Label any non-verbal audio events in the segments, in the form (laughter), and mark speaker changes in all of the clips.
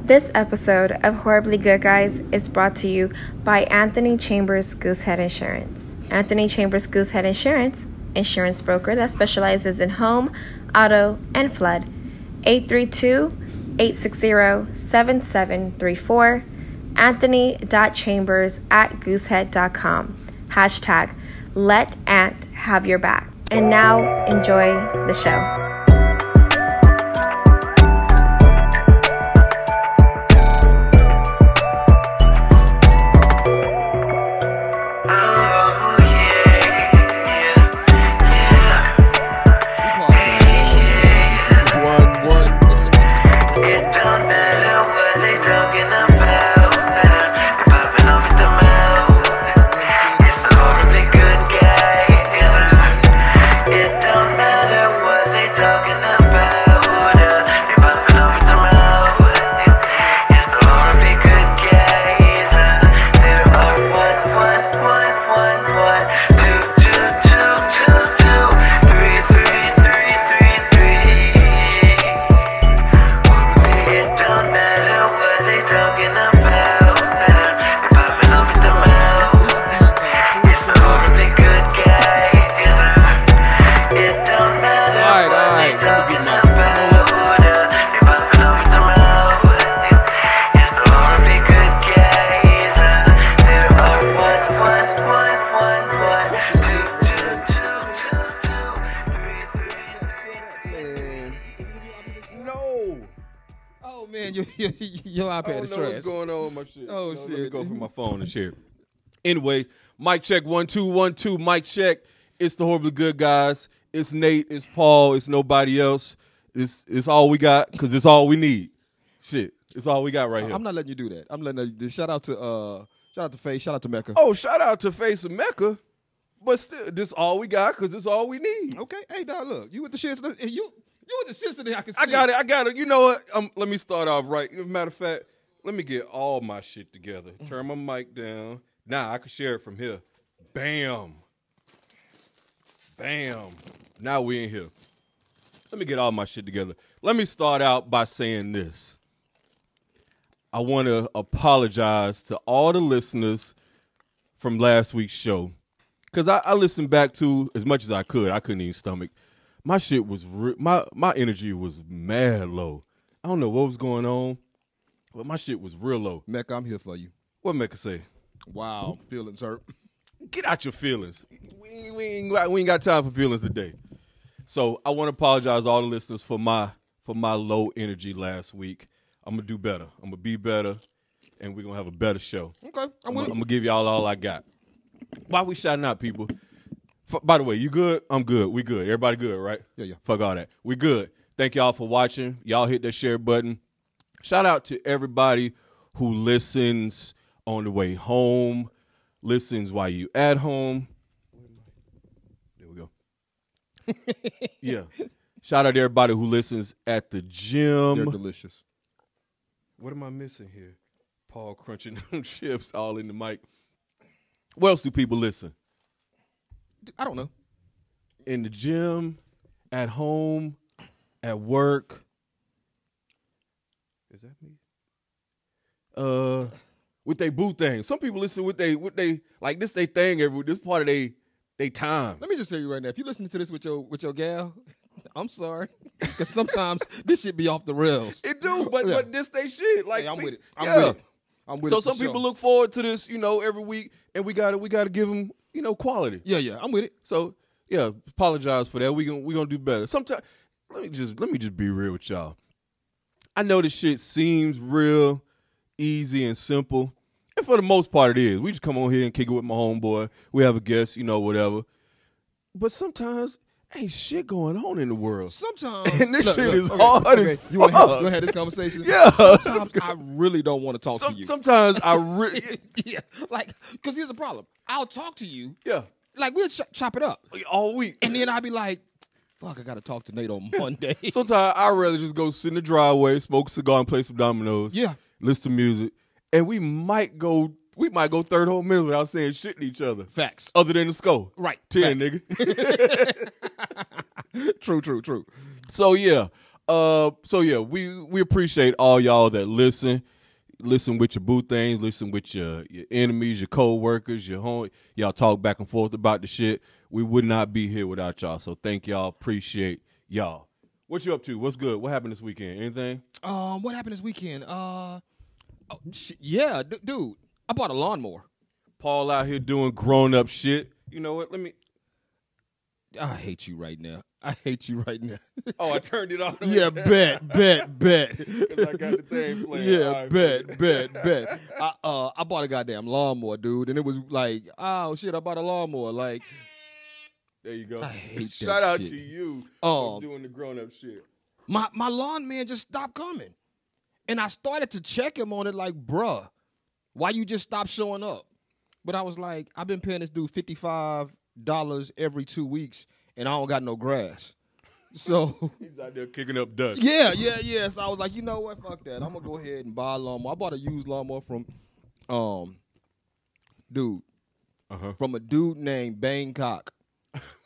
Speaker 1: This episode of Horribly Good Guys is brought to you by Anthony Chambers Goosehead Insurance. Anthony Chambers Goosehead Insurance, insurance broker that specializes in home, auto, and flood. 832-860-7734. Anthony.chambers at goosehead.com. Hashtag let Ant have your back. And now enjoy the show.
Speaker 2: One, one.
Speaker 3: It don't matter what they talking about. They popping off at the mouth. It's the horribly good guy. It don't matter what they talking about. They popping off at the mouth. It's the horribly good guy. There are one, one, one, one, one, two, two, two, two, two, three, three, three, three, three. It don't matter what they talking about. They popping off at the mouth. It's the horribly good guy. It don't matter
Speaker 2: Alright,
Speaker 3: what they
Speaker 2: alright, let me
Speaker 3: talking
Speaker 2: get my-
Speaker 3: about. They popping off at the mouth. It's the horribly good guy. There are one, one, one, one, one, two, two, two, two, two, three, three.
Speaker 2: Man. No.
Speaker 4: Oh man, your your, your
Speaker 2: I
Speaker 4: iPad
Speaker 2: don't
Speaker 4: is
Speaker 2: know
Speaker 4: trash.
Speaker 2: what's going on with my shit.
Speaker 4: Oh,
Speaker 2: No, Let me
Speaker 4: shit.
Speaker 2: go for my phone and shit. Anyways, mic check one two one two. Mic check. It's the horribly good guys. It's Nate. It's Paul. It's nobody else. It's it's all we got because it's all we need. Shit, it's all we got right here.
Speaker 4: I'm not letting you do that. I'm letting you. Shout out to uh, shout out to Faye. Shout out to Mecca.
Speaker 2: oh, shout out to Face of Mecca, but still, this all we got because it's all we need.
Speaker 4: Okay. Hey, dog. Look, you with the shits. look, You you with the shits today. I can. See
Speaker 2: I got it. I got it. You know what? Um, let me start off right. As a matter of fact, let me get all my shit together. Turn my mic down. Now I can share it from here. Bam. Bam. Now we in here. Let me get all my shit together. Let me start out by saying this. I want to apologize to all the listeners from last week's show because I, I listened back to as much as I could. I couldn't even stomach. My shit was re- my my energy was mad low. I don't know what was going on, but my shit was real low.
Speaker 4: Mecca, I'm here for you.
Speaker 2: What Mecca say?
Speaker 4: Wow, feelings hurt.
Speaker 2: Get out your feelings. We, ain't- we, ain't, got- we ain't got time for feelings today. So I want to apologize to all the listeners for my for my low energy last week. I'm gonna do better. I'm gonna be better, and we're gonna have a better show.
Speaker 4: Okay, I'm
Speaker 2: I'm,
Speaker 4: with it.
Speaker 2: gonna give y'all all I got. Why we shouting out people? F- by the way, you good? I'm good. We good. Everybody good, right?
Speaker 4: Yeah, yeah.
Speaker 2: Fuck all that. We good. Thank y'all for watching. Y'all hit that share button. Shout out to everybody who listens on the way home, listens while you at home. There (laughs) we go. yeah. Shout out to everybody who listens at the gym.
Speaker 4: They're delicious.
Speaker 2: What am I missing here? Paul crunching (laughs) them chips all in the mic. Where else do people listen?
Speaker 4: I don't know.
Speaker 2: In the gym, at home, at work. Is that me? Uh, with they boo thing. Some people listen with they with they like this they thing every this part of they they time.
Speaker 4: Let me just tell you right now. If you're listening to this with your with your gal, (laughs) I'm sorry, (laughs) because sometimes this shit be off the rails.
Speaker 2: It do, but
Speaker 4: Yeah.
Speaker 2: but this they shit. Like
Speaker 4: Hey, I'm
Speaker 2: pe-
Speaker 4: with it. I'm
Speaker 2: yeah.
Speaker 4: with it. I'm with
Speaker 2: so
Speaker 4: it. for
Speaker 2: some people
Speaker 4: sure.
Speaker 2: look forward to this, you know, every week, and we got to we got to give them, you know, quality.
Speaker 4: Yeah, yeah. I'm with it.
Speaker 2: So yeah, apologize for that. We gonna we gonna do better. Sometimes let me just let me just be real with y'all. I know this shit seems real easy and simple, and for the most part it is. We just come on here and kick it with my homeboy. We have a guest, you know, whatever. But sometimes ain't shit going on in the world.
Speaker 4: Sometimes
Speaker 2: And (laughs) this shit is hard as
Speaker 4: You want to
Speaker 2: fuck.
Speaker 4: have, you wanna have this conversation?
Speaker 2: (laughs) Yeah.
Speaker 4: Sometimes I really don't want to talk
Speaker 2: Some-
Speaker 4: to you.
Speaker 2: sometimes I re-
Speaker 4: (laughs) yeah, like because here's the problem. I'll talk to you.
Speaker 2: yeah
Speaker 4: Like we'll ch- chop it up,
Speaker 2: all week.
Speaker 4: and then I'll be like, "Fuck, I gotta talk to Nate on (laughs) Monday."
Speaker 2: Sometimes I rather just go sit in the driveway, smoke a cigar, and play some dominoes.
Speaker 4: Yeah.
Speaker 2: listen to music, and we might go we might go third whole minute without saying shit to each other.
Speaker 4: Facts.
Speaker 2: Other than the score,
Speaker 4: Right.
Speaker 2: Ten,
Speaker 4: Facts. (laughs)
Speaker 2: nigga. (laughs)
Speaker 4: True, true, true.
Speaker 2: so yeah, Uh, so yeah, we we appreciate all y'all that listen, listen with your boo things, listen with your your enemies, your co-workers, your home. Y'all talk back and forth about the shit. We would not be here without y'all. So thank y'all. Appreciate y'all. What you up to? What's good? What happened this weekend? Anything?
Speaker 4: Um, what happened this weekend? Uh, oh, shit, yeah, d- dude, I bought a lawnmower.
Speaker 2: Paul out here doing grown up shit. You know what? Let me.
Speaker 4: I hate you right now. I hate you right (laughs) now.
Speaker 2: Oh, I turned it off. (laughs)
Speaker 4: yeah, bet, bet, (laughs) bet.
Speaker 2: Because I got the thing playing.
Speaker 4: Yeah,
Speaker 2: All right,
Speaker 4: bet, bet, (laughs) bet. I uh, I bought a goddamn lawnmower, dude, and it was like, oh shit, I bought a lawnmower. Like,
Speaker 2: There you go.
Speaker 4: I hate that
Speaker 2: Shout out
Speaker 4: shit.
Speaker 2: to you
Speaker 4: Um,
Speaker 2: for doing the grown up shit.
Speaker 4: my my lawn man just stopped coming, and I started to check him on it, like, bruh, why you just stopped showing up? But I was like, I've been paying this dude fifty five dollars every two weeks, and I don't got no grass, so. (laughs)
Speaker 2: He's out there kicking up dust.
Speaker 4: Yeah, yeah, yeah. So I was like, you know what? Fuck that. I'm gonna go ahead and buy a lawnmower. I bought a used lawnmower from, um, dude,
Speaker 2: Uh-huh.
Speaker 4: from a dude named Bangkok.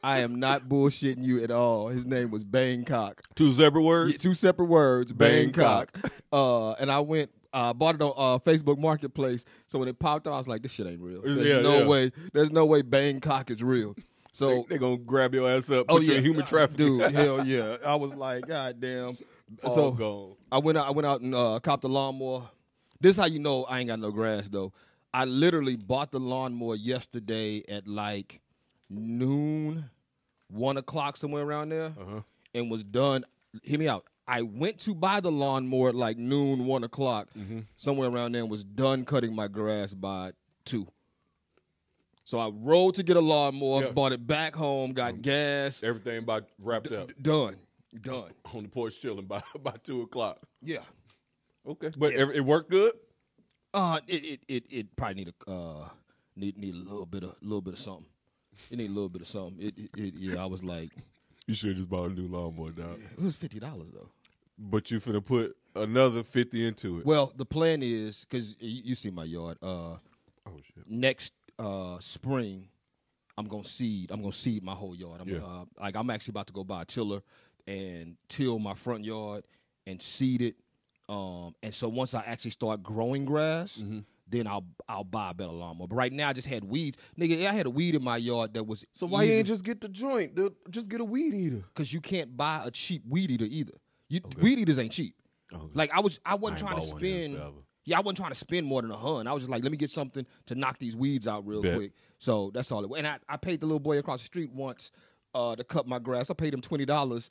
Speaker 4: I am not bullshitting you at all. His name was Bangkok.
Speaker 2: Two zebra words.
Speaker 4: Yeah, two separate words,
Speaker 2: Bangkok. (laughs)
Speaker 4: Bangkok. Uh, and I went. I bought it on uh, Facebook Marketplace. So when it popped up, I was like, "This shit ain't real. There's
Speaker 2: Yeah,
Speaker 4: no
Speaker 2: yeah.
Speaker 4: way. There's no way Bangkok is real." So oh,
Speaker 2: They gonna grab your ass up. Put you in human trafficking. Oh, (laughs)
Speaker 4: dude. hell yeah. I was like, God damn.
Speaker 2: All
Speaker 4: so
Speaker 2: gone.
Speaker 4: I went out. I went out and uh, copped the lawnmower. This how you know I ain't got no grass though. I literally bought the lawnmower yesterday at like noon, one o'clock somewhere around there,
Speaker 2: Uh-huh.
Speaker 4: and was done. Hear me out. I went to buy the lawnmower at like noon, one o'clock,
Speaker 2: Mm-hmm.
Speaker 4: somewhere around there, and was done cutting my grass by two. So I rode to get a lawnmower,
Speaker 2: Yeah. Um,
Speaker 4: bought it back home, got gas,
Speaker 2: Everything about wrapped up
Speaker 4: D- done, done.
Speaker 2: on the porch chilling by (laughs) by two o'clock.
Speaker 4: Yeah.
Speaker 2: Okay, but ev- it worked good.
Speaker 4: Uh, it it it, it probably need a uh need need a little bit of little bit of something. It need a little bit of something. It, it, it yeah. I was like,
Speaker 2: You should just bought a new lawnmower, dog.
Speaker 4: it was fifty dollars though.
Speaker 2: But you finna put another fifty into it.
Speaker 4: Well, the plan is because you, you see my yard. Uh,
Speaker 2: Oh shit!
Speaker 4: next uh spring, I'm gonna seed. I'm gonna seed my whole yard. I'm
Speaker 2: Yeah.
Speaker 4: uh, like I'm actually about to go buy a tiller and till my front yard and seed it. Um, and so once I actually start growing grass,
Speaker 2: Mm-hmm.
Speaker 4: then I'll I'll buy a better lawnmower. But right now, I just had weeds, nigga. I had a weed in my yard that was
Speaker 2: So why you
Speaker 4: easy-
Speaker 2: ain't just get the joint? dude? Just get a weed eater.
Speaker 4: because you can't buy a cheap weed eater either. You, Weed eaters ain't cheap. Like I was, I wasn't
Speaker 2: I ain't
Speaker 4: trying to
Speaker 2: bought one in
Speaker 4: spend.
Speaker 2: forever.
Speaker 4: Yeah, I wasn't trying to spend more than a hun. I was just like, let me get something to knock these weeds out real
Speaker 2: Bet.
Speaker 4: quick. So that's all. It, and I, I paid the little boy across the street once uh, to cut my grass. I paid him twenty dollars.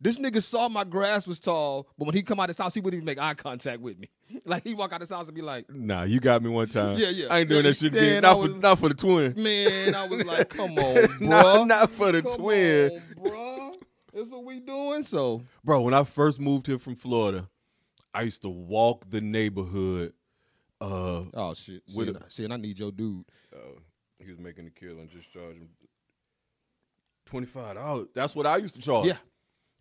Speaker 4: This nigga saw my grass was tall, but when he come out his house, he wouldn't even make eye contact with me. (laughs) Like he walk out his house and be like,
Speaker 2: Nah, you got me one time.
Speaker 4: Yeah, yeah.
Speaker 2: I ain't doing
Speaker 4: Yeah,
Speaker 2: that shit
Speaker 4: then
Speaker 2: again. Not
Speaker 4: I
Speaker 2: for
Speaker 4: was-
Speaker 2: not for the twin.
Speaker 4: man, I was
Speaker 2: (laughs)
Speaker 4: like, come on, bro,
Speaker 2: Nah, not for the
Speaker 4: come
Speaker 2: twin.
Speaker 4: on, bro. That's what we doing. So
Speaker 2: Bro, when I first moved here from Florida, I used to walk the neighborhood. Uh,
Speaker 4: Oh shit! See,
Speaker 2: With
Speaker 4: and I- see, and I need your dude.
Speaker 2: he was making the kill and just charged him twenty five dollars. That's what I used to charge.
Speaker 4: Yeah.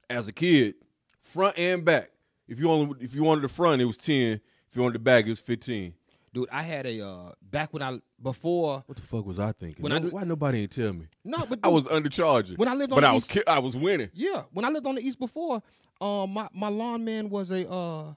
Speaker 2: as a kid, front and back. If you only if you wanted the front, it was ten. If you wanted the back, it was fifteen.
Speaker 4: Dude, I had a uh back when I before
Speaker 2: What the fuck was I thinking?
Speaker 4: When I
Speaker 2: No-
Speaker 4: do-
Speaker 2: why nobody didn't tell me?
Speaker 4: no, but
Speaker 2: I
Speaker 4: dude,
Speaker 2: was undercharging
Speaker 4: When I lived on
Speaker 2: but
Speaker 4: the
Speaker 2: I was
Speaker 4: East-
Speaker 2: ki- I was winning.
Speaker 4: yeah. When I lived on the east before, um, my my lawn man was a uh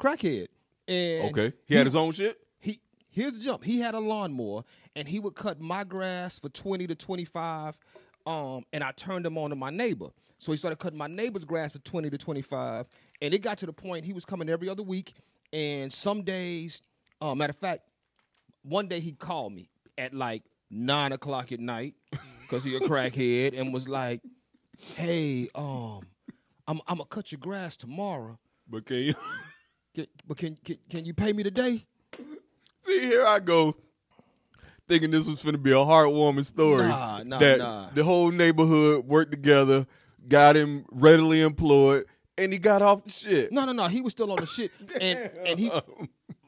Speaker 4: crackhead, and
Speaker 2: Okay, he had his own shit.
Speaker 4: he here's the jump. He had a lawnmower, and he would cut my grass for twenty to twenty five, um, and I turned him on to my neighbor. So he started cutting my neighbor's grass for twenty to twenty five, and it got to the point he was coming every other week, and some days, uh, matter of fact, one day he called me at like nine o'clock at night because he a crackhead and was like, "Hey, um, I'm I'm gonna cut your grass tomorrow,
Speaker 2: But can you (laughs)
Speaker 4: Can- but can can, can you pay me today?"
Speaker 2: see here? I go thinking this was gonna be a heartwarming story.
Speaker 4: Nah, nah,
Speaker 2: that
Speaker 4: nah.
Speaker 2: The whole neighborhood worked together, got him readily employed, and he got off the shit.
Speaker 4: No, no, no. He was still on the
Speaker 2: (laughs)
Speaker 4: shit, and and he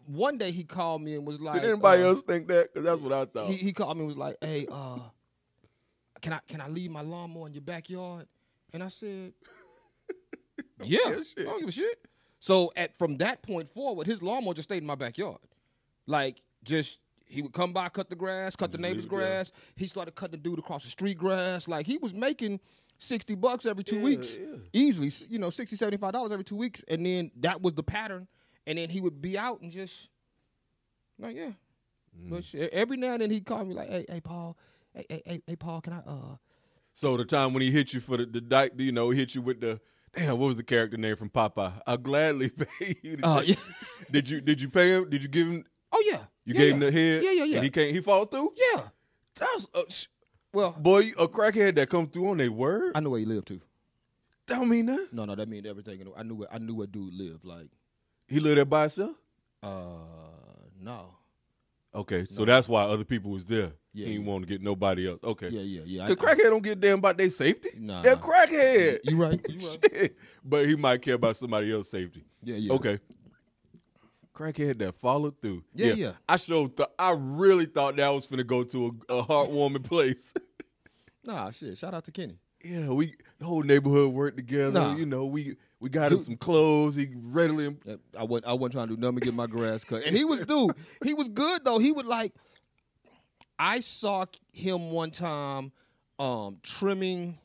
Speaker 4: one day he called me and was like,
Speaker 2: Did anybody
Speaker 4: uh,
Speaker 2: else think that? Because that's what I thought.
Speaker 4: He, he called me and was like, "Hey, uh, can I can I leave my lawnmower in your backyard?" And I said, "Yeah,
Speaker 2: give a shit.
Speaker 4: I don't give a shit." So at from that point forward, his lawnmower just stayed in my backyard. Like just he would come by, cut the grass, cut the neighbor's
Speaker 2: leave it there.
Speaker 4: grass. He started cutting the dude across the street grass. Like he was making 60 bucks every two weeks easily, s- you know, 60 75 dollars every two weeks and then that was the pattern and then he would be out and just like yeah.
Speaker 2: Mm.
Speaker 4: But shit, e, every now and then he'd call me like, "Hey, hey Paul, hey hey hey, hey Paul, can I uh
Speaker 2: So the time when he hit you for the, the di- you know, hit you with the damn. What was the character name from Popeye? I'll gladly (laughs) pay you. To
Speaker 4: Oh,
Speaker 2: take-
Speaker 4: yeah.
Speaker 2: (laughs) Did you did you pay him? Did you give him?
Speaker 4: Oh yeah.
Speaker 2: You
Speaker 4: Yeah,
Speaker 2: gave
Speaker 4: yeah.
Speaker 2: him the head.
Speaker 4: Yeah, yeah, yeah.
Speaker 2: And he can't. He fall through.
Speaker 4: yeah.
Speaker 2: That's a, sh-
Speaker 4: uh, Well,
Speaker 2: boy, you- a crackhead that come through on their word.
Speaker 4: I know where he lived too.
Speaker 2: don't mean that.
Speaker 4: No, no, that means everything. I knew where I knew where dude lived. Like,
Speaker 2: He lived there by himself.
Speaker 4: uh, no.
Speaker 2: Okay, so that's why other people was there.
Speaker 4: Yeah,
Speaker 2: he didn't
Speaker 4: yeah.
Speaker 2: want to get nobody else. Okay.
Speaker 4: Yeah, yeah, yeah. I-
Speaker 2: The crackhead don't give a damn about their safety.
Speaker 4: Nah,
Speaker 2: They're
Speaker 4: nah.
Speaker 2: crackhead.
Speaker 4: You right. You right.
Speaker 2: (laughs) Shit. But he might care about somebody else's safety.
Speaker 4: Yeah, yeah.
Speaker 2: Okay. Crackhead that followed through.
Speaker 4: Yeah, yeah.
Speaker 2: I showed. Th- I really thought that was finna go to a, a heartwarming place. (laughs)
Speaker 4: Nah, shit. Shout out to Kenny.
Speaker 2: yeah, we the whole neighborhood worked together.
Speaker 4: Nah.
Speaker 2: You know, we we got him
Speaker 4: Dude.
Speaker 2: some clothes. He readily.
Speaker 4: Uh, I wasn't. I wasn't trying to do nothing. but Get my grass cut. And he was dude. He was good though. He would like. I saw him one time, um, trimming,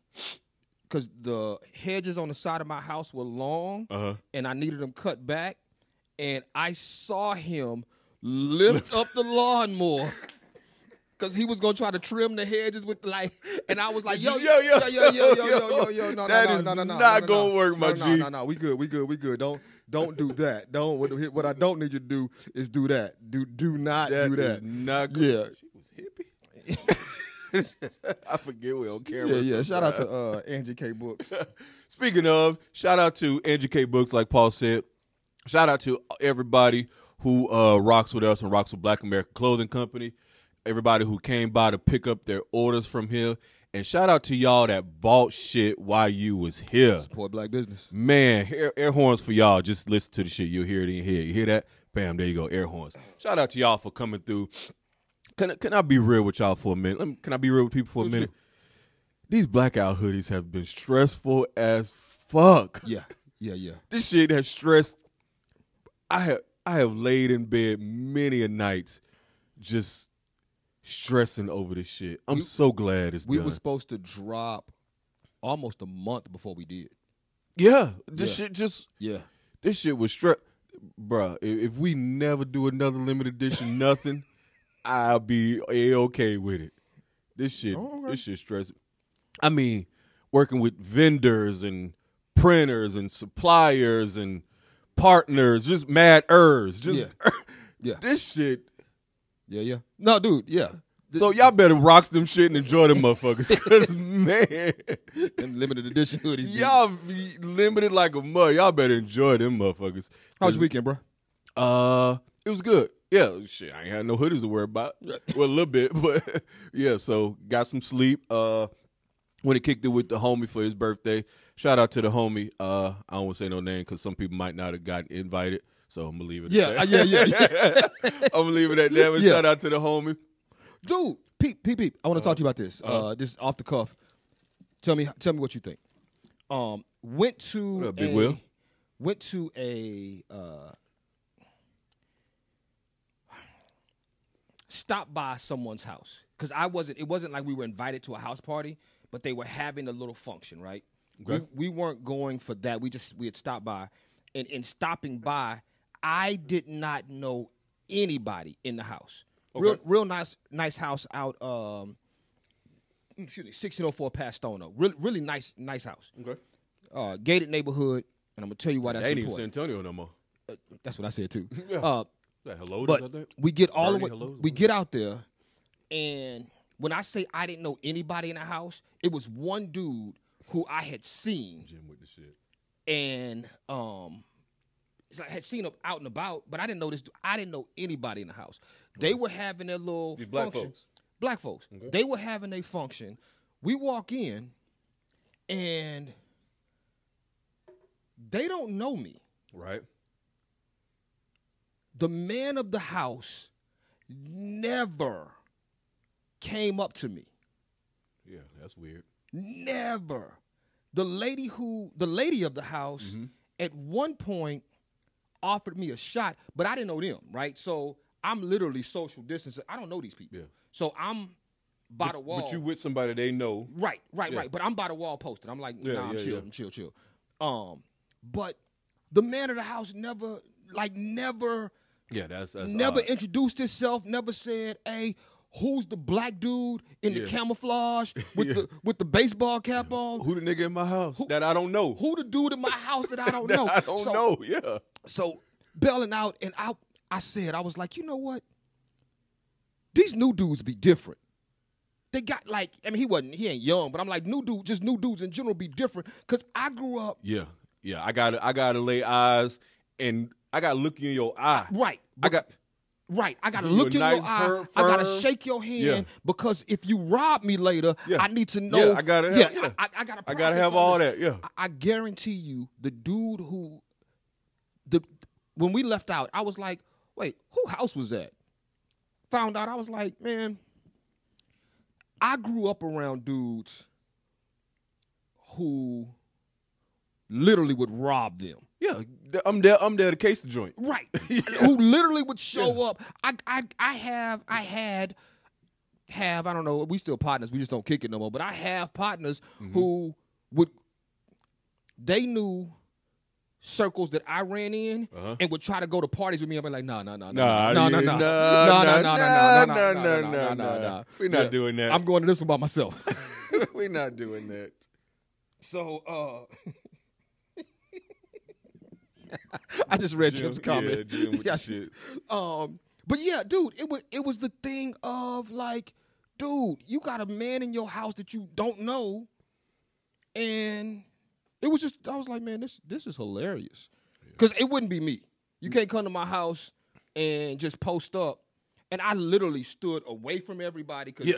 Speaker 4: because the hedges on the side of my house were long,
Speaker 2: Uh huh.
Speaker 4: and I needed them cut back, and I saw him lift up the lawnmower. Cause he was gonna try to trim the hedges with like, and I
Speaker 2: (laughs)
Speaker 4: was like, yo, yo, yo, yo, yo, yo, yo, yo, yo, yo, no,
Speaker 2: That
Speaker 4: no, no,
Speaker 2: is
Speaker 4: no, no,
Speaker 2: not
Speaker 4: no, no, no,
Speaker 2: gonna
Speaker 4: no.
Speaker 2: work, my
Speaker 4: no, no,
Speaker 2: G.
Speaker 4: No, no, we good, we good, we good. Don't, don't do that. Don't. What, what I don't need you to do is do that. Do, do not
Speaker 2: That
Speaker 4: do
Speaker 2: is
Speaker 4: that.
Speaker 2: not.
Speaker 4: Yeah.
Speaker 2: She was hippie.
Speaker 4: (laughs)
Speaker 2: (laughs) I forget we on camera.
Speaker 4: yeah, yeah. Shout out
Speaker 2: sometimes.
Speaker 4: to uh, Angie K. Books.
Speaker 2: Speaking of, shout out to Andrew K. Books, like Paul said. Shout out to everybody who uh, rocks with us and rocks with Black American Clothing Company. Everybody who came by to pick up their orders from here. And shout out to y'all that bought shit while you was here.
Speaker 4: (laughs) Support black business.
Speaker 2: Man, air, air horns for y'all. Just listen to the shit. You'll hear it in here. You hear that? Bam, there you go. Air horns. Shout out to y'all for coming through. Can, can I be real with y'all for a minute? Let me, can I be real with people for a minute? These blackout hoodies have been stressful as fuck.
Speaker 4: Yeah, yeah, yeah.
Speaker 2: This shit has stressed. I have I have laid in bed many a nights just stressing over this shit. I'm so glad it's
Speaker 4: We
Speaker 2: done.
Speaker 4: were supposed to drop almost a month before we did.
Speaker 2: yeah, this
Speaker 4: Yeah.
Speaker 2: shit just
Speaker 4: Yeah.
Speaker 2: This shit was straight, bruh. i- If we never do another limited
Speaker 4: (laughs)
Speaker 2: edition, nothing, I'll be a okay with it. This shit,
Speaker 4: Oh,
Speaker 2: this shit stress. I mean, working with vendors and printers and suppliers and partners, just mad ers, just (laughs)
Speaker 4: Yeah. Yeah.
Speaker 2: This shit.
Speaker 4: Yeah, yeah. No, dude, yeah.
Speaker 2: So y'all better rocks them shit and enjoy them motherfuckers, cause man,
Speaker 4: (laughs) And limited edition hoodies. dude.
Speaker 2: y'all be limited like a mud. Y'all better enjoy them motherfuckers.
Speaker 4: How
Speaker 2: 'Cause-
Speaker 4: was your weekend, (laughs) bro?
Speaker 2: Uh, it was good. Yeah, shit, I ain't had no hoodies to worry about. Well, a little bit, (laughs) but yeah. So got some sleep. Uh, when it kicked it with the homie for his birthday. Shout out to the homie. Uh, I don't want to say no name because some people might not have gotten invited. So I'm gonna leave it.
Speaker 4: Yeah, uh,
Speaker 2: at
Speaker 4: yeah,
Speaker 2: that. (laughs)
Speaker 4: yeah,
Speaker 2: I'm gonna leave it at that. But
Speaker 4: Yeah.
Speaker 2: shout out to the homie.
Speaker 4: Dude, peep, peep, peep. I want to talk to you about this.
Speaker 2: Uh-huh.
Speaker 4: Uh, this is off the cuff. Tell me, tell me what you think. Um, went to
Speaker 2: What up, Big
Speaker 4: a-
Speaker 2: Will?
Speaker 4: Went to a uh, stop by someone's house because I wasn't. It wasn't like we were invited to a house party, but they were having a little function, right?
Speaker 2: Okay.
Speaker 4: We, we weren't going for that. We just we had stopped by, and in stopping by, I did not know anybody in the house. Real, real nice, nice house out. Um, excuse me, sixteen oh four Pastono. Really, really nice, nice house.
Speaker 2: Okay.
Speaker 4: Uh, gated neighborhood, and I'm gonna tell you why that's
Speaker 2: They ain't even San
Speaker 4: important.
Speaker 2: Antonio no more.
Speaker 4: Uh, That's what I said too.
Speaker 2: (laughs) Yeah.
Speaker 4: Uh,
Speaker 2: Is that hello?
Speaker 4: but
Speaker 2: I think?
Speaker 4: we get all
Speaker 2: Bernie,
Speaker 4: the way.
Speaker 2: hello?
Speaker 4: We get out there, and when I say I didn't know anybody in the house, it was one dude who I had seen,
Speaker 2: Jim with the shit.
Speaker 4: and um, it's like I had seen him out and about, but I didn't know this. dude. I didn't know anybody in the house. They were having their little
Speaker 2: These black
Speaker 4: function.
Speaker 2: folks.
Speaker 4: Black folks. They were having a function. We walk in, and they don't know me
Speaker 2: Right.
Speaker 4: the man of the house never came up to me.
Speaker 2: Yeah, that's weird.
Speaker 4: Never. The lady who, the lady of the house,
Speaker 2: Mm-hmm.
Speaker 4: at one point offered me a shot, but I didn't know them, right? So I'm literally social distancing. I don't know these people.
Speaker 2: Yeah.
Speaker 4: So I'm by the wall.
Speaker 2: But you with somebody they know.
Speaker 4: Right, right,
Speaker 2: Yeah.
Speaker 4: right. But I'm by the wall posted. I'm like,
Speaker 2: Yeah,
Speaker 4: nah, I'm
Speaker 2: yeah,
Speaker 4: chill,
Speaker 2: yeah.
Speaker 4: I'm chill, chill. Um, but the man of the house never, like, never,
Speaker 2: Yeah, that's that's
Speaker 4: never
Speaker 2: odd.
Speaker 4: introduced himself. Never said, "Hey, who's the black dude in
Speaker 2: Yeah.
Speaker 4: the
Speaker 2: (laughs)
Speaker 4: camouflage with the with the baseball cap on? Who,
Speaker 2: who the nigga in my house that I don't know.
Speaker 4: the dude in my house that I don't
Speaker 2: (laughs) that
Speaker 4: know?
Speaker 2: I don't
Speaker 4: So-
Speaker 2: know. Yeah.
Speaker 4: so bailing out, and I I said, I was like, you know what? These new dudes be different. They got like, I mean, he wasn't, he ain't young, but I'm like, new dude, just new dudes in general be different. Cause I grew up
Speaker 2: Yeah. Yeah. I gotta I gotta lay eyes and I gotta look you in your eye.
Speaker 4: right.
Speaker 2: I got
Speaker 4: Right, I gotta
Speaker 2: You
Speaker 4: look
Speaker 2: a
Speaker 4: in
Speaker 2: nice
Speaker 4: your eye.
Speaker 2: firm-
Speaker 4: I gotta
Speaker 2: firm-
Speaker 4: shake your hand
Speaker 2: Yeah.
Speaker 4: because if you rob me later,
Speaker 2: Yeah.
Speaker 4: I need to
Speaker 2: Yeah,
Speaker 4: know.
Speaker 2: I gotta have-
Speaker 4: yeah,
Speaker 2: yeah.
Speaker 4: I, I, I gotta.
Speaker 2: I gotta
Speaker 4: process
Speaker 2: have all
Speaker 4: this.
Speaker 2: that, yeah.
Speaker 4: I, I guarantee you, the dude who, the when we left out, I was like, wait, who house was that? Found out, I was like, man, I grew up around dudes who literally would rob them.
Speaker 2: yeah. th- I'm there I'm there to case the (laughs) joint.
Speaker 4: Right. Who literally would show up. I, I I have I had have I don't know, we still partners, we just don't kick it no more, but I have partners
Speaker 2: Mm-hmm.
Speaker 4: who would they knew circles that I ran in
Speaker 2: Uh-huh.
Speaker 4: and would try to go to parties with me. I'd be like, no, no, no,
Speaker 2: Nah,
Speaker 4: no, no, no,
Speaker 2: yeah,
Speaker 4: no, no,
Speaker 2: nah, nah,
Speaker 4: no, no, no, no,
Speaker 2: nah,
Speaker 4: no,
Speaker 2: nah,
Speaker 4: no,
Speaker 2: nah,
Speaker 4: no, no, no.
Speaker 2: We not
Speaker 4: Yeah.
Speaker 2: doing that.
Speaker 4: I'm going to this one by myself.
Speaker 2: (laughs) We're not doing that.
Speaker 4: (laughs) So, uh, (laughs) I just read Jim's
Speaker 2: Yeah,
Speaker 4: comment.
Speaker 2: Jim (laughs)
Speaker 4: (laughs)
Speaker 2: with
Speaker 4: Yeah,
Speaker 2: the shit.
Speaker 4: um, but yeah, dude, it was it was the thing of like, dude, you got a man in your house that you don't know, and it was just I was like, man, this this is hilarious, because it wouldn't be me. You can't come to my house and just post up, and I literally stood away from everybody because
Speaker 2: Yeah,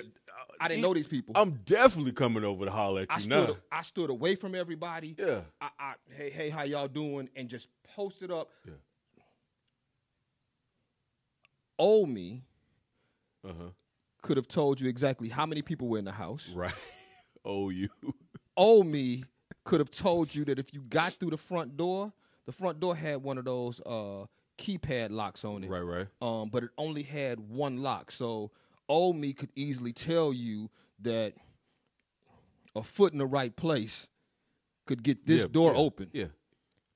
Speaker 4: I didn't know these people.
Speaker 2: I'm definitely coming over to holler at
Speaker 4: I
Speaker 2: you
Speaker 4: stood
Speaker 2: now.
Speaker 4: I stood away from everybody.
Speaker 2: Yeah.
Speaker 4: I, I hey hey how y'all doing and just post it up.
Speaker 2: Yeah.
Speaker 4: Old me
Speaker 2: Uh-huh.
Speaker 4: could have told you exactly how many people were in the house.
Speaker 2: Right. (laughs) oh you.
Speaker 4: Old me could have told you that if you got through the front door, the front door had one of those uh keypad locks on it.
Speaker 2: Right, right.
Speaker 4: Um, but it only had one lock. So old me could easily tell you that a foot in the right place could get this
Speaker 2: Yeah,
Speaker 4: door
Speaker 2: yeah,
Speaker 4: open.
Speaker 2: Yeah.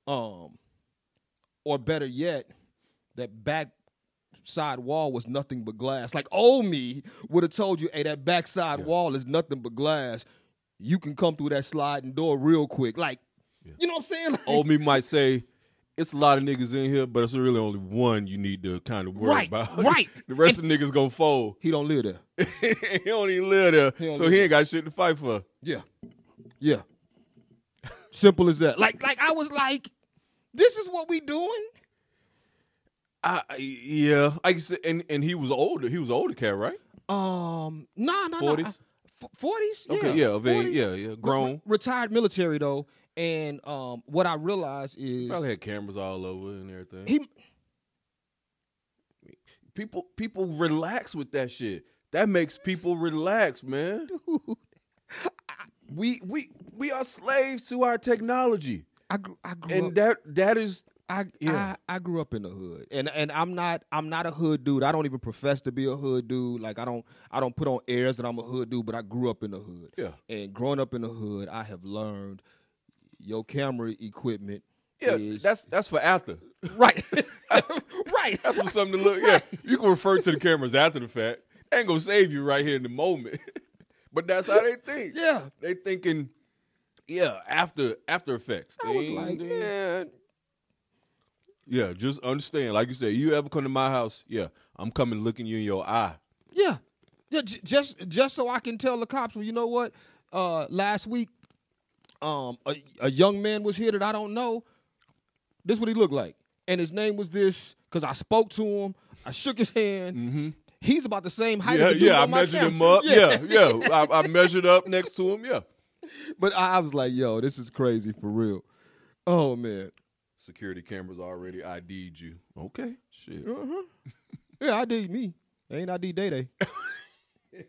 Speaker 4: um, or better yet, that back side wall was nothing but glass. Like old me would have told you, hey, that backside wall is nothing but glass. You can come through that sliding door real quick. Like, you know what I'm saying? Like,
Speaker 2: Old me might say, it's a lot of niggas in here, but it's really only one you need to kind of worry
Speaker 4: Right,
Speaker 2: about. (laughs)
Speaker 4: right.
Speaker 2: the rest of the niggas gonna fold.
Speaker 4: he don't live there.
Speaker 2: (laughs) he don't even live there,
Speaker 4: don't
Speaker 2: so
Speaker 4: live
Speaker 2: he ain't got shit to fight for.
Speaker 4: Yeah. Yeah. Simple as that. Like, like I was like, this is what we doing?
Speaker 2: I, I- yeah, like you said, and and he was older. He was an older cat, right?
Speaker 4: Um, no, no,
Speaker 2: 40s?
Speaker 4: no. Forties, yeah,
Speaker 2: Okay, yeah, of age,
Speaker 4: 40s.
Speaker 2: yeah, yeah, grown.
Speaker 4: Re- retired military though, and um, what I realized is
Speaker 2: Probably had cameras all over and everything.
Speaker 4: he
Speaker 2: people people relax with that shit. That makes people relax, man. we we we are slaves to our technology,
Speaker 4: I grew, I grew
Speaker 2: and
Speaker 4: up.
Speaker 2: that that is
Speaker 4: I,
Speaker 2: yeah.
Speaker 4: I I grew up in the hood, and and I'm not I'm not a hood dude. I don't even profess to be a hood dude. Like I don't I don't put on airs that I'm a hood dude, but I grew up in the hood.
Speaker 2: Yeah.
Speaker 4: And growing up in the hood, I have learned your camera equipment.
Speaker 2: yeah.
Speaker 4: is,
Speaker 2: That's that's for after.
Speaker 4: (laughs)
Speaker 2: (laughs)
Speaker 4: right, (laughs) right.
Speaker 2: That's for something to look. Yeah, you can refer to the cameras after the fact. They ain't gonna save you right here in the moment, (laughs) but that's how they think.
Speaker 4: Yeah.
Speaker 2: they thinking. Yeah, after after effects.
Speaker 4: I was
Speaker 2: They-
Speaker 4: like,
Speaker 2: yeah. Yeah, just understand. Like you said, you ever come to my house? Yeah, I'm coming looking you in your eye.
Speaker 4: Yeah, yeah. J- just just so I can tell the cops. Well, you know what? Uh, last week, um, a, a young man was here that I don't know. This what he looked like, and his name was this because I spoke to him. I shook his hand. He's about the same height.
Speaker 2: Mm-hmm. Yeah,
Speaker 4: as the dude
Speaker 2: yeah. I
Speaker 4: on my
Speaker 2: measured him
Speaker 4: camera.
Speaker 2: up. Yeah, yeah.
Speaker 4: (laughs)
Speaker 2: I, I measured up next to him. Yeah.
Speaker 4: But I, I was like, "Yo, this is crazy for real." Oh man,
Speaker 2: Security cameras already ID'd you. Okay. Shit. Mm-hmm.
Speaker 4: yeah, I did me. Ain't I D Day Day? (laughs)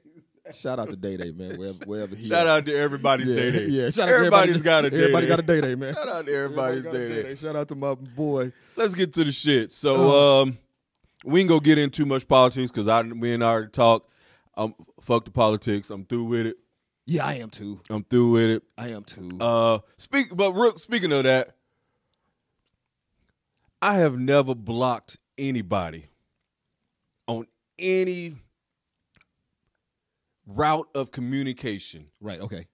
Speaker 4: Shout out to Day Day, man. Wherever, wherever he
Speaker 2: Shout
Speaker 4: at.
Speaker 2: out to everybody's
Speaker 4: Yeah,
Speaker 2: day day.
Speaker 4: yeah. Shout out to
Speaker 2: everybody's
Speaker 4: everybody-
Speaker 2: got a day.
Speaker 4: Everybody got a day day, man.
Speaker 2: Shout out to everybody's
Speaker 4: Everybody got a
Speaker 2: day day.
Speaker 4: Shout out to my boy.
Speaker 2: Let's get to the
Speaker 4: Uh-huh.
Speaker 2: shit. So um, we ain't gonna get in too much politics because I we ain't already talked. I'm fuck the politics. I'm through with it.
Speaker 4: Yeah, I am too.
Speaker 2: I'm through with it.
Speaker 4: I am too.
Speaker 2: Uh, speak, but Rook, speaking of that, I have never blocked anybody on any route of communication.
Speaker 4: right. Okay.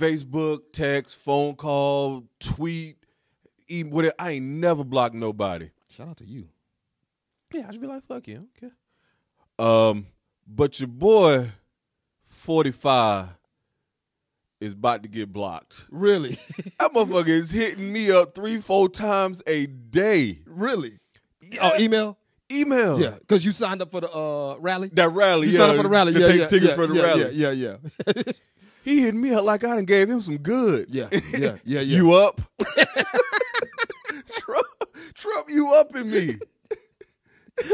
Speaker 2: Facebook, text, phone call, tweet, even whatever. I ain't never blocked nobody.
Speaker 4: Shout out to you.
Speaker 2: Yeah, I just be like, fuck you, I don't care. Um, but your boy, forty five, is about to get blocked.
Speaker 4: Really.
Speaker 2: That motherfucker is hitting me up three, four times a day.
Speaker 4: (laughs) really.
Speaker 2: Yeah.
Speaker 4: Oh, email.
Speaker 2: email.
Speaker 4: Yeah, because you signed up for the uh, rally.
Speaker 2: That rally,
Speaker 4: you
Speaker 2: yeah,
Speaker 4: signed up for the rally.
Speaker 2: to
Speaker 4: yeah,
Speaker 2: take
Speaker 4: yeah,
Speaker 2: tickets
Speaker 4: yeah,
Speaker 2: for the
Speaker 4: yeah,
Speaker 2: rally.
Speaker 4: Yeah, yeah, yeah. (laughs)
Speaker 2: He hit me up like I done gave him some good. (laughs)
Speaker 4: Yeah, yeah, yeah, yeah.
Speaker 2: You up? (laughs) Trump, Trump, you up in me.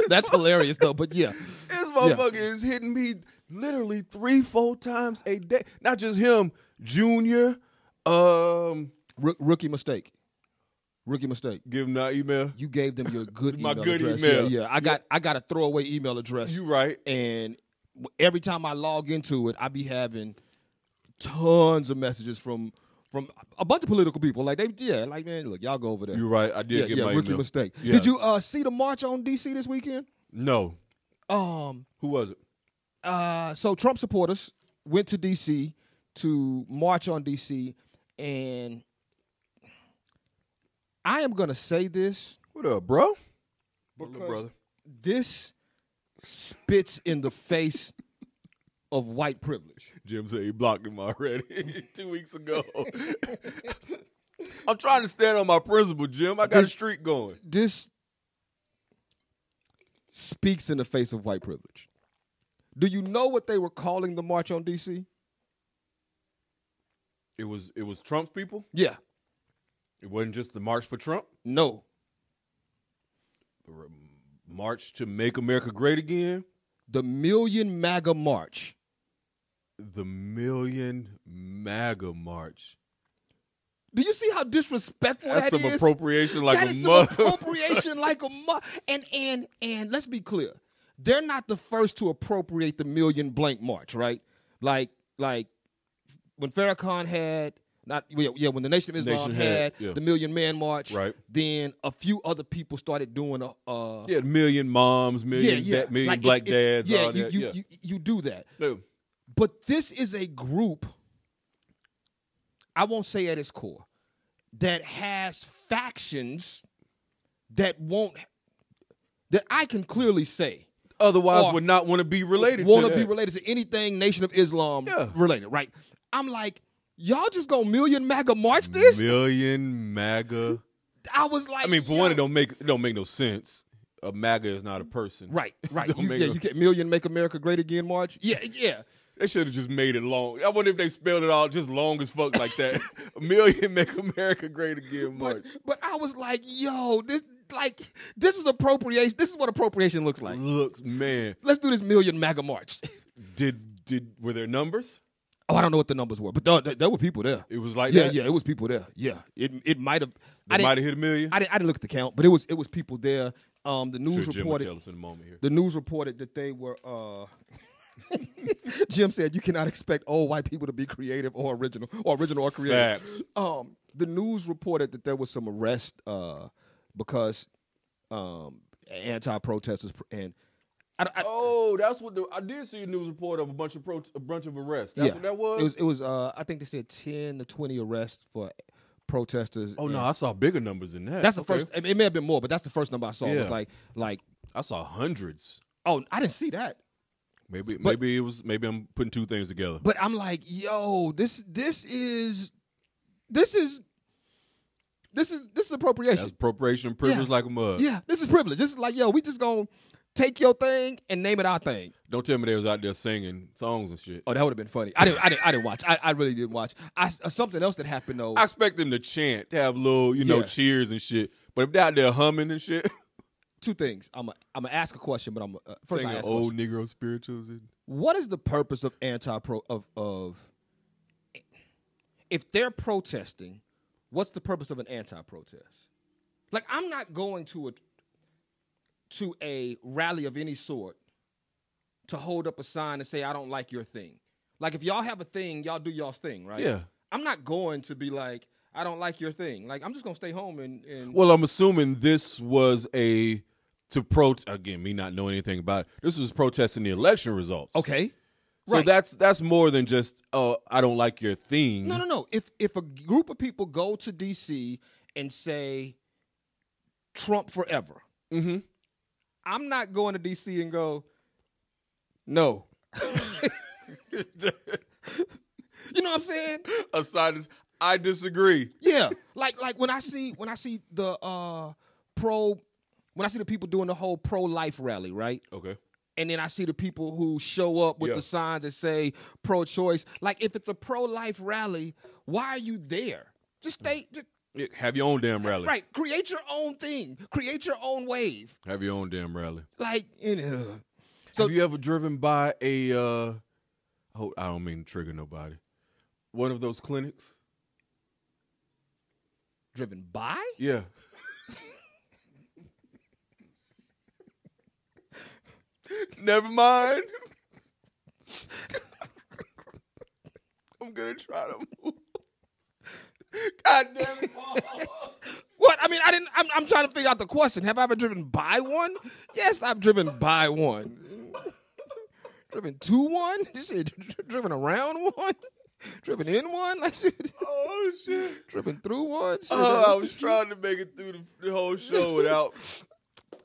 Speaker 4: That's hilarious though. But yeah,
Speaker 2: This motherfucker is hitting me literally three, four times a day. Not just him, Junior. Um,
Speaker 4: Rook, rookie mistake. Rookie mistake.
Speaker 2: give him that email.
Speaker 4: You gave them your good
Speaker 2: (laughs) My
Speaker 4: email
Speaker 2: good
Speaker 4: address.
Speaker 2: email.
Speaker 4: Yeah, yeah. I got I got a throwaway email address.
Speaker 2: You right.
Speaker 4: And w- every time I log into it, I be having tons of messages from from a bunch of political people. Like they, yeah, like man, look, y'all go over there.
Speaker 2: You right. I did
Speaker 4: yeah,
Speaker 2: get
Speaker 4: yeah,
Speaker 2: my
Speaker 4: rookie
Speaker 2: email.
Speaker 4: mistake.
Speaker 2: Yeah.
Speaker 4: Did you uh, see the march on DC this weekend?
Speaker 2: No.
Speaker 4: Um,
Speaker 2: Who was it?
Speaker 4: uh, so Trump supporters went to DC to march on DC, and I am gonna say this
Speaker 2: What up, bro? What up,
Speaker 4: Because-
Speaker 2: brother?
Speaker 4: this spits in the face of white privilege.
Speaker 2: Jim said he blocked him already (laughs) two weeks
Speaker 4: (laughs)
Speaker 2: ago. I'm trying to stand on my principle, Jim. I got a
Speaker 4: This-
Speaker 2: streak going.
Speaker 4: This speaks in the face of white privilege. Do you know what they were calling the march on DC?
Speaker 2: It was it was Trump's people.
Speaker 4: Yeah.
Speaker 2: It wasn't just the March for Trump.
Speaker 4: No.
Speaker 2: March to make America great again.
Speaker 4: The Million MAGA March.
Speaker 2: The Million MAGA March.
Speaker 4: Do you see how disrespectful
Speaker 2: That's
Speaker 4: that
Speaker 2: some
Speaker 4: is?
Speaker 2: appropriation like
Speaker 4: That
Speaker 2: a
Speaker 4: is some
Speaker 2: mother.
Speaker 4: appropriation like a mother. And and and let's be clear, they're not the first to appropriate the million blank march, right? Like like when Farrakhan had not yeah, yeah when the Nation of Islam
Speaker 2: Nation
Speaker 4: had,
Speaker 2: had, yeah.
Speaker 4: the Million Man March,
Speaker 2: Right.
Speaker 4: Then a few other people started doing a. Uh,
Speaker 2: (laughs) yeah, million moms, million da- million
Speaker 4: Like,
Speaker 2: black
Speaker 4: it's- it's-
Speaker 2: dads.
Speaker 4: Yeah,
Speaker 2: all
Speaker 4: you,
Speaker 2: that.
Speaker 4: you,
Speaker 2: yeah.
Speaker 4: you you do that.
Speaker 2: No.
Speaker 4: But this is a group, I won't say at its core, that has factions that won't, that I can clearly say
Speaker 2: Otherwise,
Speaker 4: Or-
Speaker 2: would not want to be related.
Speaker 4: want to
Speaker 2: that.
Speaker 4: be related to anything Nation of Islam
Speaker 2: Yeah.
Speaker 4: related, right? I'm like, y'all just gonna million MAGA march this?
Speaker 2: Million MAGA.
Speaker 4: I was like,
Speaker 2: I mean, for one,
Speaker 4: yo.
Speaker 2: it don't make it don't make no sense. A MAGA is not a person. (laughs)
Speaker 4: Right, right.
Speaker 2: Don't
Speaker 4: You,
Speaker 2: make
Speaker 4: yeah,
Speaker 2: no-
Speaker 4: you get million make America great again march. Yeah, yeah.
Speaker 2: They should have just made it long. I wonder if they spelled it all just long as fuck like
Speaker 4: (laughs)
Speaker 2: that. a million make America great again
Speaker 4: But,
Speaker 2: march.
Speaker 4: but I was like, yo, this like this is appropriation. This is what appropriation looks like.
Speaker 2: Looks, man.
Speaker 4: let's do this million MAGA march. (laughs)
Speaker 2: Did did were there numbers?
Speaker 4: oh, I don't know what the numbers were, but th- th- there were people there.
Speaker 2: It was like
Speaker 4: yeah,
Speaker 2: that.
Speaker 4: yeah, it was people there. Yeah, it it might have.
Speaker 2: They
Speaker 4: I didn't,
Speaker 2: might have hit a million.
Speaker 4: I didn't. I didn't look at the count, but it was it was people there. Um, the news
Speaker 2: Sure, Jim will
Speaker 4: reported.
Speaker 2: tell us in a moment here.
Speaker 4: The news reported that they were. Uh, (laughs) Jim said, "You cannot expect old white people to be creative or original, or original or creative."
Speaker 2: Facts.
Speaker 4: Um, the news reported that there was some arrest uh, because um, anti-protesters pr- and I, I,
Speaker 2: Oh, that's what the I did see a news report of a bunch of pro, a bunch of arrests. That's what that was.
Speaker 4: It was. It was. Uh, I think they said ten to twenty arrests for protesters.
Speaker 2: oh no,
Speaker 4: and-
Speaker 2: I saw bigger numbers than that.
Speaker 4: that's the
Speaker 2: Okay.
Speaker 4: first. I mean, it may have been more, but that's the first number I saw.
Speaker 2: Yeah.
Speaker 4: Was like, like,
Speaker 2: I saw hundreds.
Speaker 4: oh, I didn't see that.
Speaker 2: Maybe maybe it was maybe I'm putting two things together.
Speaker 4: But I'm like, yo, this, this is, this is, this is, this is appropriation.
Speaker 2: That's appropriation and privilege
Speaker 4: Yeah.
Speaker 2: like a mug.
Speaker 4: yeah, this is privilege. This is like, yo, we just gonna take your thing and name it our thing.
Speaker 2: Don't tell me they was out there singing songs and shit.
Speaker 4: Oh, that would have been funny. I didn't. I didn't. I didn't watch. I, I really didn't watch. I s- uh, something else that happened though.
Speaker 2: I expect them to chant, to have little, you know,
Speaker 4: Yeah.
Speaker 2: cheers and shit. But if they out there humming and shit,
Speaker 4: two things. I'm. i I'm gonna ask a question, but I'm. Uh, first, I
Speaker 2: singing
Speaker 4: ask a
Speaker 2: old Negro spirituals. And,
Speaker 4: what is the purpose of anti pro of of if they're protesting what's the purpose of an anti protest like i'm not going to a to a rally of any sort to hold up a sign and say, I don't like your thing. Like if y'all have a thing, y'all do y'all's thing, right?
Speaker 2: Yeah.
Speaker 4: I'm not going to be like, I don't like your thing. Like I'm just gonna stay home and, and
Speaker 2: Well, I'm assuming this was a to pro again, me not knowing anything about it. This was protesting the election results.
Speaker 4: Okay.
Speaker 2: So
Speaker 4: right.
Speaker 2: that's that's more than just oh, I don't like your thing.
Speaker 4: No, no, no. If if a group of people go to DC and say Trump forever, I'm not going to DC and go, no. (laughs) you know what I'm saying?
Speaker 2: Aside is I disagree.
Speaker 4: Yeah. Like like when I see when I see the uh pro when I see the people doing the whole pro life rally, right?
Speaker 2: Okay.
Speaker 4: and then I see the people who show up with
Speaker 2: Yeah.
Speaker 4: the signs that say pro choice. Like if it's a pro life rally, why are you there? Just stay just,
Speaker 2: Yeah, Have your own damn rally.
Speaker 4: right. Create your own thing. Create your own wave.
Speaker 2: Have your own damn rally.
Speaker 4: Like uh, you know. So-
Speaker 2: Have you ever driven by a uh oh, I don't mean to trigger nobody. One of those clinics?
Speaker 4: driven by?
Speaker 2: Yeah. Never mind. I'm gonna try to move. God damn it, Paul.
Speaker 4: What? I mean, I didn't. I'm, I'm trying to figure out the question. Have I ever driven by one? Yes, I've driven by one. driven to one? This shit, driven around one? Driven in one? Like shit.
Speaker 2: Oh shit.
Speaker 4: Driven through one? Shit.
Speaker 2: (laughs) Oh, I was trying to make it through the, the whole show without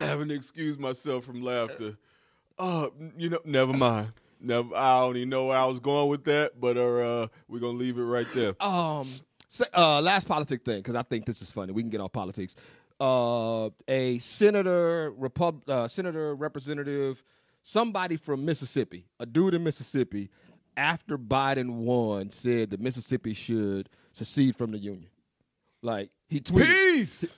Speaker 2: having to excuse myself from laughter. Uh, you know, never mind. Never, I don't even know where I was going with that, but uh, we're gonna leave it right there.
Speaker 4: um se- uh last politic thing because i think this is funny we can get off politics uh a senator repub uh, senator representative somebody from mississippi a dude in mississippi after biden won said that mississippi should secede from the union like he tweeted
Speaker 2: Peace.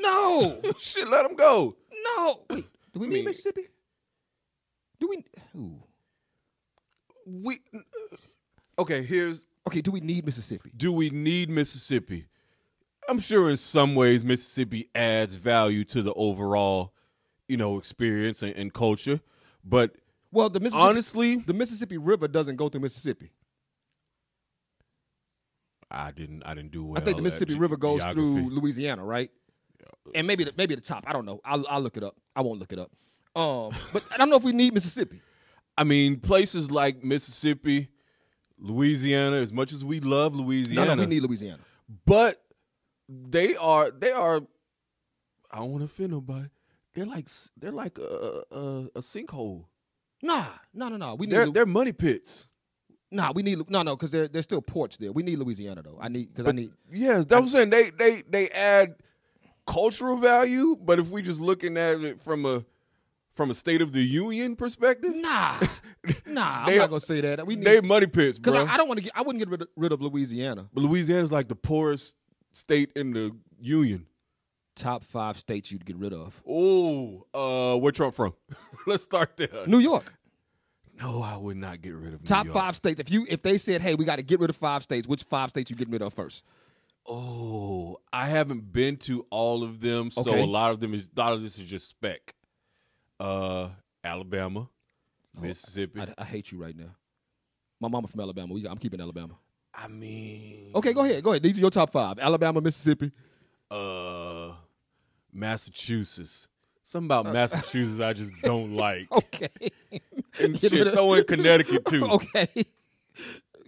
Speaker 4: no
Speaker 2: Shit, let him go.
Speaker 4: (laughs) no Wait, do we mean
Speaker 2: mean-
Speaker 4: mississippi do we ooh.
Speaker 2: We okay. Here's
Speaker 4: okay do we need mississippi
Speaker 2: do we need Mississippi? I'm sure in some ways Mississippi adds value to the overall, you know, experience and, and culture, but
Speaker 4: well the mississippi
Speaker 2: honestly,
Speaker 4: the mississippi river doesn't go through mississippi
Speaker 2: I didn't. I didn't do well.
Speaker 4: I think the
Speaker 2: at
Speaker 4: Mississippi
Speaker 2: ge-
Speaker 4: River goes
Speaker 2: geography.
Speaker 4: through Louisiana, right? And maybe the, maybe the top. I don't know. I'll, I'll look it up. I won't look it up. Um, but I don't know if we need Mississippi.
Speaker 2: I mean, places like Mississippi, Louisiana, as much as we love
Speaker 4: No,
Speaker 2: Louisiana,
Speaker 4: no, we need Louisiana.
Speaker 2: but they are they are. I don't want to offend nobody. They're like s- they're like a a, a sinkhole.
Speaker 4: Nah, no, no, no. We need
Speaker 2: They're
Speaker 4: Lu-
Speaker 2: they're money pits.
Speaker 4: nah. We need Lu- no, no, because there there's still ports there. We need Louisiana though. I need because I need
Speaker 2: Yes, that's what I'm saying. They they they add cultural value, but if we just looking at it from a from a state of the union perspective,
Speaker 4: (laughs) nah, nah. I'm
Speaker 2: They-
Speaker 4: not gonna say that. We
Speaker 2: they
Speaker 4: need
Speaker 2: money pits,
Speaker 4: because
Speaker 2: bro.
Speaker 4: I, I don't want to get. I wouldn't get rid of, rid of Louisiana.
Speaker 2: But Louisiana's like the poorest state in the union.
Speaker 4: Top five states you'd get rid of.
Speaker 2: Oh, uh, where Trump from? (laughs) Let's start there.
Speaker 4: New York.
Speaker 2: No, I would not get rid of New
Speaker 4: Top
Speaker 2: York.
Speaker 4: five states. If you if they said, hey, we got to get rid of five states, which five states you getting rid of first?
Speaker 2: Oh, I haven't been to all of them, so
Speaker 4: Okay.
Speaker 2: a lot of them is a lot of this is just spec. Uh, Alabama, Mississippi.
Speaker 4: I,
Speaker 2: I,
Speaker 4: I hate you right now. My mama from Alabama. We, I'm keeping Alabama.
Speaker 2: mean,
Speaker 4: Okay, go ahead. Go ahead. These are your top five: Alabama, Mississippi.
Speaker 2: uh, Massachusetts. Something about Massachusetts I
Speaker 4: (laughs)
Speaker 2: just don't like.
Speaker 4: Uh,
Speaker 2: (laughs)
Speaker 4: Okay.
Speaker 2: and
Speaker 4: Get rid
Speaker 2: shit,
Speaker 4: of-
Speaker 2: throw in Connecticut too.
Speaker 4: okay.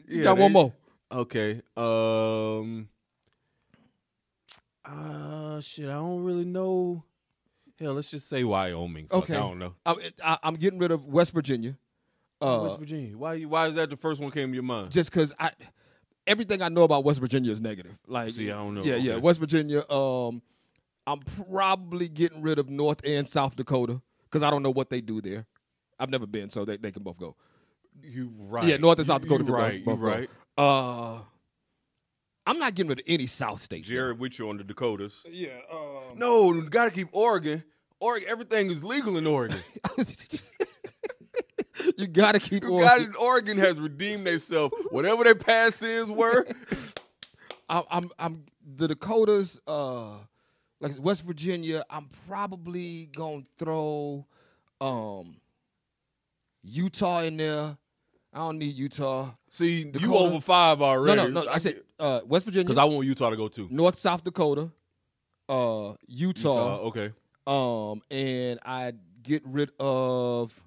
Speaker 2: Yeah,
Speaker 4: Got
Speaker 2: they-
Speaker 4: one more.
Speaker 2: Okay. Um. Uh, shit. I don't really know. Hell, let's just say Wyoming. Fuck,
Speaker 4: Okay.
Speaker 2: I don't know.
Speaker 4: I'm, I, I'm getting rid of West Virginia. Uh,
Speaker 2: West Virginia. Why? you- Why is that the first one came to your mind?
Speaker 4: just because I, everything I know about West Virginia is negative. Like,
Speaker 2: See, I don't know.
Speaker 4: Yeah, yeah.
Speaker 2: Okay.
Speaker 4: West Virginia. Um, I'm probably getting rid of North and South Dakota because I don't know what they do there. I've never been, so they, they can both go.
Speaker 2: you right.
Speaker 4: Yeah, North and South
Speaker 2: You- you
Speaker 4: Dakota. could
Speaker 2: right. You
Speaker 4: both- both go.
Speaker 2: right.
Speaker 4: Uh, I'm not getting rid of any South states. though.
Speaker 2: Jared with you on the Dakotas.
Speaker 4: Yeah. Um,
Speaker 2: No, you gotta keep Oregon. Oregon. Everything is legal in (laughs) Oregon.
Speaker 4: (laughs) you gotta keep
Speaker 2: You
Speaker 4: on.
Speaker 2: got Oregon has redeemed themselves. Whatever their past sins were,
Speaker 4: I'm, I'm, I'm the Dakotas. Uh, like West Virginia. I'm probably gonna throw, um, Utah in there. I don't need Utah.
Speaker 2: (laughs) See, you
Speaker 4: Dakota-
Speaker 2: over five
Speaker 4: No,
Speaker 2: already.
Speaker 4: no, no. I said uh, West Virginia,
Speaker 2: because I want Utah to go too.
Speaker 4: North South Dakota, uh, Utah,
Speaker 2: okay.
Speaker 4: um, and I get rid of.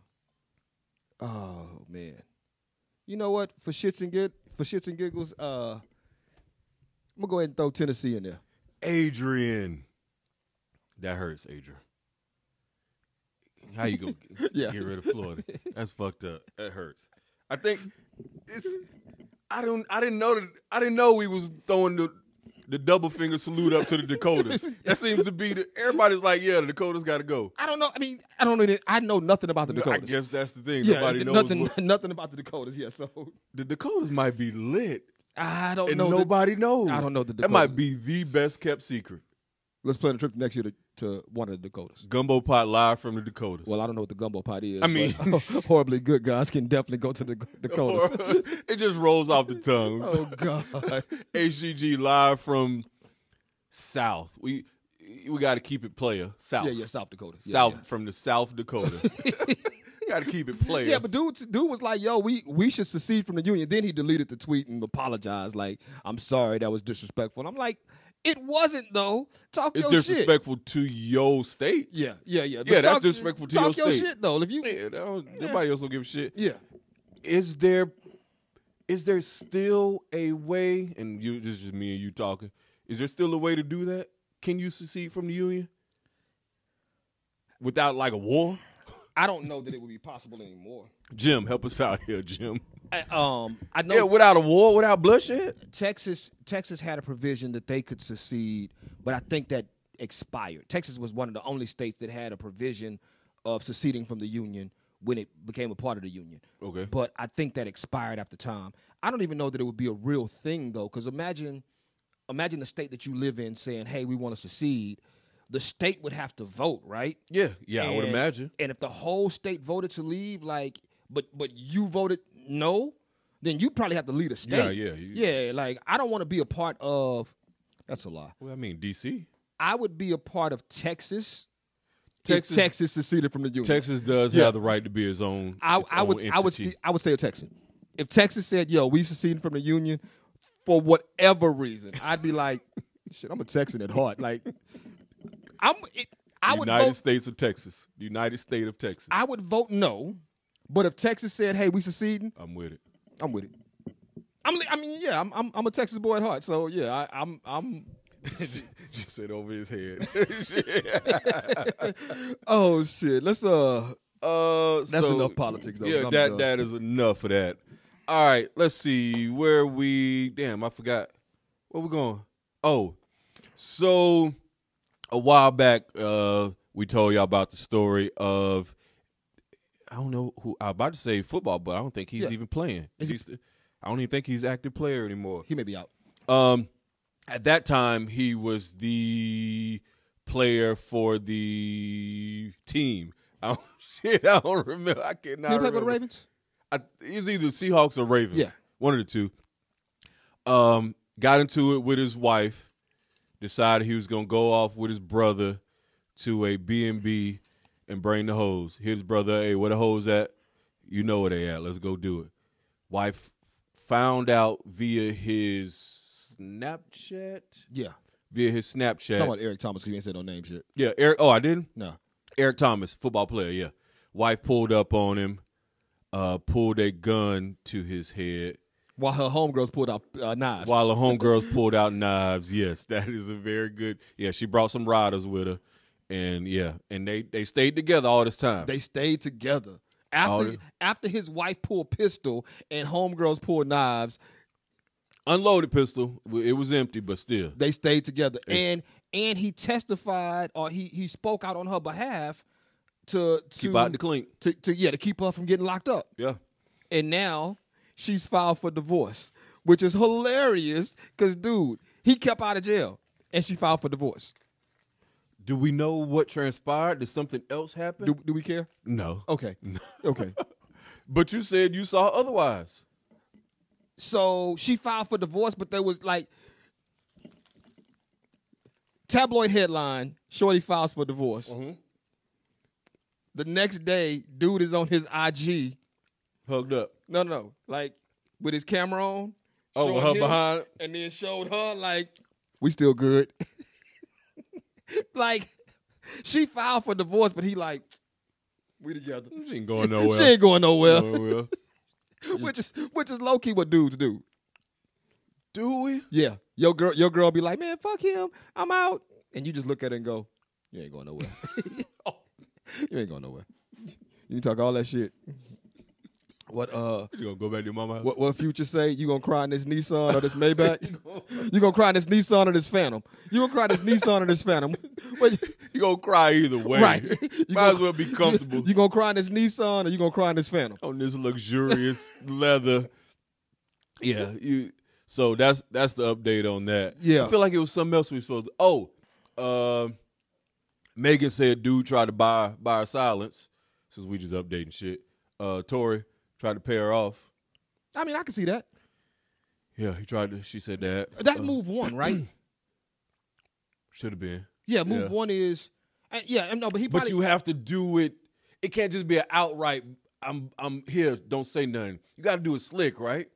Speaker 4: Oh man, you know what? For shits and gig, for shits and giggles, uh, I'm gonna go ahead and throw Tennessee in there.
Speaker 2: Adrian. That hurts, Adrian. How you
Speaker 4: (laughs)
Speaker 2: gonna
Speaker 4: Yeah.
Speaker 2: get rid of Florida? That's fucked up. That hurts. I think it's I don't I didn't know that I didn't know we was throwing the the double finger salute up to the
Speaker 4: (laughs)
Speaker 2: Dakotas. That seems to be the everybody's like, yeah, the Dakotas gotta go.
Speaker 4: I don't know. I mean, I don't know. any- I know nothing about the
Speaker 2: I
Speaker 4: Dakotas.
Speaker 2: guess that's the thing.
Speaker 4: yeah,
Speaker 2: Nobody knows
Speaker 4: nothing,
Speaker 2: what-
Speaker 4: (laughs) nothing about the Dakotas. Yeah, so
Speaker 2: the Dakotas might be lit.
Speaker 4: I don't
Speaker 2: And
Speaker 4: know. Oh, the-
Speaker 2: nobody knows.
Speaker 4: I don't know the
Speaker 2: That might
Speaker 4: Dakotas.
Speaker 2: be the best kept secret.
Speaker 4: let's plan a trip next year to, to one of the Dakotas.
Speaker 2: Gumbo pot live from the Dakotas.
Speaker 4: Well, I don't know what the gumbo pot is.
Speaker 2: I mean-
Speaker 4: but (laughs) horribly good guys can definitely go to the
Speaker 2: (laughs)
Speaker 4: Dakotas.
Speaker 2: it just rolls off the tongue.
Speaker 4: oh
Speaker 2: (laughs)
Speaker 4: God!
Speaker 2: HGG live from South. We we got to keep it player. South.
Speaker 4: Yeah, yeah, South Dakota. Yeah,
Speaker 2: South
Speaker 4: yeah.
Speaker 2: from the South
Speaker 4: (laughs)
Speaker 2: Dakota. got to keep it player.
Speaker 4: Yeah, but dude, dude was like, "Yo, we we should secede from the union." Then he deleted the tweet and apologized, like, "I'm sorry, that was disrespectful." And I'm like, "It wasn't though. Talk
Speaker 2: it's
Speaker 4: your shit."
Speaker 2: disrespectful to your state.
Speaker 4: Yeah, yeah, yeah. But
Speaker 2: Yeah, that's
Speaker 4: talk-
Speaker 2: disrespectful to
Speaker 4: talk
Speaker 2: your state.
Speaker 4: shit though. If you,
Speaker 2: Yeah, that was- nobody else will give a shit.
Speaker 4: yeah,
Speaker 2: Is there is there still a way? And you, this is just me and you talking. Is there still a way to do that? Can you secede from the union without like a war?
Speaker 4: I don't know that it would be possible anymore.
Speaker 2: Jim, help us out here, Jim.
Speaker 4: I, um, I know
Speaker 2: Yeah, without a war, without bloodshed.
Speaker 4: Texas Texas had a provision that they could secede, but I think that expired. Texas was one of the only states that had a provision of seceding from the union when it became a part of the union.
Speaker 2: Okay.
Speaker 4: But I think that expired after time. I don't even know that it would be a real thing though cuz imagine imagine the state that you live in saying, "Hey, we want to secede." The state would have to vote, right?
Speaker 2: Yeah, yeah, I would
Speaker 4: And-
Speaker 2: imagine.
Speaker 4: And if the whole state voted to leave, like, but but you voted no, then you probably have to lead a state.
Speaker 2: Yeah, yeah, you-
Speaker 4: yeah. Like, I don't want to be a part of. That's a lie.
Speaker 2: Well, I mean, DC,
Speaker 4: I would be a part of Texas.
Speaker 2: Texas-
Speaker 4: Texas, Texas seceded from the union.
Speaker 2: Texas does
Speaker 4: Yeah.
Speaker 2: have the right to be its own.
Speaker 4: I,
Speaker 2: its
Speaker 4: I would,
Speaker 2: own
Speaker 4: I would,
Speaker 2: entity.
Speaker 4: st- I would stay a Texan. If Texas said, "Yo, we seceded from the union," for whatever reason, I'd be like, (laughs) "Shit, I'm a Texan at heart." Like, I'm. It, I would
Speaker 2: United
Speaker 4: vote
Speaker 2: States of Texas, the United State of Texas. I,
Speaker 4: I would vote no. But if Texas said, "Hey, we seceding,"
Speaker 2: am with it.
Speaker 4: I'm with it. I'm. li- I mean, yeah, I'm. I'm, I'm a Texas boy at heart, so yeah, I, I'm. I'm. (laughs)
Speaker 2: (laughs) Jim said over his (laughs) head.
Speaker 4: Oh shit, let's uh.
Speaker 2: uh,
Speaker 4: That's
Speaker 2: so-
Speaker 4: enough politics, though, 'cause
Speaker 2: Yeah,
Speaker 4: I'm
Speaker 2: that
Speaker 4: done.
Speaker 2: that is enough of that. All right, let's see where we. Damn, I forgot where we going. Oh, so a while back, uh, we told y'all about the story of. I don't know who I'm about to say football, but I don't think he's
Speaker 4: Yeah.
Speaker 2: even playing. He's, I don't even think he's active player anymore.
Speaker 4: He may be out.
Speaker 2: Um, at that time, he was the player for the team. (laughs) I don't, shit, I don't remember. I cannot
Speaker 4: He played
Speaker 2: remember.
Speaker 4: for the Ravens.
Speaker 2: I, it's either Seahawks or Ravens.
Speaker 4: Yeah.
Speaker 2: one of the two. Um, got into it with his wife. Decided he was gonna go off with his brother to a B and B and bring the hoes. His brother, hey, where the hoes at? You know where they at. Let's go do it. Wife found out via his Snapchat.
Speaker 4: Yeah.
Speaker 2: Via his Snapchat.
Speaker 4: Talking about Eric Thomas because he ain't said no name shit.
Speaker 2: yeah, Eric. Oh, I didn't.
Speaker 4: No.
Speaker 2: Eric Thomas, football player, yeah. Wife pulled up on him, uh, pulled a gun to his head.
Speaker 4: While her homegirls pulled out uh, knives.
Speaker 2: While the homegirls pulled out knives. Yes, (laughs) that is a very good. Yeah, she brought some riders with her, and yeah, and they they stayed together all this time.
Speaker 4: they stayed together
Speaker 2: Oh,
Speaker 4: after
Speaker 2: yeah.
Speaker 4: after his wife pulled pistol and homegirls pulled knives.
Speaker 2: Unloaded pistol, w- it was empty, but still.
Speaker 4: They stayed together, and and he testified or he he spoke out on her behalf to to
Speaker 2: Keep out the clink.
Speaker 4: to, to yeah to keep her from getting locked up.
Speaker 2: Yeah,
Speaker 4: and now she's filed for divorce, which is hilarious because dude, he kept out of jail and she filed for divorce.
Speaker 2: do we know what transpired? Did something else happen?
Speaker 4: Do, do we care?
Speaker 2: (laughs) no,
Speaker 4: Okay, okay.
Speaker 2: but you said you saw otherwise.
Speaker 4: So she filed for divorce, but there was like tabloid headline: Shorty
Speaker 2: Mm-hmm.
Speaker 4: files for divorce. The next day, dude is on his IG
Speaker 2: Hugged up.
Speaker 4: No, no, like with his camera on.
Speaker 2: Oh, with
Speaker 4: showing
Speaker 2: her behind?
Speaker 4: and then showed her like we still good. (laughs) like she filed for divorce, but he like we together.
Speaker 2: (laughs) She ain't going
Speaker 4: She
Speaker 2: nowhere.
Speaker 4: ain't going nowhere,
Speaker 2: nowhere.
Speaker 4: (laughs) which is which is low key what dudes do.
Speaker 2: Do we?
Speaker 4: Yeah, your girl, your girl be like, man, fuck him, I'm out, and you just look at her and go, you ain't
Speaker 2: (laughs)
Speaker 4: going nowhere. you ain't going nowhere. You can talk all that shit. What uh?
Speaker 2: You gonna go back to your mama house?
Speaker 4: What what future say? You gonna cry in this Nissan or this Maybach?
Speaker 2: (laughs)
Speaker 4: you gonna cry in this Nissan or this Phantom? You gonna cry in this Nissan or this Phantom? (laughs) What-
Speaker 2: You gonna cry either way. (laughs)
Speaker 4: Right. You
Speaker 2: Might
Speaker 4: gonna-
Speaker 2: as well (laughs) be comfortable
Speaker 4: you gonna cry in this Nissan or you gonna cry in this Phantom?
Speaker 2: on this luxurious leather. Yeah, you. So that's that's the update on that. I
Speaker 4: Yeah.
Speaker 2: feel like it was something else we supposed to. Oh, um, Megan said, "Dude, tried to buy buy her silence." Since we just updating shit, uh, Tori tried to pay her off.
Speaker 4: I mean, I can see that.
Speaker 2: Yeah, he tried to. She said that.
Speaker 4: That's move one,
Speaker 2: (clears throat)
Speaker 4: right?
Speaker 2: Should have been.
Speaker 4: Yeah, move
Speaker 2: Yeah.
Speaker 4: one is. and yeah, and no, but he.
Speaker 2: But
Speaker 4: Probably,
Speaker 2: you have to do it. It can't just be an outright. I'm I'm here. Don't say nothing. You got to do it slick, right?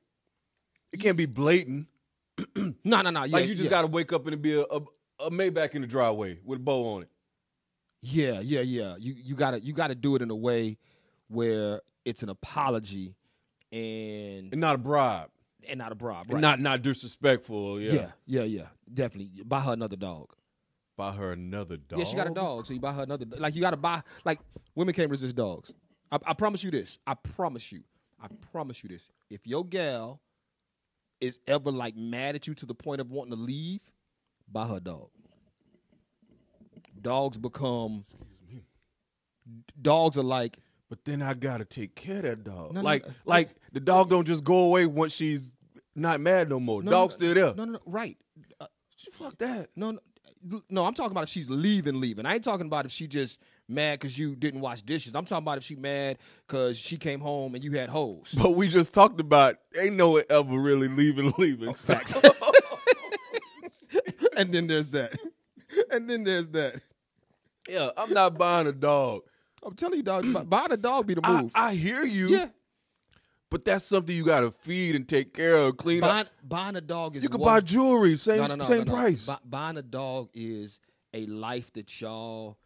Speaker 2: It can't be blatant.
Speaker 4: no, no, no. Yeah,
Speaker 2: Like you just
Speaker 4: yeah.
Speaker 2: got to wake up and be a, a a Maybach in the driveway with a bow on it.
Speaker 4: Yeah, yeah, yeah. You you gotta you gotta do it in a way where it's an apology and
Speaker 2: and not a bribe,
Speaker 4: and not a bribe.
Speaker 2: and
Speaker 4: Right?
Speaker 2: not not disrespectful. Yeah.
Speaker 4: yeah, yeah, yeah. Definitely buy her another dog.
Speaker 2: buy her another dog.
Speaker 4: Yeah, she got a dog, so you buy her another. Like you got to buy. Like women can't resist dogs. I, I promise you this. I promise you. I promise you this. If your gal is ever like mad at you to the point of wanting to leave, buy her a dog. Dogs become. Dogs are like
Speaker 2: But then I gotta take care of that dog.
Speaker 4: No, no,
Speaker 2: like
Speaker 4: no.
Speaker 2: like the dog don't just go away once she's not mad no more.
Speaker 4: no,
Speaker 2: Dog's
Speaker 4: no,
Speaker 2: still there.
Speaker 4: No, no, no. Right. Uh,
Speaker 2: Fuck that.
Speaker 4: No, no, no. I'm talking about if she's leaving, leaving. I ain't talking about if she just mad because you didn't wash dishes. I'm talking about if she mad because she came home and you had hoes.
Speaker 2: But we just talked about ain't no one ever really leaving (laughs) leaving. facts.
Speaker 4: (laughs) and then there's that. And then there's that.
Speaker 2: yeah, I'm not buying a dog.
Speaker 4: I'm telling you, dog, bu- buying a dog be the
Speaker 2: I,
Speaker 4: move.
Speaker 2: I hear you,
Speaker 4: yeah,
Speaker 2: but that's something you gotta feed and take care of, clean
Speaker 4: buying,
Speaker 2: up.
Speaker 4: buying a dog is
Speaker 2: You could
Speaker 4: one-
Speaker 2: buy jewelry, same
Speaker 4: no, no, no,
Speaker 2: same
Speaker 4: no, no.
Speaker 2: price.
Speaker 4: Bu- buying a dog is a life that y'all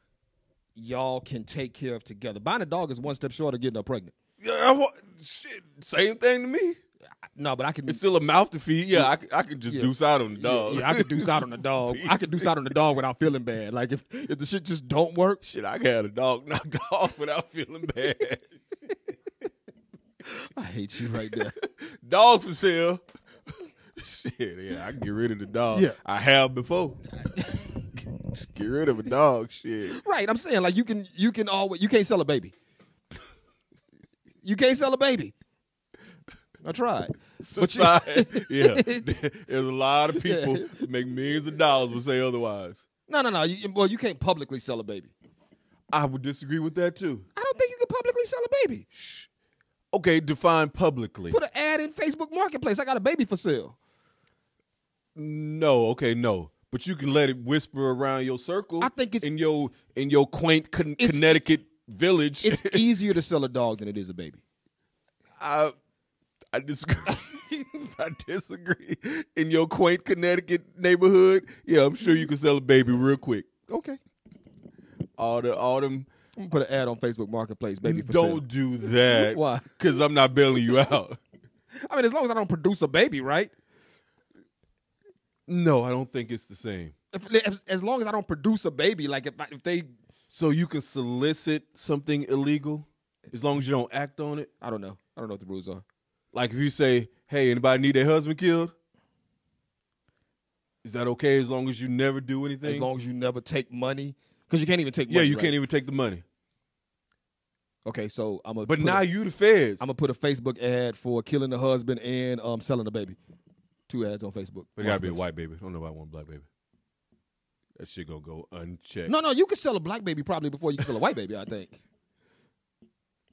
Speaker 4: y'all can take care of together. Buying a dog is one step short of getting her pregnant.
Speaker 2: Yeah, I want, shit, same thing to me.
Speaker 4: I- No, but I can.
Speaker 2: It's still a mouth to feed. Yeah, I c- I, could just
Speaker 4: Mm. Yeah.
Speaker 2: deuce out on the
Speaker 4: Yeah,
Speaker 2: dog.
Speaker 4: Yeah, I
Speaker 2: (laughs)
Speaker 4: could deuce out on the dog. I could deuce out on the dog without feeling bad. Like if, if the shit just don't work,
Speaker 2: Shit, I had a dog knocked (laughs) off without feeling bad. (laughs)
Speaker 4: I hate you right there.
Speaker 2: dog for sale. (laughs) Shit, yeah, I can get rid of the dog.
Speaker 4: Yeah.
Speaker 2: I have before. Just get rid of a dog. Shit.
Speaker 4: (laughs) right, I'm saying like you can you can always you can't sell a baby. You can't sell a baby. I tried.
Speaker 2: Society.
Speaker 4: (laughs)
Speaker 2: yeah, there's a lot of people that make millions of dollars would say otherwise.
Speaker 4: No, no, no. You, well, you can't publicly sell a baby.
Speaker 2: I would disagree with that too.
Speaker 4: I don't think you can publicly sell a baby.
Speaker 2: Okay, define publicly.
Speaker 4: Put an ad in Facebook Marketplace. I got a baby for sale.
Speaker 2: No, okay, no. But you can let it whisper around your circle.
Speaker 4: I think it's-
Speaker 2: in your in your quaint Con-
Speaker 4: It's-
Speaker 2: Connecticut village.
Speaker 4: It's easier to sell a dog than it is a baby.
Speaker 2: (laughs) I I disagree. (laughs) I disagree. In your quaint Connecticut neighborhood, yeah, I'm sure you can sell a baby real quick.
Speaker 4: Okay.
Speaker 2: All the all them.
Speaker 4: I'm gonna put an ad on Facebook Marketplace, baby for
Speaker 2: Don't do that.
Speaker 4: Why?
Speaker 2: Because I'm not bailing you out.
Speaker 4: sale. I mean, as long as I don't produce a baby, right?
Speaker 2: No, I don't think it's the same.
Speaker 4: if, if, as long as I don't produce a baby, like if I, if they,
Speaker 2: So you can solicit something illegal as long as you don't act on it.
Speaker 4: I don't know, I don't know what the rules are.
Speaker 2: Like if you say, "Hey, anybody need their husband killed?" Is that okay as long as you never do anything?
Speaker 4: As long as you never take money, because you can't even take.
Speaker 2: yeah,
Speaker 4: money,
Speaker 2: you
Speaker 4: right?
Speaker 2: can't even take the money.
Speaker 4: Okay, so I'm a.
Speaker 2: But now you the feds.
Speaker 4: I'm gonna put a Facebook ad for killing the husband and um selling the baby. Two ads on Facebook.
Speaker 2: But it gotta be a white baby. I don't know why I want a black baby. That shit gonna go unchecked.
Speaker 4: No, no, you can sell a black baby probably before you can sell a white baby.
Speaker 2: (laughs)
Speaker 4: I think.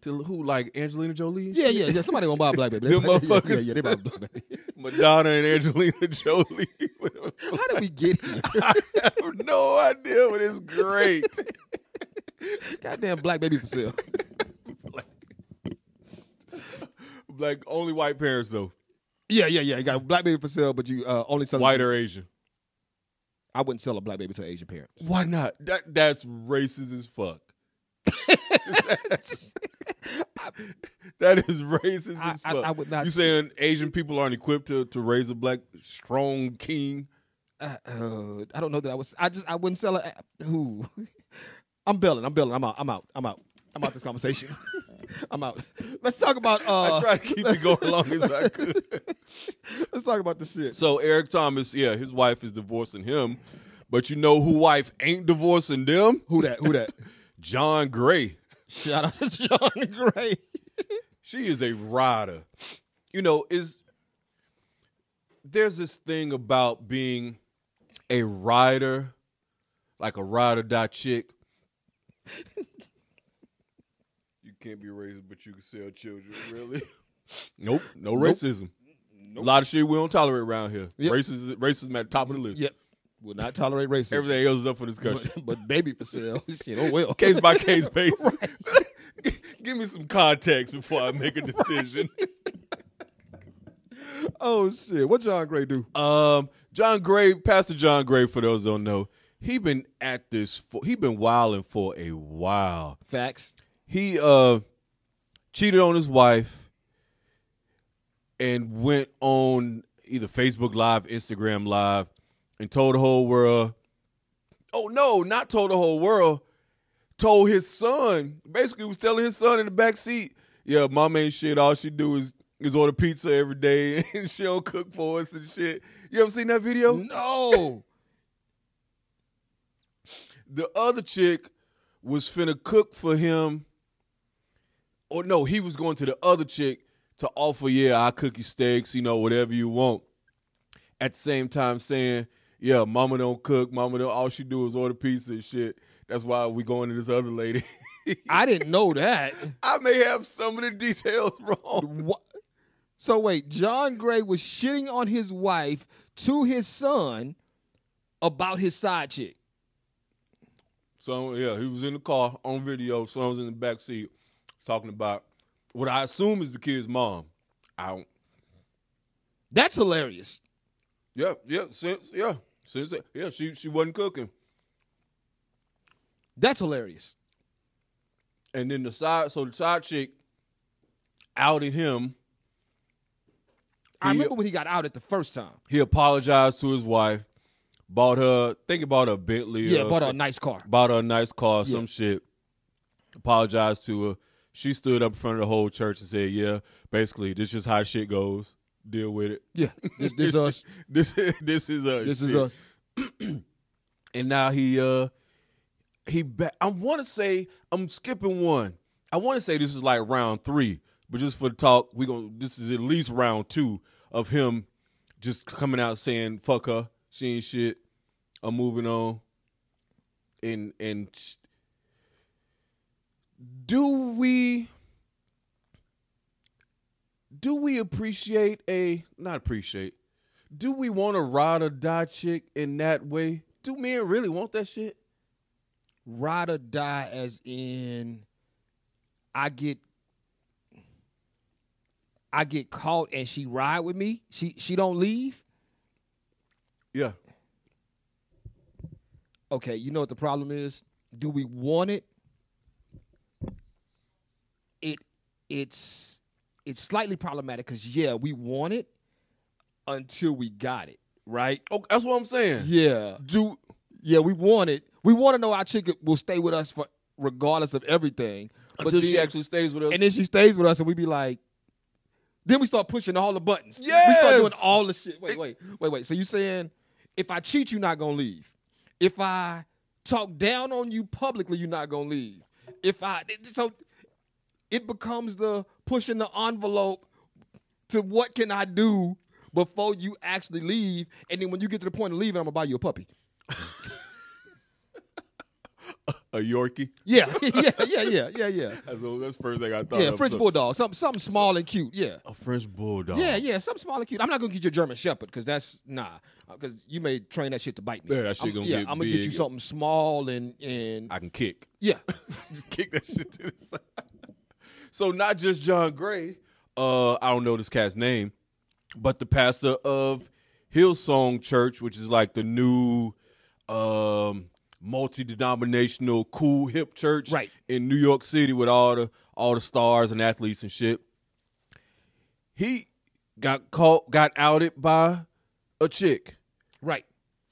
Speaker 2: To who like Angelina Jolie? and
Speaker 4: Yeah,
Speaker 2: shit?
Speaker 4: yeah, yeah. Somebody gonna buy a black baby.
Speaker 2: Them
Speaker 4: yeah, yeah, yeah,
Speaker 2: motherfuckers.
Speaker 4: they buy a black
Speaker 2: (laughs)
Speaker 4: baby.
Speaker 2: Madonna and Angelina (laughs) Jolie.
Speaker 4: How did we get here?
Speaker 2: I have no idea, but it's great. (laughs)
Speaker 4: Goddamn black baby for sale.
Speaker 2: like only white parents though.
Speaker 4: Yeah, yeah, yeah. You got a black baby for sale, but you uh, only sell it to-
Speaker 2: White or Asian.
Speaker 4: I wouldn't sell a black baby to an Asian parent.
Speaker 2: Why not? That that's racist as fuck. (laughs) that is racist
Speaker 4: I-
Speaker 2: as
Speaker 4: I-
Speaker 2: fuck.
Speaker 4: I would not
Speaker 2: You
Speaker 4: s-
Speaker 2: saying Asian people aren't equipped to, to raise a black strong king?
Speaker 4: Uh, uh, I don't know that I was. I just I wouldn't sell it. Who? (laughs) I'm belling. I'm belling. I'm out. I'm out. I'm out. I'm out this conversation. (laughs) I'm out. Let's talk about.
Speaker 2: I
Speaker 4: Uh,
Speaker 2: tried to keep it going long as I could.
Speaker 4: (laughs) let's talk about the shit.
Speaker 2: So Eric Thomas, yeah, his wife is divorcing him, but you know who wife ain't divorcing them?
Speaker 4: Who that? Who (laughs) that?
Speaker 2: John Gray.
Speaker 4: Shout out to John (laughs) Gray.
Speaker 2: She is a rider. You know, is there's this thing about being a rider, like a ride or die chick. you can't be racist, but you can sell children, really. Nope, no racism. A lot of shit we don't tolerate around here.
Speaker 4: Yep.
Speaker 2: Racism, racism at the top of the list.
Speaker 4: Yep. Will not tolerate racism.
Speaker 2: Everything else is up for (laughs) discussion.
Speaker 4: But, but baby
Speaker 2: (laughs)
Speaker 4: for sale. shit. Oh (laughs) well.
Speaker 2: case by case basis. (laughs) Give me some context before I
Speaker 4: (laughs)
Speaker 2: make a decision.
Speaker 4: Oh shit. What John Gray do?
Speaker 2: Um, John Gray, Pastor John Gray, for those who don't know, he been at this for he been wilding for a while.
Speaker 4: Facts.
Speaker 2: He uh cheated on his wife and went on either Facebook Live, Instagram Live, and told the whole world. Oh no, not told the whole world. Told his son. Basically, was telling his son in the back seat. Yeah, mom ain't shit. All she do is is order pizza every day, (laughs) and she don't cook for us and shit. You ever seen that video?
Speaker 4: No.
Speaker 2: the other chick was finna cook for him. Or Oh, no, he was going to the other chick to offer, yeah, I cook you steaks, you know, whatever you want. At the same time saying, yeah, mama don't cook, mama don't all she do is order pizza and shit. That's why we going to this other lady. (laughs)
Speaker 4: I didn't know that.
Speaker 2: I may have some of the details (laughs) wrong.
Speaker 4: What? So wait, John Gray was shitting on his wife to his son about his side chick.
Speaker 2: So yeah, he was in the car on video. Son was in the back seat talking about what I assume is the kid's mom. I don't
Speaker 4: That's hilarious.
Speaker 2: Yeah, yeah, since yeah, since yeah, she she wasn't cooking,
Speaker 4: That's hilarious.
Speaker 2: and then the side so the side chick outed him.
Speaker 4: I
Speaker 2: He-
Speaker 4: remember when he got out at the first time.
Speaker 2: He apologized to his wife, bought her think about a Bentley.
Speaker 4: Yeah,
Speaker 2: or
Speaker 4: bought her a
Speaker 2: some-
Speaker 4: nice car.
Speaker 2: bought her a nice car, some shit. Apologized to her. She stood up in front of the whole church and said, "Yeah, basically, this is how shit goes. Deal with it.
Speaker 4: Yeah, this, this us.
Speaker 2: (laughs) This this is us.
Speaker 4: This is
Speaker 2: shit."
Speaker 4: us.
Speaker 2: and now he uh he back i want to say i'm skipping one i want to say this is like round three but just for the talk we gonna this is at least round two of him just coming out saying fuck her she ain't shit i'm moving on and and sh- do we do we appreciate a not appreciate do we want a ride or die chick in that way? Do men really want that shit?
Speaker 4: Ride or die, as in, I get, I get caught and she ride with me. She she don't leave.
Speaker 2: Yeah.
Speaker 4: Okay, you know what the problem is? Do we want it? It it's it's slightly problematic because yeah, we want it until we got it, right?
Speaker 2: Oh, that's what I'm saying.
Speaker 4: Yeah.
Speaker 2: Do
Speaker 4: Yeah, we want it. We want to know our chick will stay with us for regardless of everything. But
Speaker 2: until she
Speaker 4: then-
Speaker 2: actually stays with us.
Speaker 4: and then she stays with us, and we be like, then we start pushing all the buttons. we start doing
Speaker 2: Yes!
Speaker 4: all the shit. Wait, wait, wait, wait. So you saying if I cheat, you not gonna leave? If I talk down on you publicly, you not gonna leave? If I so it becomes the pushing the envelope to what can I do before you actually leave, and then when you get to the point of leaving, I'm gonna buy you a puppy.
Speaker 2: a Yorkie.
Speaker 4: Yeah, (laughs) yeah, yeah, yeah, yeah,
Speaker 2: (laughs)
Speaker 4: yeah.
Speaker 2: That's the that's the first thing I thought.
Speaker 4: Yeah,
Speaker 2: of.
Speaker 4: French
Speaker 2: So-
Speaker 4: bulldog, something, something small and cute. Yeah.
Speaker 2: A French bulldog.
Speaker 4: Yeah, yeah, something small and cute. I'm not gonna get you a German Shepherd because that's nah, because you may train that shit to bite me.
Speaker 2: Yeah, that shit
Speaker 4: I'm,
Speaker 2: gonna
Speaker 4: yeah,
Speaker 2: get
Speaker 4: I'm gonna get you
Speaker 2: big.
Speaker 4: something small and and
Speaker 2: I can kick.
Speaker 4: yeah,
Speaker 2: (laughs) just kick that shit to the side. So not just John Gray, uh, I don't know this cat's name, but the pastor of Hillsong Church, which is like the new um, multi-denominational cool hip church
Speaker 4: Right.
Speaker 2: in New York City with all the all the stars and athletes and shit. He got caught, got outed by a chick.
Speaker 4: Right.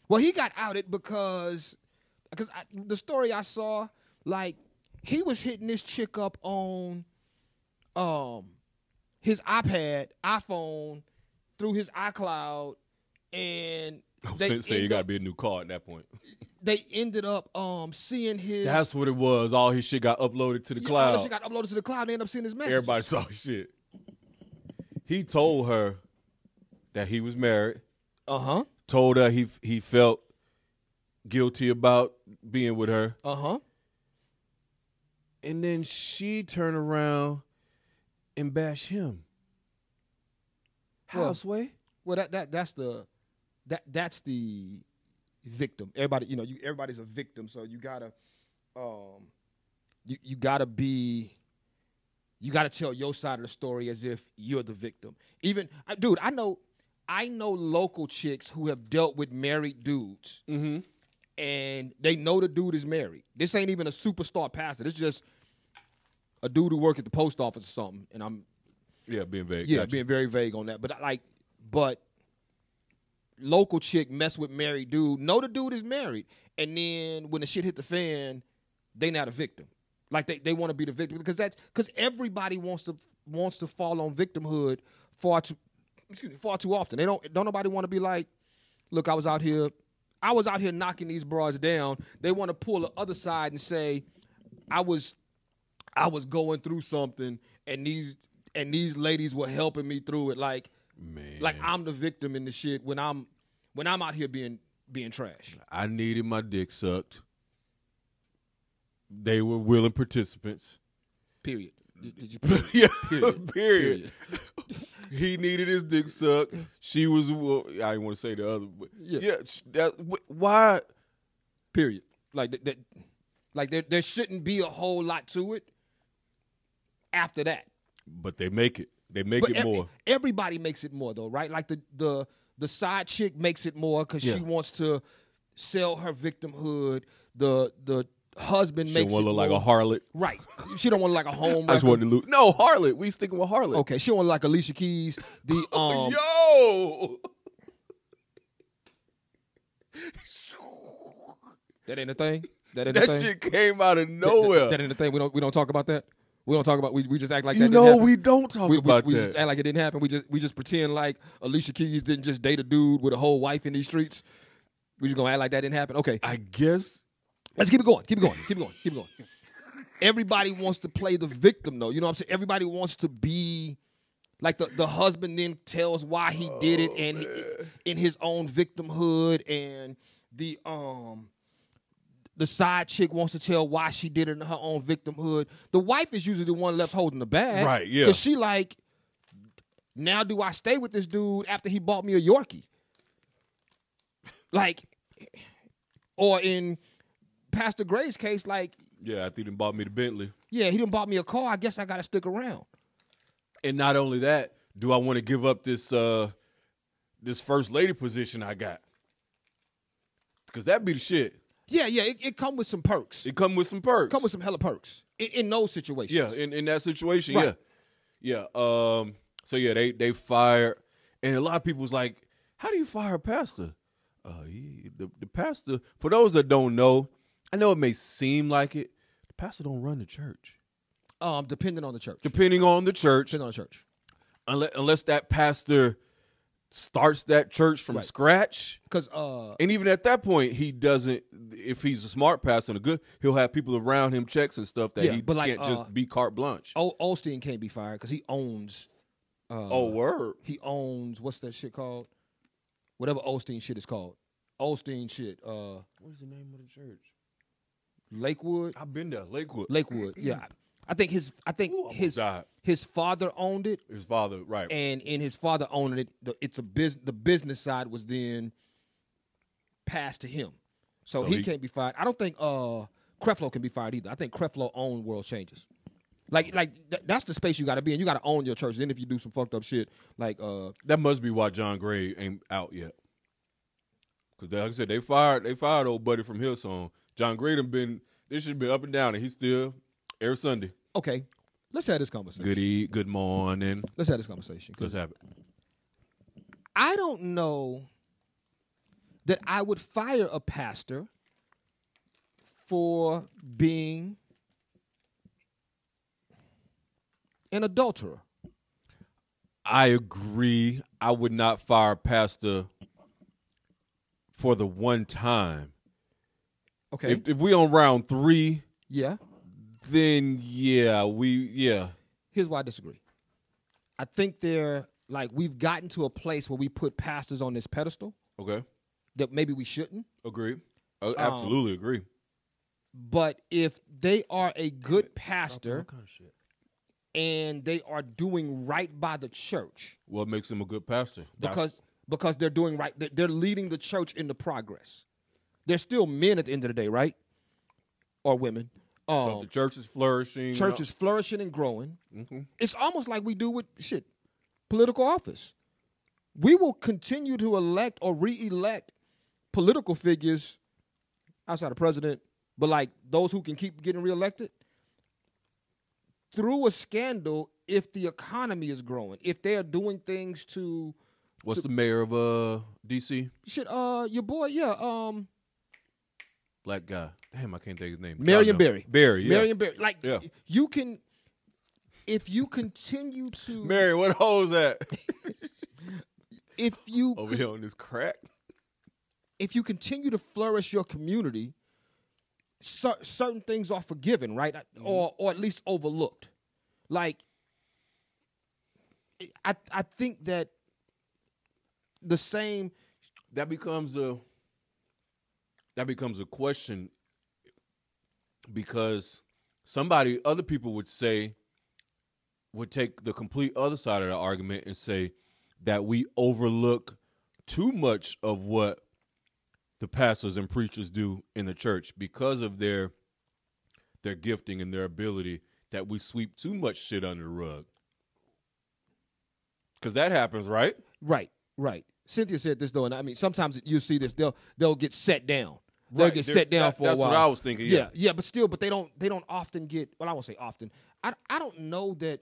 Speaker 4: Well, he got outed because because I, the story I saw, like he was hitting this chick up on um his iPad, iPhone, through his iCloud,
Speaker 2: (laughs)
Speaker 4: and they,
Speaker 2: Say you
Speaker 4: end
Speaker 2: got to
Speaker 4: up-
Speaker 2: be a new car at that point.
Speaker 4: they ended up um seeing his
Speaker 2: That's what it was. All his shit got uploaded to the
Speaker 4: Yeah, all that
Speaker 2: cloud.
Speaker 4: shit got uploaded to the cloud. They end up seeing his message.
Speaker 2: Everybody saw his shit. He told her that he was married.
Speaker 4: Uh huh.
Speaker 2: Told her he he felt guilty about being with her.
Speaker 4: Uh huh.
Speaker 2: And then she turned around and bashed him.
Speaker 4: Well,
Speaker 2: Houseway?
Speaker 4: Well, that that that's the that that's the victim. Everybody, you know, you everybody's a victim, so you gotta um you you gotta be you gotta tell your side of the story as if you're the victim. Even I, dude, I know I know local chicks who have dealt with married dudes,
Speaker 2: Mm-hmm.
Speaker 4: and they know the dude is married. This ain't even a superstar pastor. This just a dude who work at the post office or something. And I'm
Speaker 2: Yeah, being vague.
Speaker 4: yeah,
Speaker 2: Gotcha.
Speaker 4: being very vague on that. But like, but local chick mess with married dude. Know the dude is married, and then when the shit hit the fan, they not a victim. Like they, they want to be the victim because that's because everybody wants to wants to fall on victimhood far too excuse me, far too often. They don't don't nobody want to be like, look, I was out here, I was out here knocking these broads down. They want to pull the other side and say, I was I was going through something and these and these ladies were helping me through it like
Speaker 2: Man.
Speaker 4: like I'm the victim in the shit when I'm when I'm out here being being trash.
Speaker 2: I needed my dick sucked. They were willing participants.
Speaker 4: Period. Did- did you-
Speaker 2: (laughs) yeah, period.
Speaker 4: Period. Period.
Speaker 2: (laughs) he needed his dick sucked. She was. Well, I didn't want to say the other, but yeah.
Speaker 4: Yeah.
Speaker 2: sh- that, wh- why?
Speaker 4: period. Like that, that like there there shouldn't be a whole lot to it after that.
Speaker 2: But they make it. They make it
Speaker 4: every-
Speaker 2: more.
Speaker 4: Everybody makes it more though, right? Like the the the side chick makes it more because
Speaker 2: Yeah.
Speaker 4: she wants to sell her victimhood. The the husband
Speaker 2: She
Speaker 4: makes
Speaker 2: want
Speaker 4: it
Speaker 2: to look like
Speaker 4: more-
Speaker 2: a harlot.
Speaker 4: Right. She don't want to like a home.
Speaker 2: (laughs) I just wanted to lose. No harlot. We sticking with harlot. (laughs) Oh,
Speaker 4: Okay, she don't like Alicia Keys. The um,
Speaker 2: Yo.
Speaker 4: that ain't a thing. That ain't a
Speaker 2: That
Speaker 4: thing.
Speaker 2: shit came out of
Speaker 4: That- that-
Speaker 2: nowhere.
Speaker 4: That, ain't a thing. We don't we don't talk about that. We don't talk about. We, we just act like
Speaker 2: you
Speaker 4: that.
Speaker 2: know
Speaker 4: didn't happen.
Speaker 2: we don't talk
Speaker 4: we, we-
Speaker 2: about
Speaker 4: we
Speaker 2: that.
Speaker 4: just act like it didn't happen. We just we just pretend like Alicia Keys didn't just date a dude with a whole wife in these streets. We just gonna act like that didn't happen. Okay,
Speaker 2: I guess.
Speaker 4: let's keep it going. Keep it going. Keep it going. Keep it going. Everybody wants to play the victim, though. You know what I'm saying? Everybody wants to be like the, the husband then tells why he did
Speaker 2: Oh,
Speaker 4: it and he, in his own victimhood and the um the side chick wants to tell why she did it in her own victimhood. The wife is usually the one left holding the bag.
Speaker 2: Right, yeah.
Speaker 4: Cause she like, now do I stay with this dude after he bought me a Yorkie? Like, or in Pastor Gray's case, like,
Speaker 2: Yeah, I think they bought me the Bentley.
Speaker 4: yeah, he didn't bought me a car. I guess I gotta stick around.
Speaker 2: And not only that, do I want to give up this uh this first lady position I got? Cause that'd be the shit.
Speaker 4: Yeah, yeah, it, it come with some perks. It
Speaker 2: It come with some perks.
Speaker 4: come with some hella perks in, in those situations.
Speaker 2: yeah, in, in that situation,
Speaker 4: Right.
Speaker 2: yeah, yeah. Um, so yeah, they they fired, and a lot of people was like, "How do you fire a pastor?" Uh, he, the the pastor. For those that don't know, I know it may seem like it. The pastor don't run the church.
Speaker 4: Um, depending on the church.
Speaker 2: Depending on the church,
Speaker 4: Depending on the church.
Speaker 2: unless, unless that pastor starts that church from scratch,
Speaker 4: Cause uh
Speaker 2: And even at that point, he doesn't. If he's a smart passer and a good, he'll have people around him, checks and stuff that
Speaker 4: Yeah,
Speaker 2: he
Speaker 4: but like,
Speaker 2: can't just
Speaker 4: uh,
Speaker 2: be carte blanche. Oh,
Speaker 4: o- Olstein can't be fired because he owns
Speaker 2: word!
Speaker 4: he owns what's that shit called? Whatever Olstein shit is called. Olstein shit. Uh
Speaker 2: What's the name of the church?
Speaker 4: Lakewood.
Speaker 2: I've been there, Lakewood.
Speaker 4: Lakewood. Yeah. I, I think his I think
Speaker 2: Ooh, almost
Speaker 4: his
Speaker 2: died.
Speaker 4: his father owned it
Speaker 2: His father, right?
Speaker 4: and in his father owning it, the, it's a business. The business side was then passed to him, so,
Speaker 2: So
Speaker 4: he,
Speaker 2: he-
Speaker 4: can't be fired. I don't think uh, Creflo can be fired either. I think Creflo owned World Changes. Like like th- that's the space you got to be in. You got to own your church. Then if you do some fucked up shit, like uh
Speaker 2: That must be why John Gray ain't out yet. Cause they, like I said, they fired they fired old buddy from Hillsong. John Gray done been this should been up and down, and he's still every Sunday.
Speaker 4: okay, let's have this conversation.
Speaker 2: Good e- eat, good morning.
Speaker 4: Let's have this conversation
Speaker 2: Let's
Speaker 4: because
Speaker 2: have it.
Speaker 4: I don't know that I would fire a pastor for being an adulterer.
Speaker 2: I agree. I would not fire a pastor for the one time.
Speaker 4: Okay,
Speaker 2: If if we on round three,
Speaker 4: yeah.
Speaker 2: then yeah, we yeah.
Speaker 4: here's why I disagree. I think they're like we've gotten to a place where we put pastors on this pedestal
Speaker 2: Okay.
Speaker 4: that maybe we shouldn't.
Speaker 2: Agree. I
Speaker 4: Um,
Speaker 2: absolutely agree.
Speaker 4: But if they are a good pastor and they are doing right by the church
Speaker 2: What makes him a good pastor? That's-
Speaker 4: because because they're doing right, they're- they're leading the church into progress. They're still men at the end of the day, right? Or women.
Speaker 2: so if
Speaker 4: Um,
Speaker 2: the church is Mm-hmm. flourishing.
Speaker 4: church is flourishing and growing. It's almost like we do with shit, political office. We will continue to elect or re-elect political figures outside of president, but like those who can keep getting reelected through a scandal if the economy is growing, if they are doing things to
Speaker 2: What's the mayor of uh DC?
Speaker 4: shit. Uh, your boy, yeah, um,
Speaker 2: Black guy. Damn, I can't think of his name. Y'all
Speaker 4: Marion
Speaker 2: know.
Speaker 4: Barry,
Speaker 2: Barry. Yeah.
Speaker 4: Marion Barry. Like
Speaker 2: Yeah.
Speaker 4: you can. If you continue to,
Speaker 2: Marion, what hoes
Speaker 4: (laughs)
Speaker 2: at
Speaker 4: if you
Speaker 2: over here on this crack?
Speaker 4: if you continue to flourish your community, cer- certain things are forgiven, right?
Speaker 2: Mm-hmm.
Speaker 4: Or or at least overlooked. Like I I think that the same
Speaker 2: That becomes a that becomes a question because somebody other people would say would take the complete other side of the argument and say that we overlook too much of what the pastors and preachers do in the church because of their their gifting and their ability that we sweep too much shit under the rug. Cause that happens, right?
Speaker 4: right, right. Cynthia said this though, and I mean sometimes you see this they'll they'll get set down. They'll
Speaker 2: Right,
Speaker 4: get
Speaker 2: they're-
Speaker 4: set down
Speaker 2: that-
Speaker 4: for
Speaker 2: that's
Speaker 4: a while.
Speaker 2: what I was thinking, yeah.
Speaker 4: yeah, yeah, but still, but they don't they don't often get. Well, I won't say often. I I don't know that.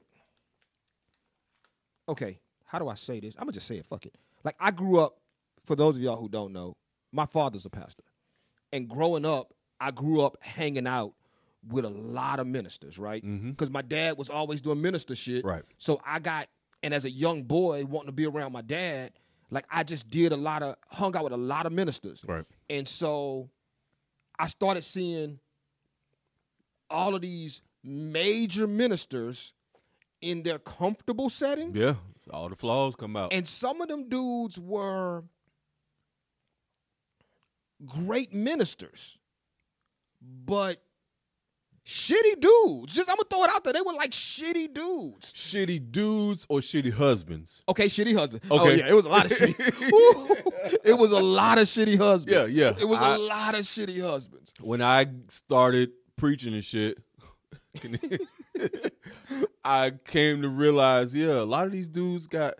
Speaker 4: okay, how do I say this? I'm gonna just say it. Fuck it. Like I grew up. For those of y'all who don't know, my father's a pastor, and growing up, I grew up hanging out with a lot of ministers, right? Because my dad was always doing minister shit,
Speaker 2: Mm-hmm. Right.
Speaker 4: So I got, and as a young boy wanting to be around my dad, like I just did a lot of hung out with a lot of ministers,
Speaker 2: Right.
Speaker 4: And so I started seeing all of these major ministers in their comfortable setting.
Speaker 2: Yeah. All the flaws come out.
Speaker 4: And some of them dudes were great ministers, but shitty dudes. Just I'm gonna throw it out there. They were like shitty dudes.
Speaker 2: shitty dudes or shitty husbands.
Speaker 4: Okay, shitty husband. Oh
Speaker 2: Okay.
Speaker 4: yeah, it was a lot
Speaker 2: (laughs)
Speaker 4: of shitty. (laughs) Ooh, it was a lot of shitty husbands.
Speaker 2: Yeah, yeah.
Speaker 4: It was a
Speaker 2: I-
Speaker 4: lot of shitty husbands.
Speaker 2: When I started preaching and shit, (laughs) I came to realize, yeah, a lot of these dudes got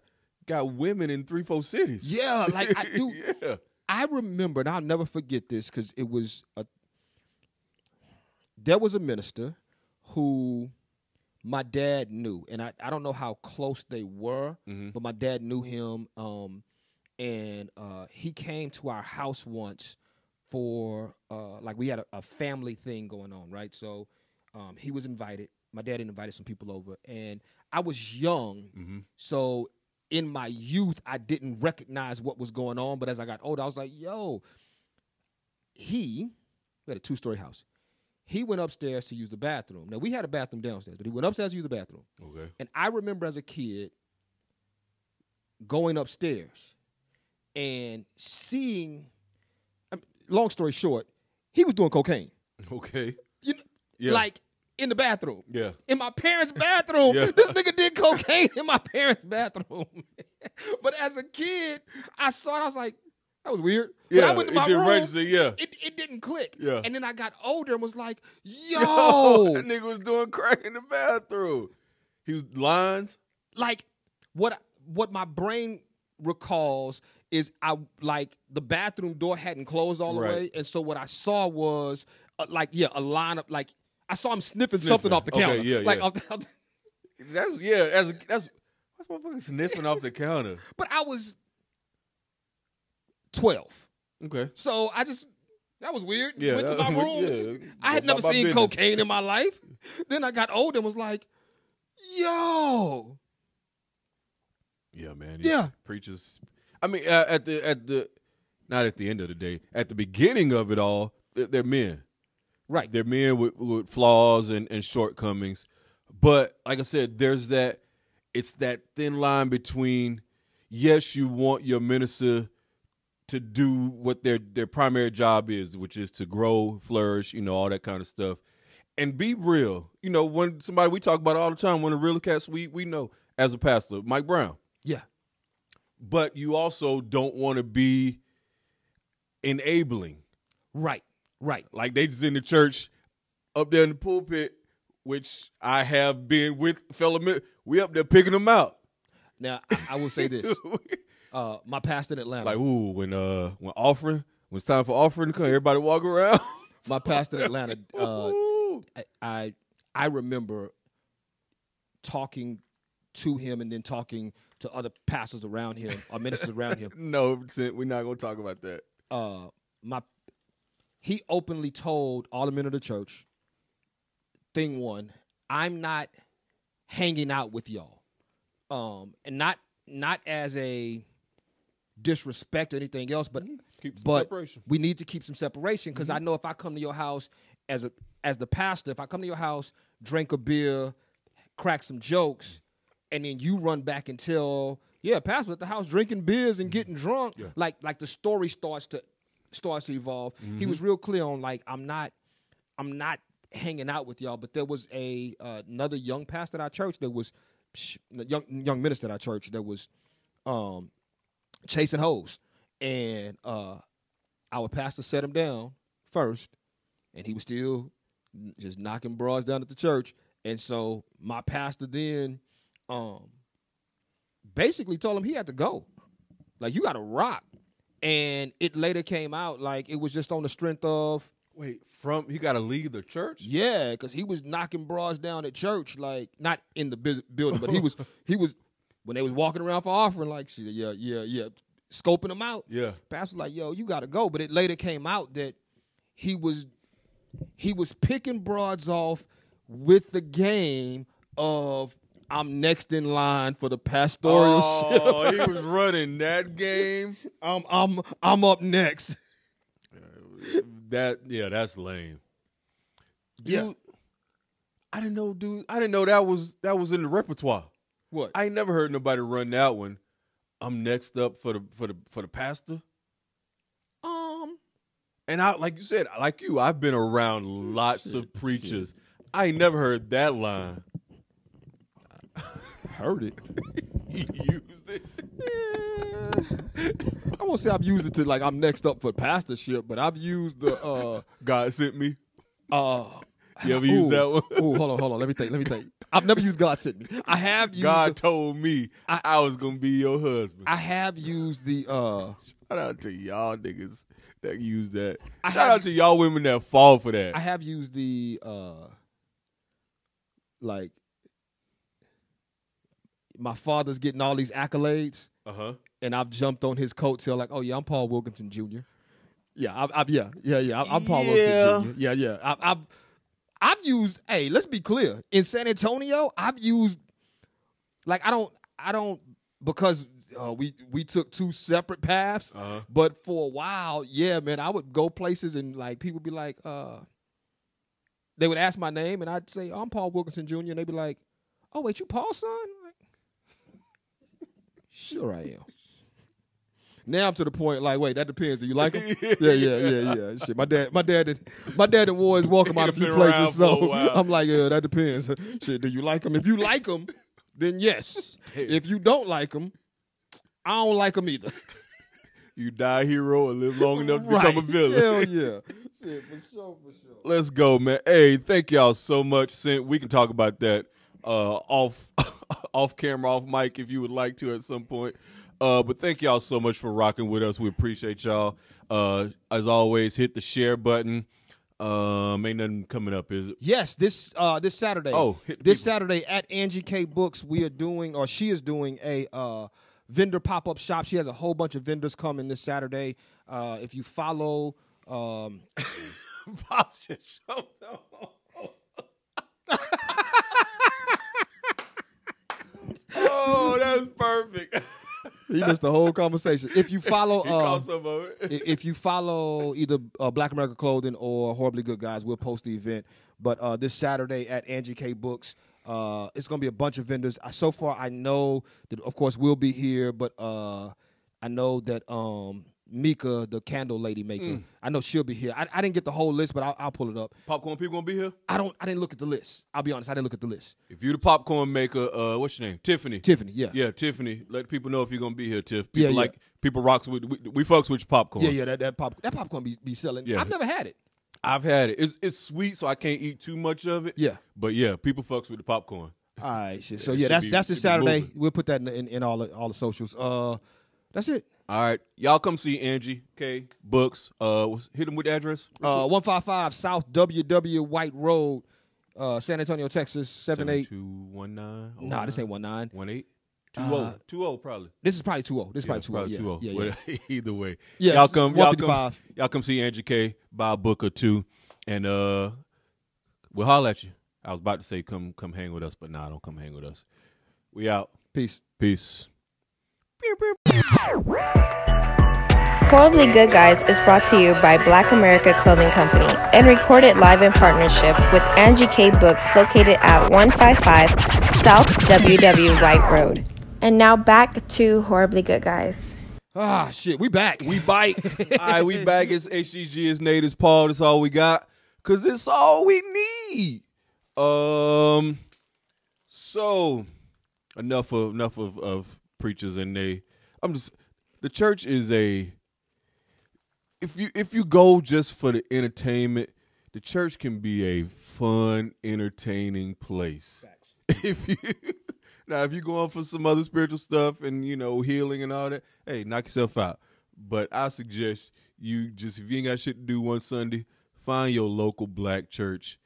Speaker 2: got women in three, four cities.
Speaker 4: Yeah, like I do.
Speaker 2: (laughs) yeah.
Speaker 4: I remember, and I'll never forget this because it was a. There was a minister who my dad knew, and I, I don't know how close they were, but my dad knew him, um, and uh, he came to our house once for uh, like we had a, a family thing going on, right? So um, he was invited. My dad had invited some people over, and I was young,
Speaker 2: Mm-hmm.
Speaker 4: so in my youth I didn't recognize what was going on. But as I got older, I was like, "Yo, he we had a two story house. He went upstairs to use the bathroom. Now we had a bathroom downstairs, but he went upstairs to use the bathroom.
Speaker 2: Okay.
Speaker 4: And I remember as a kid going upstairs and seeing. I mean, long story short, he was doing cocaine.
Speaker 2: Okay.
Speaker 4: You know,
Speaker 2: Yeah.
Speaker 4: like in the bathroom.
Speaker 2: Yeah.
Speaker 4: In my parents' bathroom.
Speaker 2: Yeah.
Speaker 4: This nigga did (laughs) cocaine in my parents' bathroom. but as a kid, I saw it, I was like, That was weird.
Speaker 2: Yeah,
Speaker 4: but I went to
Speaker 2: it
Speaker 4: my
Speaker 2: didn't
Speaker 4: room,
Speaker 2: register, yeah.
Speaker 4: it, it didn't click.
Speaker 2: Yeah.
Speaker 4: and then I got older and was like,
Speaker 2: (laughs) Oh, (laughs)
Speaker 4: yo,
Speaker 2: that nigga was doing crack in the bathroom. He was lines.
Speaker 4: like what what my brain recalls is I like the bathroom door hadn't closed all the
Speaker 2: Right.
Speaker 4: way, and so what I saw was uh, like yeah a line of like I saw him sniffing, something
Speaker 2: Sniffing.
Speaker 4: off the
Speaker 2: Okay,
Speaker 4: counter,
Speaker 2: yeah,
Speaker 4: like
Speaker 2: yeah.
Speaker 4: off the- off the-
Speaker 2: That's yeah. As a, that's that's motherfucker sniffing off the counter.
Speaker 4: but I was twelve,
Speaker 2: Okay.
Speaker 4: so I just. That was weird.
Speaker 2: Yeah,
Speaker 4: Went to
Speaker 2: that-
Speaker 4: my room.
Speaker 2: (laughs) yeah,
Speaker 4: I had
Speaker 2: about
Speaker 4: never
Speaker 2: my
Speaker 4: seen
Speaker 2: business. (laughs)
Speaker 4: cocaine in my life. Then I got older and was like, "Yo,
Speaker 2: Yeah, man.
Speaker 4: Yeah.
Speaker 2: preachers. I mean, uh, at the at the not at the end of the day, at the beginning of it all, th- they're men.
Speaker 4: Right.
Speaker 2: They're men with, with flaws and, and shortcomings. But like I said, there's that. It's that thin line between. Yes, you want your minister to do what their their primary job is, which is to grow, flourish, you know, all that kind of stuff, and be real. You know, when somebody we talk about all the time, one of the real cats we we know as a pastor, Mike Brown
Speaker 4: yeah,
Speaker 2: but you also don't want to be enabling.
Speaker 4: right, right."
Speaker 2: Like they just in the church up there in the pulpit, which I have been with fellow men. We up there picking them out. (laughs)
Speaker 4: Now I, I will say this: uh, my pastor in Atlanta,
Speaker 2: like, ooh, when uh when offering, when it's time for offering to come, everybody walk around. (laughs)
Speaker 4: my pastor in Atlanta, uh,
Speaker 2: Ooh.
Speaker 4: I- I I remember talking to him and then talking to other pastors around him or ministers around him.
Speaker 2: no, Sid, we're not gonna talk about that.
Speaker 4: Uh, my he openly told all the men of the church, thing one, I'm not hanging out with y'all, um, and not not as a disrespect or anything else, but
Speaker 2: Mm-hmm. Keep the
Speaker 4: but
Speaker 2: separation. Mm-hmm.
Speaker 4: we need to keep some separation because I know if I come to your house as a as the pastor, if I come to your house, drink a beer, crack some jokes, and then you run back and tell, yeah, pastor at the house drinking beers
Speaker 2: Mm-hmm.
Speaker 4: and getting drunk, like like the story starts to starts to evolve. He
Speaker 2: Mm-hmm.
Speaker 4: was real clear on like I'm not I'm not hanging out with y'all, but there was a uh, another young pastor at our church that was sh- young young minister at our church that was um chasing hoes. And uh our pastor set him down first, and he was still just knocking bras down at the church. And so my pastor then um basically told him he had to go. Like you gotta rock. And it later came out like it was just on the strength of
Speaker 2: Wait, from you gotta leave the church?
Speaker 4: yeah, because he was knocking bras down at church, like not in the bus building, but he (laughs) was he was when they was walking around for offering, like shit, yeah, yeah, yeah, scoping them out.
Speaker 2: Yeah.
Speaker 4: Pastor like, yo, you gotta go. But it later came out that he was he was picking broads off with the game of I'm next in line for the pastoral ship.
Speaker 2: Oh, he was running that game.
Speaker 4: I'm I'm I'm up next.
Speaker 2: That yeah, that's lame. Dude,
Speaker 4: Yeah.
Speaker 2: I didn't know, dude. I didn't know that was that was in the repertoire.
Speaker 4: What?
Speaker 2: I ain't never heard nobody run that one. I'm next up for the for the for the pastor.
Speaker 4: um
Speaker 2: And I like you said, like you, I've been around lots of preachers. I ain't never heard that line. (laughs)
Speaker 4: heard it.
Speaker 2: He used it.
Speaker 4: (laughs) I won't say I've used it to like I'm next up for pastorship, but I've used the uh
Speaker 2: God sent me.
Speaker 4: uh
Speaker 2: (laughs) You ever use that
Speaker 4: (laughs)
Speaker 2: one?
Speaker 4: Oh, hold on, hold on. Let me think. Let me think. I've never used God sent me. I have used
Speaker 2: God
Speaker 4: the-
Speaker 2: told me I, was gonna be your husband.
Speaker 4: I have used the uh
Speaker 2: Shout out to y'all niggas that use that.
Speaker 4: I
Speaker 2: Shout
Speaker 4: have-
Speaker 2: out to y'all women that fall for that.
Speaker 4: I have used the uh like my father's getting all these accolades
Speaker 2: uh huh.
Speaker 4: and I've jumped on his coattail like, "Oh yeah, I'm Paul Wilkinson Jr." Yeah, I, I, yeah, yeah, yeah. I- I'm Paul Wilkinson Jr. Yeah, yeah. I, I've I've used. Hey, let's be clear. In San Antonio, I've used like I don't I don't because uh, we we took two separate paths.
Speaker 2: Uh-huh.
Speaker 4: But for a while, yeah, man, I would go places and like people be like, uh, they would ask my name and I'd say, "Oh, "I'm Paul Wilkinson Jr." and they'd be like, "Oh wait, you Paul's son?" I'm like, sure I am. Now I'm to the point like, wait, that depends. Do
Speaker 2: (laughs)
Speaker 4: you like him? yeah, yeah, yeah, yeah. Shit, my dad, my dad, did, my dad and War is welcome out a
Speaker 2: He'd
Speaker 4: few
Speaker 2: have been around
Speaker 4: places.
Speaker 2: for a
Speaker 4: So
Speaker 2: while.
Speaker 4: I'm like, yeah, that depends. (laughs) Shit, do you like him? If you like him, then yes. If you don't like him, I don't like him either.
Speaker 2: You die a hero and live long
Speaker 4: (laughs)
Speaker 2: enough to become a villain.
Speaker 4: Hell yeah. Shit, for sure, for sure.
Speaker 2: Let's go, man. Hey, thank y'all so much. Sin- We can talk about that uh, off (laughs) off camera, off mic, if you would like to at some point. Uh, but thank y'all so much for rocking with us. We appreciate y'all. Uh, as always, hit the share button. Um, ain't nothing coming up, is it?
Speaker 4: Yes, this uh this Saturday.
Speaker 2: Oh, hit the
Speaker 4: this
Speaker 2: people.
Speaker 4: Saturday at Angie K Books, we are doing or she is doing a uh vendor pop up shop. She has a whole bunch of vendors coming this Saturday. Uh if you follow um
Speaker 2: oh, that's
Speaker 4: (laughs)
Speaker 2: perfect.
Speaker 4: he missed the whole conversation. If you follow
Speaker 2: He
Speaker 4: uh,
Speaker 2: caught some of it.
Speaker 4: i- if you follow either uh, Black America Clothing or Horribly Good Guys, we'll post the event. But uh, this Saturday at Angie K Books, uh, it's going to be a bunch of vendors. I, so far, I know that, of course, we'll be here, but uh, I know that um, Mika, the candle lady maker, I know she'll be here. I, I didn't get the whole list, but I'll, I'll pull it up.
Speaker 2: Popcorn people gonna be here.
Speaker 4: I don't. I didn't look at the list. I'll be honest. I didn't look at the list.
Speaker 2: If you the popcorn maker, uh, what's your name? Tiffany.
Speaker 4: Tiffany, yeah.
Speaker 2: Yeah, Tiffany. Let people know if you're gonna be here, Tiff. People
Speaker 4: Yeah, yeah.
Speaker 2: like people rocks with we, we fucks with your popcorn.
Speaker 4: Yeah, yeah. That that pop that popcorn be, be selling.
Speaker 2: Yeah.
Speaker 4: I've never had it.
Speaker 2: I've had it. It's it's sweet, so I can't eat too much of it.
Speaker 4: Yeah.
Speaker 2: But yeah, people fucks with the popcorn.
Speaker 4: All right, shit. So
Speaker 2: It
Speaker 4: yeah,
Speaker 2: should
Speaker 4: that's
Speaker 2: be-
Speaker 4: that's this
Speaker 2: should be
Speaker 4: Saturday.
Speaker 2: moving.
Speaker 4: We'll put that in, in, in all the, all the socials. Uh, that's it.
Speaker 2: All right, y'all come see Angie K Books. Uh, was- hit them with the address.
Speaker 4: Uh, one five five South WW White Road, uh, San Antonio, Texas seven eight.
Speaker 2: two oh. one nine.
Speaker 4: Nah, this ain't one nine.
Speaker 2: one eight. Two oh two oh probably.
Speaker 4: This is probably two zero. This is
Speaker 2: Yeah,
Speaker 4: probably two
Speaker 2: probably
Speaker 4: zero.
Speaker 2: oh.
Speaker 4: Yeah,
Speaker 2: 2-0.
Speaker 4: yeah, yeah.
Speaker 2: Well, (laughs) Either way,
Speaker 4: Yes,
Speaker 2: y'all come, y'all come,
Speaker 4: 155.
Speaker 2: y'all come see Angie K. Buy a book or two, and uh, we'll holler at you. I was about to say come come hang with us, but nah, don't come hang with us. We out.
Speaker 4: Peace.
Speaker 2: Peace.
Speaker 1: Horribly Good Guys is brought to you by Black America Clothing Company and recorded live in partnership with Angie K Books located at 155 South WW White Road. And now back to Horribly Good Guys.
Speaker 4: Ah, shit. We back.
Speaker 2: We bite. (laughs) all right, we back. It's HCG. It's Nate. It's Paul. That's all we got. Cause it's all we need. Um. So enough of enough of, of preachers and they. I'm just. The church is a. If you if you go just for the entertainment, the church can be a fun, entertaining place. (laughs) If you now if you're going for some other spiritual stuff and you know healing and all that, hey, knock yourself out. But I suggest you just if you ain't got shit to do one Sunday, find your local black church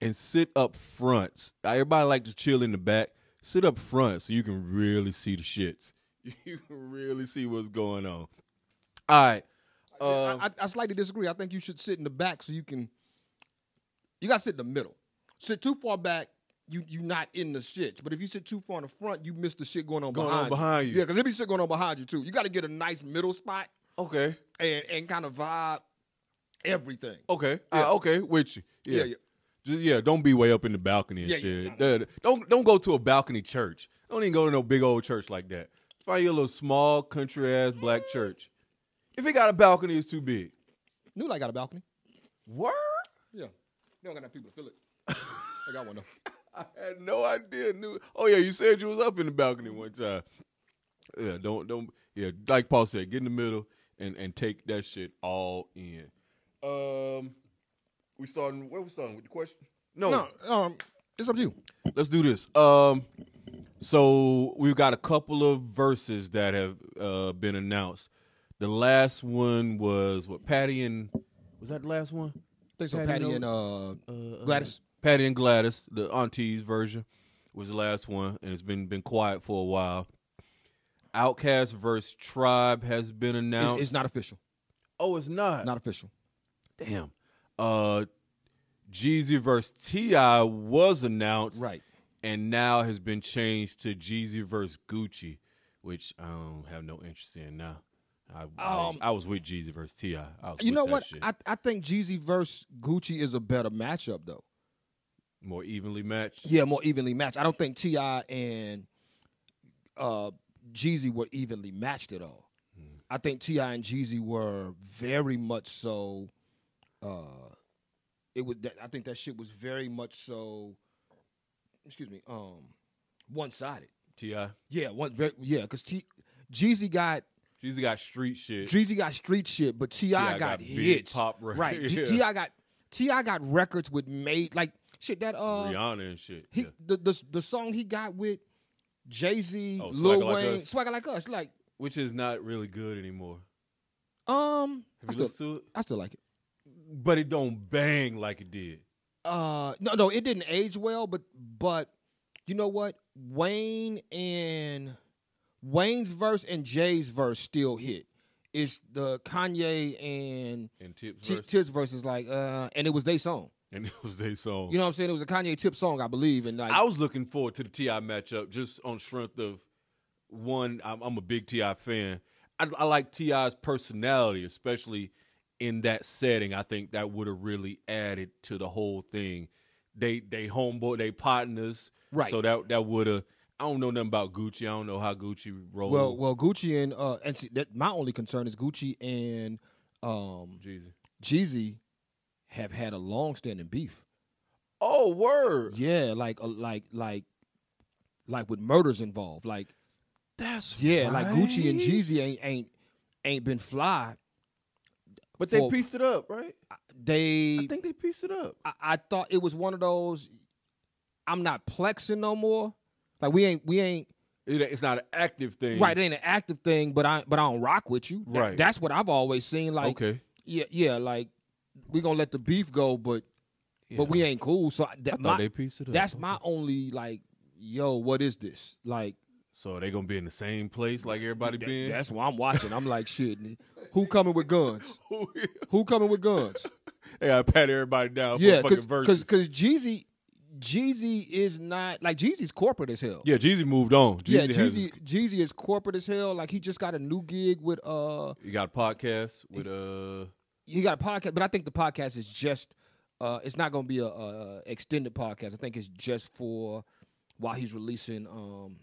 Speaker 2: and sit up front. Everybody like to chill in the back. Sit up front so you can really see the shits. (laughs) You can really see what's going on. All right. Um,
Speaker 4: (laughs) I, I, I slightly disagree. I think you should sit in the back so you can. You gotta sit in the middle. Sit too far back, you you not in the shits. But if you sit too far in the front, you miss the shit going on
Speaker 2: Going
Speaker 4: behind
Speaker 2: on behind you.
Speaker 4: Yeah, because there be shit going on behind you too. You gotta get a nice middle spot
Speaker 2: okay.
Speaker 4: and and kind of vibe everything.
Speaker 2: Okay. Uh, okay. With you. Yeah.
Speaker 4: Yeah,
Speaker 2: yeah.
Speaker 4: yeah.
Speaker 2: Just, yeah. Don't be way up in the balcony and
Speaker 4: Yeah, yeah.
Speaker 2: shit. Duh, Don't don't go to a balcony church. Don't even go to no big old church like that. Find your little small country ass black church. If it got a balcony, it's too big.
Speaker 4: New Light got a balcony.
Speaker 2: Word?
Speaker 4: Yeah. They don't got enough people to fill it. (laughs) I got one though.
Speaker 2: I had no idea. Knew. Oh yeah, you said you was up in the balcony one time. Yeah. Don't don't. Yeah. Like Paul said, get in the middle and and take that shit all in. Um, we starting. Where we starting with the question? no
Speaker 4: No, um, it's up to you.
Speaker 2: let's do this. Um, so we've got a couple of verses that have uh, been announced. The last one was what Patty and was that the last one?
Speaker 4: I think so.
Speaker 2: Patty
Speaker 4: Patty,
Speaker 2: Nolan.
Speaker 4: and uh, Gladys.
Speaker 2: Patty and Gladys, the auntie's version, was the last one, and it's been been quiet for a while. Outcast versus Tribe has been announced.
Speaker 4: It- it's not official.
Speaker 2: Oh, it's not.
Speaker 4: Not official.
Speaker 2: Damn. Uh, Jeezy versus Ti was announced,
Speaker 4: Right.
Speaker 2: and now has been changed to Jeezy versus Gucci, which I don't have no interest in now. I, I, was,
Speaker 4: Um,
Speaker 2: I was with Jeezy versus Ti. I was
Speaker 4: You
Speaker 2: with
Speaker 4: know
Speaker 2: that
Speaker 4: what?
Speaker 2: shit.
Speaker 4: I, I think Jeezy versus Gucci is a better matchup though.
Speaker 2: More evenly matched.
Speaker 4: Yeah, more evenly matched. I don't think Ti and uh, Jeezy were evenly matched at all. I think Ti and Jeezy were very much so. Uh, it was. That, I think that shit was very much so. Excuse me. Um, one sided.
Speaker 2: Ti.
Speaker 4: Yeah, one. Very, yeah, because Jeezy got
Speaker 2: She's got street shit.
Speaker 4: Dreezy got street shit, but Ti got,
Speaker 2: got big
Speaker 4: hits.
Speaker 2: pop
Speaker 4: right?
Speaker 2: records. (laughs)
Speaker 4: G-
Speaker 2: Yeah.
Speaker 4: Ti got Ti got records with made like shit that uh
Speaker 2: Rihanna and shit.
Speaker 4: he
Speaker 2: yeah.
Speaker 4: the, the the song he got with Jay Z,
Speaker 2: Oh,
Speaker 4: Lil
Speaker 2: Swagger Like
Speaker 4: Wayne,
Speaker 2: Us.
Speaker 4: Swagger Like Us, like
Speaker 2: Which is not really good anymore.
Speaker 4: um,
Speaker 2: Have you
Speaker 4: I still,
Speaker 2: listened to it?
Speaker 4: I still like it.
Speaker 2: But it don't bang like it did.
Speaker 4: Uh, no, no, it didn't age well, but but you know what? Wayne and Wayne's verse and Jay's verse still hit. It's the Kanye and
Speaker 2: And Tip's
Speaker 4: T-
Speaker 2: verse. (laughs)
Speaker 4: Tips verse is like, uh, and it was their song.
Speaker 2: and it was their song.
Speaker 4: You know what I'm saying? It was a Kanye Tip song, I believe, and like,
Speaker 2: Oh. I was looking forward to the Ti matchup just on strength of one. I'm, I'm a big Ti fan. I, I like Ti's personality, especially in that setting. I think that would have really added to the whole thing. They they homeboy, they partners,
Speaker 4: Right.
Speaker 2: So that that would have. I don't know nothing about Gucci. I don't know how Gucci rolled.
Speaker 4: well, well, Gucci and uh, and see, that my only concern is Gucci and um
Speaker 2: Jeezy.
Speaker 4: Jeezy have had a long-standing beef.
Speaker 2: Oh, word.
Speaker 4: Yeah, like uh, like like like with murders involved. Like
Speaker 2: That's
Speaker 4: yeah, like Gucci and
Speaker 2: right.
Speaker 4: Jeezy ain't ain't ain't been fly.
Speaker 2: But they
Speaker 4: for-
Speaker 2: pieced it up, right?
Speaker 4: They
Speaker 2: I think they pieced it up.
Speaker 4: I, I thought it was one of those I'm not plexing no more. Like we ain't we ain't
Speaker 2: It- it's not an active thing,
Speaker 4: Right, it ain't an active thing, but I but I don't rock with you. That-
Speaker 2: Right.
Speaker 4: that's what I've always seen. Like,
Speaker 2: Okay.
Speaker 4: yeah, yeah, like we gonna let the beef go, but but we ain't cool. So I- that,
Speaker 2: thought
Speaker 4: my,
Speaker 2: they pieced it up.
Speaker 4: That's my only like, yo, what is this? Like,
Speaker 2: So are they gonna be in the same place like everybody
Speaker 4: that-
Speaker 2: been? (laughs)
Speaker 4: that's what I'm watching. I'm like, shit, who coming with guns? (laughs) Who coming with guns?
Speaker 2: they gotta pat everybody down
Speaker 4: yeah,
Speaker 2: for fucking
Speaker 4: because
Speaker 2: verses.
Speaker 4: because Jeezy Jeezy is not like Jeezy's corporate as hell.
Speaker 2: yeah, Jeezy moved on. Jeezy
Speaker 4: yeah,
Speaker 2: has
Speaker 4: Jeezy
Speaker 2: his-
Speaker 4: Jeezy is corporate as hell. Like he just got a new gig with uh
Speaker 2: he got a podcast with uh
Speaker 4: he got a podcast, but I think the podcast is just uh it's not going to be a, a extended podcast. I think it's just for while he's releasing um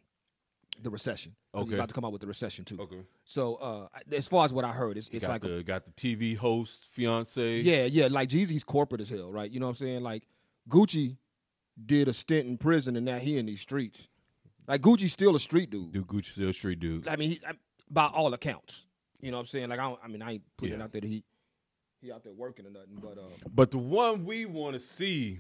Speaker 4: the recession. 'Cause He's
Speaker 2: Okay.
Speaker 4: about to come out with the recession too.
Speaker 2: Okay.
Speaker 4: So uh I- as far as what I heard, it's it's
Speaker 2: got
Speaker 4: like a-
Speaker 2: the got the TV host fiance.
Speaker 4: yeah, yeah, like Jeezy's corporate as hell, right? You know what I'm saying? Like Gucci did a stint in prison and now he in these streets. Like Gucci's still a street dude.
Speaker 2: do Gucci Sale Street dude.
Speaker 4: I mean, he, I, by all accounts. You know what I'm saying? Like I don't, I mean, I ain't putting it
Speaker 2: Yeah.
Speaker 4: out there that he he out there working or nothing, but uh
Speaker 2: But the one we want to see,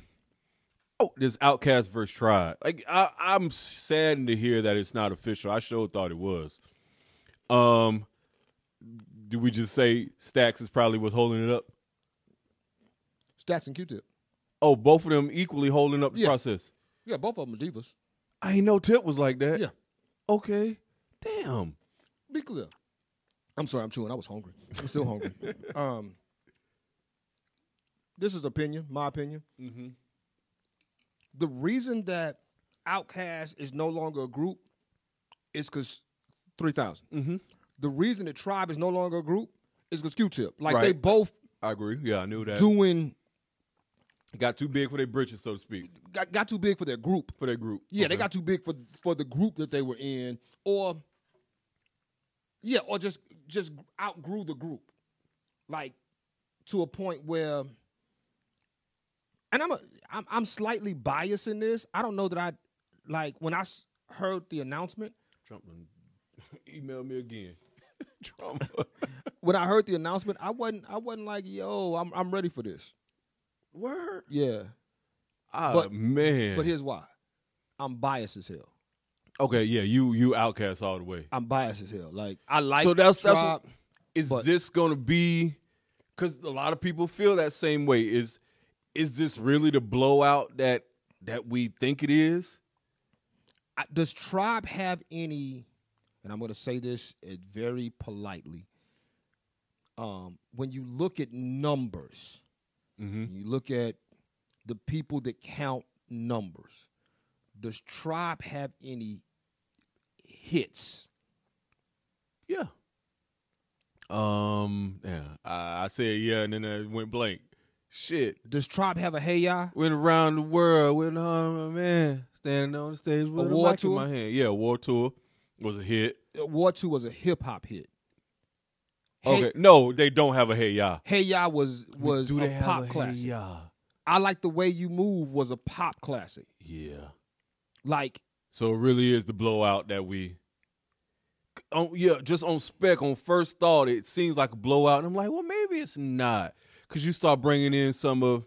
Speaker 2: oh, this Outcast versus Tribe. Like I, I'm saddened to hear that it's not official. I sure thought it was. Um, do we just say Stacks is probably what's holding it up?
Speaker 4: Stacks and Q-Tip.
Speaker 2: Oh, both of them equally holding up the
Speaker 4: Yeah.
Speaker 2: process.
Speaker 4: Yeah, both of them are divas.
Speaker 2: I ain't know Tip was like that.
Speaker 4: Yeah.
Speaker 2: Okay. Damn.
Speaker 4: Be clear. I'm sorry, I'm chewing. I was hungry. I'm still hungry. um, this is opinion, my opinion. Mm-hmm. The reason that Outcast is no longer a group is because 3,000. Mm-hmm. The reason that Tribe is no longer a group is because Q-Tip. Like, they
Speaker 2: Right.
Speaker 4: both
Speaker 2: I agree. Yeah, I knew that.
Speaker 4: doing,
Speaker 2: got too big for their britches, so to speak,
Speaker 4: got, got too big for their group.
Speaker 2: for their group.
Speaker 4: Yeah, they
Speaker 2: Okay.
Speaker 4: got too big for for the group that they were in, or yeah, or just just outgrew the group, like to a point where. And I'm a, I'm I'm slightly biased in this. I don't know that I like when I s- heard
Speaker 2: (laughs)
Speaker 4: the announcement.
Speaker 2: Trump. done Email me again. (laughs) Trump.
Speaker 4: When I heard the announcement, I wasn't I wasn't like yo, I'm I'm ready for this.
Speaker 2: (laughs) Word.
Speaker 4: Yeah,
Speaker 2: Ah,
Speaker 4: But-
Speaker 2: man.
Speaker 4: but here's why. I'm biased as hell.
Speaker 2: okay, yeah, you you outcast all the way.
Speaker 4: I'm biased as hell. Like I like
Speaker 2: so that's that's
Speaker 4: Tribe.
Speaker 2: is
Speaker 4: but-
Speaker 2: this gonna be? Because a lot of people feel that same way. Is is this really the blowout that that we think it is?
Speaker 4: I- does tribe have any and i'm going to say this uh, very politely um, when you look at numbers
Speaker 2: Hmm. Mm-hmm.
Speaker 4: you look at the people that count numbers does tribe have any hits
Speaker 2: Yeah. Um. Yeah. I, I said yeah, and then it went blank. Shit.
Speaker 4: does tribe have a hey ya
Speaker 2: Went around the world with a man standing on the stage with a,
Speaker 4: war
Speaker 2: mic
Speaker 4: tour?
Speaker 2: in my hand. Yeah, war tour was a hit.
Speaker 4: Uh, war 2 was a hip-hop hit Hey-
Speaker 2: Okay, no, they don't have a hey ya.
Speaker 4: hey ya was was
Speaker 2: Do
Speaker 4: a
Speaker 2: they have
Speaker 4: pop
Speaker 2: a
Speaker 4: classic
Speaker 2: Hey ya?
Speaker 4: i like the way you move was a pop classic
Speaker 2: Yeah.
Speaker 4: like
Speaker 2: So it really is the blowout that we. on yeah, just on spec on first thought, it seems like a blowout, and I'm like, well, maybe it's not, because you start bringing in some of,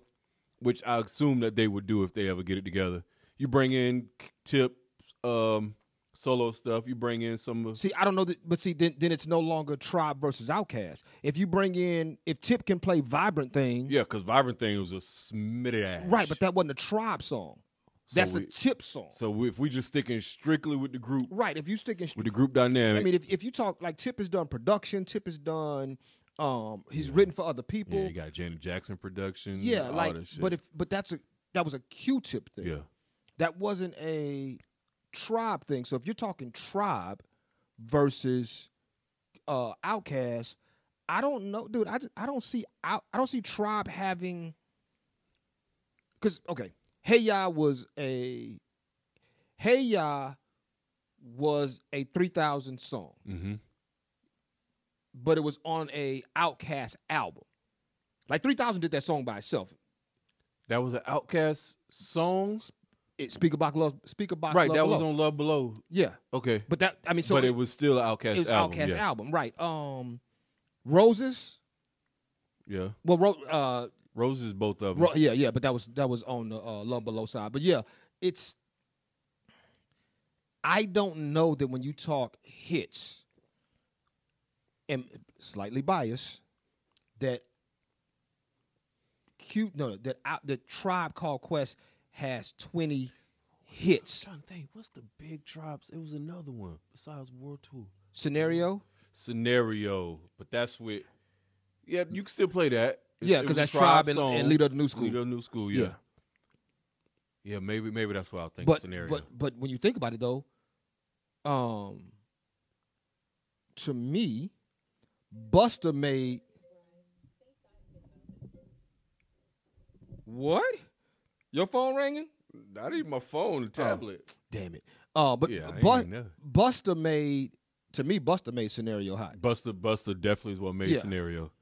Speaker 2: which I assume that they would do if they ever get it together. You bring in Tip, um, solo stuff. You bring in some of
Speaker 4: See, I don't know, that, but see, then, then it's no longer tribe versus outcast. If you bring in, if Tip can play vibrant thing,
Speaker 2: yeah, because Vibrant Thing was a smitty ass,
Speaker 4: right? But that wasn't a tribe song. That's a
Speaker 2: we-
Speaker 4: Tip song,
Speaker 2: so we- if we just sticking strictly with the group,
Speaker 4: right? If you sticking,
Speaker 2: with the group dynamic,
Speaker 4: I mean, if, if you talk like Tip has done production, Tip has done, um, he's written for other people.
Speaker 2: yeah, you got Janet Jackson production,
Speaker 4: Yeah,
Speaker 2: all
Speaker 4: like,
Speaker 2: that shit.
Speaker 4: but if but that's a that was a Q-tip thing.
Speaker 2: yeah,
Speaker 4: that wasn't a tribe thing. So if you're talking tribe versus uh outcast, I don't know, dude. I just, I don't see I, I don't see tribe having because okay, Hey Ya was a Hey Ya was a three thousand song,
Speaker 2: mm-hmm.
Speaker 4: but it was on a Outcast album. Like three thousand did that song by itself.
Speaker 2: that was an Outcast song,
Speaker 4: It speaker box love speaker box
Speaker 2: right?
Speaker 4: Love
Speaker 2: that was
Speaker 4: Below.
Speaker 2: on Love Below.
Speaker 4: yeah.
Speaker 2: Okay,
Speaker 4: But that I mean so
Speaker 2: but it was still an Outcast
Speaker 4: it was
Speaker 2: album.
Speaker 4: Outcast
Speaker 2: yeah.
Speaker 4: album, right? Um, Roses.
Speaker 2: yeah,
Speaker 4: Well, Ro- uh,
Speaker 2: Roses, both of them.
Speaker 4: Ro- yeah, yeah, but that was that was on the uh, Love Below side. But yeah, it's. I don't know that when you talk hits, and slightly biased, that cute no that out the tribe called Quest has twenty hits
Speaker 2: trying to think, what's the big drops? It was another one besides World Tour
Speaker 4: scenario.
Speaker 2: scenario, but that's with. Yeah, you can still play that. It's-
Speaker 4: Yeah,
Speaker 2: it
Speaker 4: 'cause
Speaker 2: was a
Speaker 4: that's Tribe and-
Speaker 2: song.
Speaker 4: and Leader of the New School.
Speaker 2: Leader of the New School, yeah. yeah.
Speaker 4: Yeah.
Speaker 2: maybe maybe that's what I think.
Speaker 4: but
Speaker 2: scenario.
Speaker 4: but but when you think about it though, um, to me, Buster made what? Your phone ringing?
Speaker 2: I need my phone, tablet.
Speaker 4: Damn it! Uh, but
Speaker 2: Yeah, I ain't
Speaker 4: Bu-
Speaker 2: even know.
Speaker 4: Buster made to me. Buster made scenario hot.
Speaker 2: Buster Buster definitely is what made
Speaker 4: Yeah.
Speaker 2: scenario.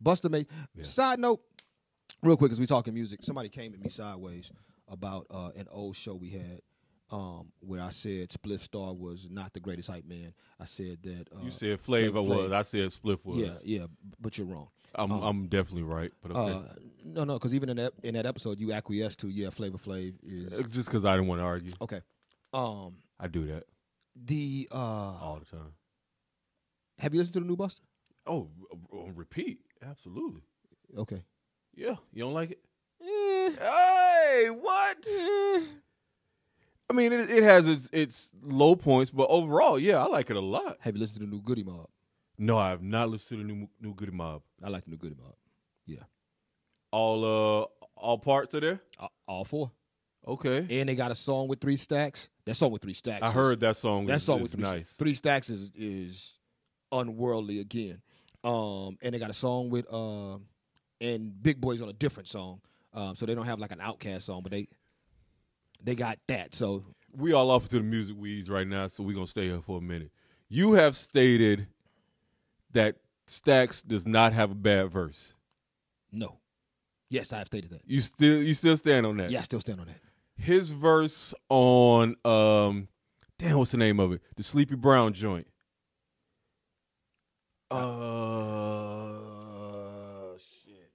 Speaker 4: Buster made. Side note, real quick, as we talking music, somebody came at me sideways about uh, an old show we had um, where I said Spliff Star was not the greatest hype man. I said that. Uh,
Speaker 2: You said flavor
Speaker 4: Flav
Speaker 2: was.
Speaker 4: Flav.
Speaker 2: I said spliff was.
Speaker 4: Yeah, yeah, but you're wrong.
Speaker 2: I'm I'm definitely right, but okay.
Speaker 4: Oh. Uh, no, no, because even in that in that episode, you acquiesced to yeah, Flavor Flav is
Speaker 2: Uh, just because I didn't want to argue,
Speaker 4: okay. Um,
Speaker 2: I do that
Speaker 4: the uh,
Speaker 2: all the time.
Speaker 4: have you listened to the new Buster?
Speaker 2: Oh, on repeat, absolutely.
Speaker 4: Okay,
Speaker 2: Yeah, you don't like it?
Speaker 4: Eh.
Speaker 2: Hey, what? I mean, it, it has its its low points, but overall, yeah, I like it a lot.
Speaker 4: have you listened to the new Goody Mob?
Speaker 2: No, I have not listened to the new new Goody Mob.
Speaker 4: I like the new Goody Mob. Yeah,
Speaker 2: All uh, all parts of there.
Speaker 4: A- all four.
Speaker 2: Okay,
Speaker 4: and they got a song with three stacks. That song with three stacks.
Speaker 2: I
Speaker 4: is-
Speaker 2: heard that song.
Speaker 4: that
Speaker 2: is-
Speaker 4: song
Speaker 2: is
Speaker 4: with three,
Speaker 2: nice.
Speaker 4: three stacks is is unworldly again. Um, and they got a song with um, and Big Boy's on a different song. Um, so they don't have like an Outcast song, but they they got that. So
Speaker 2: we all off to the music weeds right now, so we're gonna stay here for a minute. You have stated that Stax does not have a bad verse.
Speaker 4: no, yes, I have stated that.
Speaker 2: You still you still stand on that.
Speaker 4: Yeah, I still stand on that.
Speaker 2: His verse on um damn what's the name of it? The Sleepy Brown joint. Uh shit.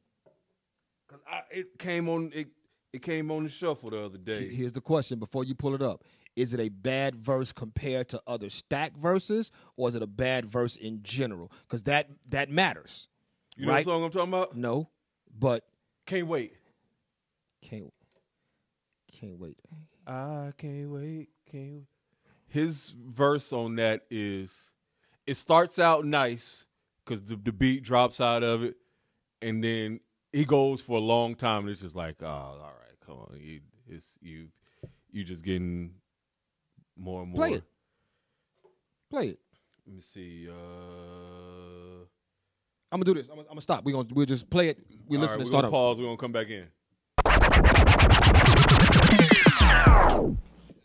Speaker 2: Cause I it came on it it came on the shuffle the other
Speaker 4: He-
Speaker 2: day.
Speaker 4: Here's the question before you pull it up: Is it a bad verse compared to other stack verses, or is it a bad verse in general? Because that that matters.
Speaker 2: You know
Speaker 4: right.
Speaker 2: what song I'm talking about?
Speaker 4: No, but
Speaker 2: Can't wait.
Speaker 4: Can't can't wait.
Speaker 2: I can't wait, can't wait. His verse on that is it starts out nice because the, the beat drops out of it, and then he goes for a long time, and it's just like, oh, all right, come on, you, it's you, you just getting more and more.
Speaker 4: Play it. Play it.
Speaker 2: Let me see. Uh,
Speaker 4: I'm gonna do this. I'm gonna, I'm gonna stop. We're gonna we'll just play it. We
Speaker 2: all
Speaker 4: listen
Speaker 2: right,
Speaker 4: and
Speaker 2: we're
Speaker 4: start
Speaker 2: gonna
Speaker 4: up.
Speaker 2: pause. We're gonna come back in.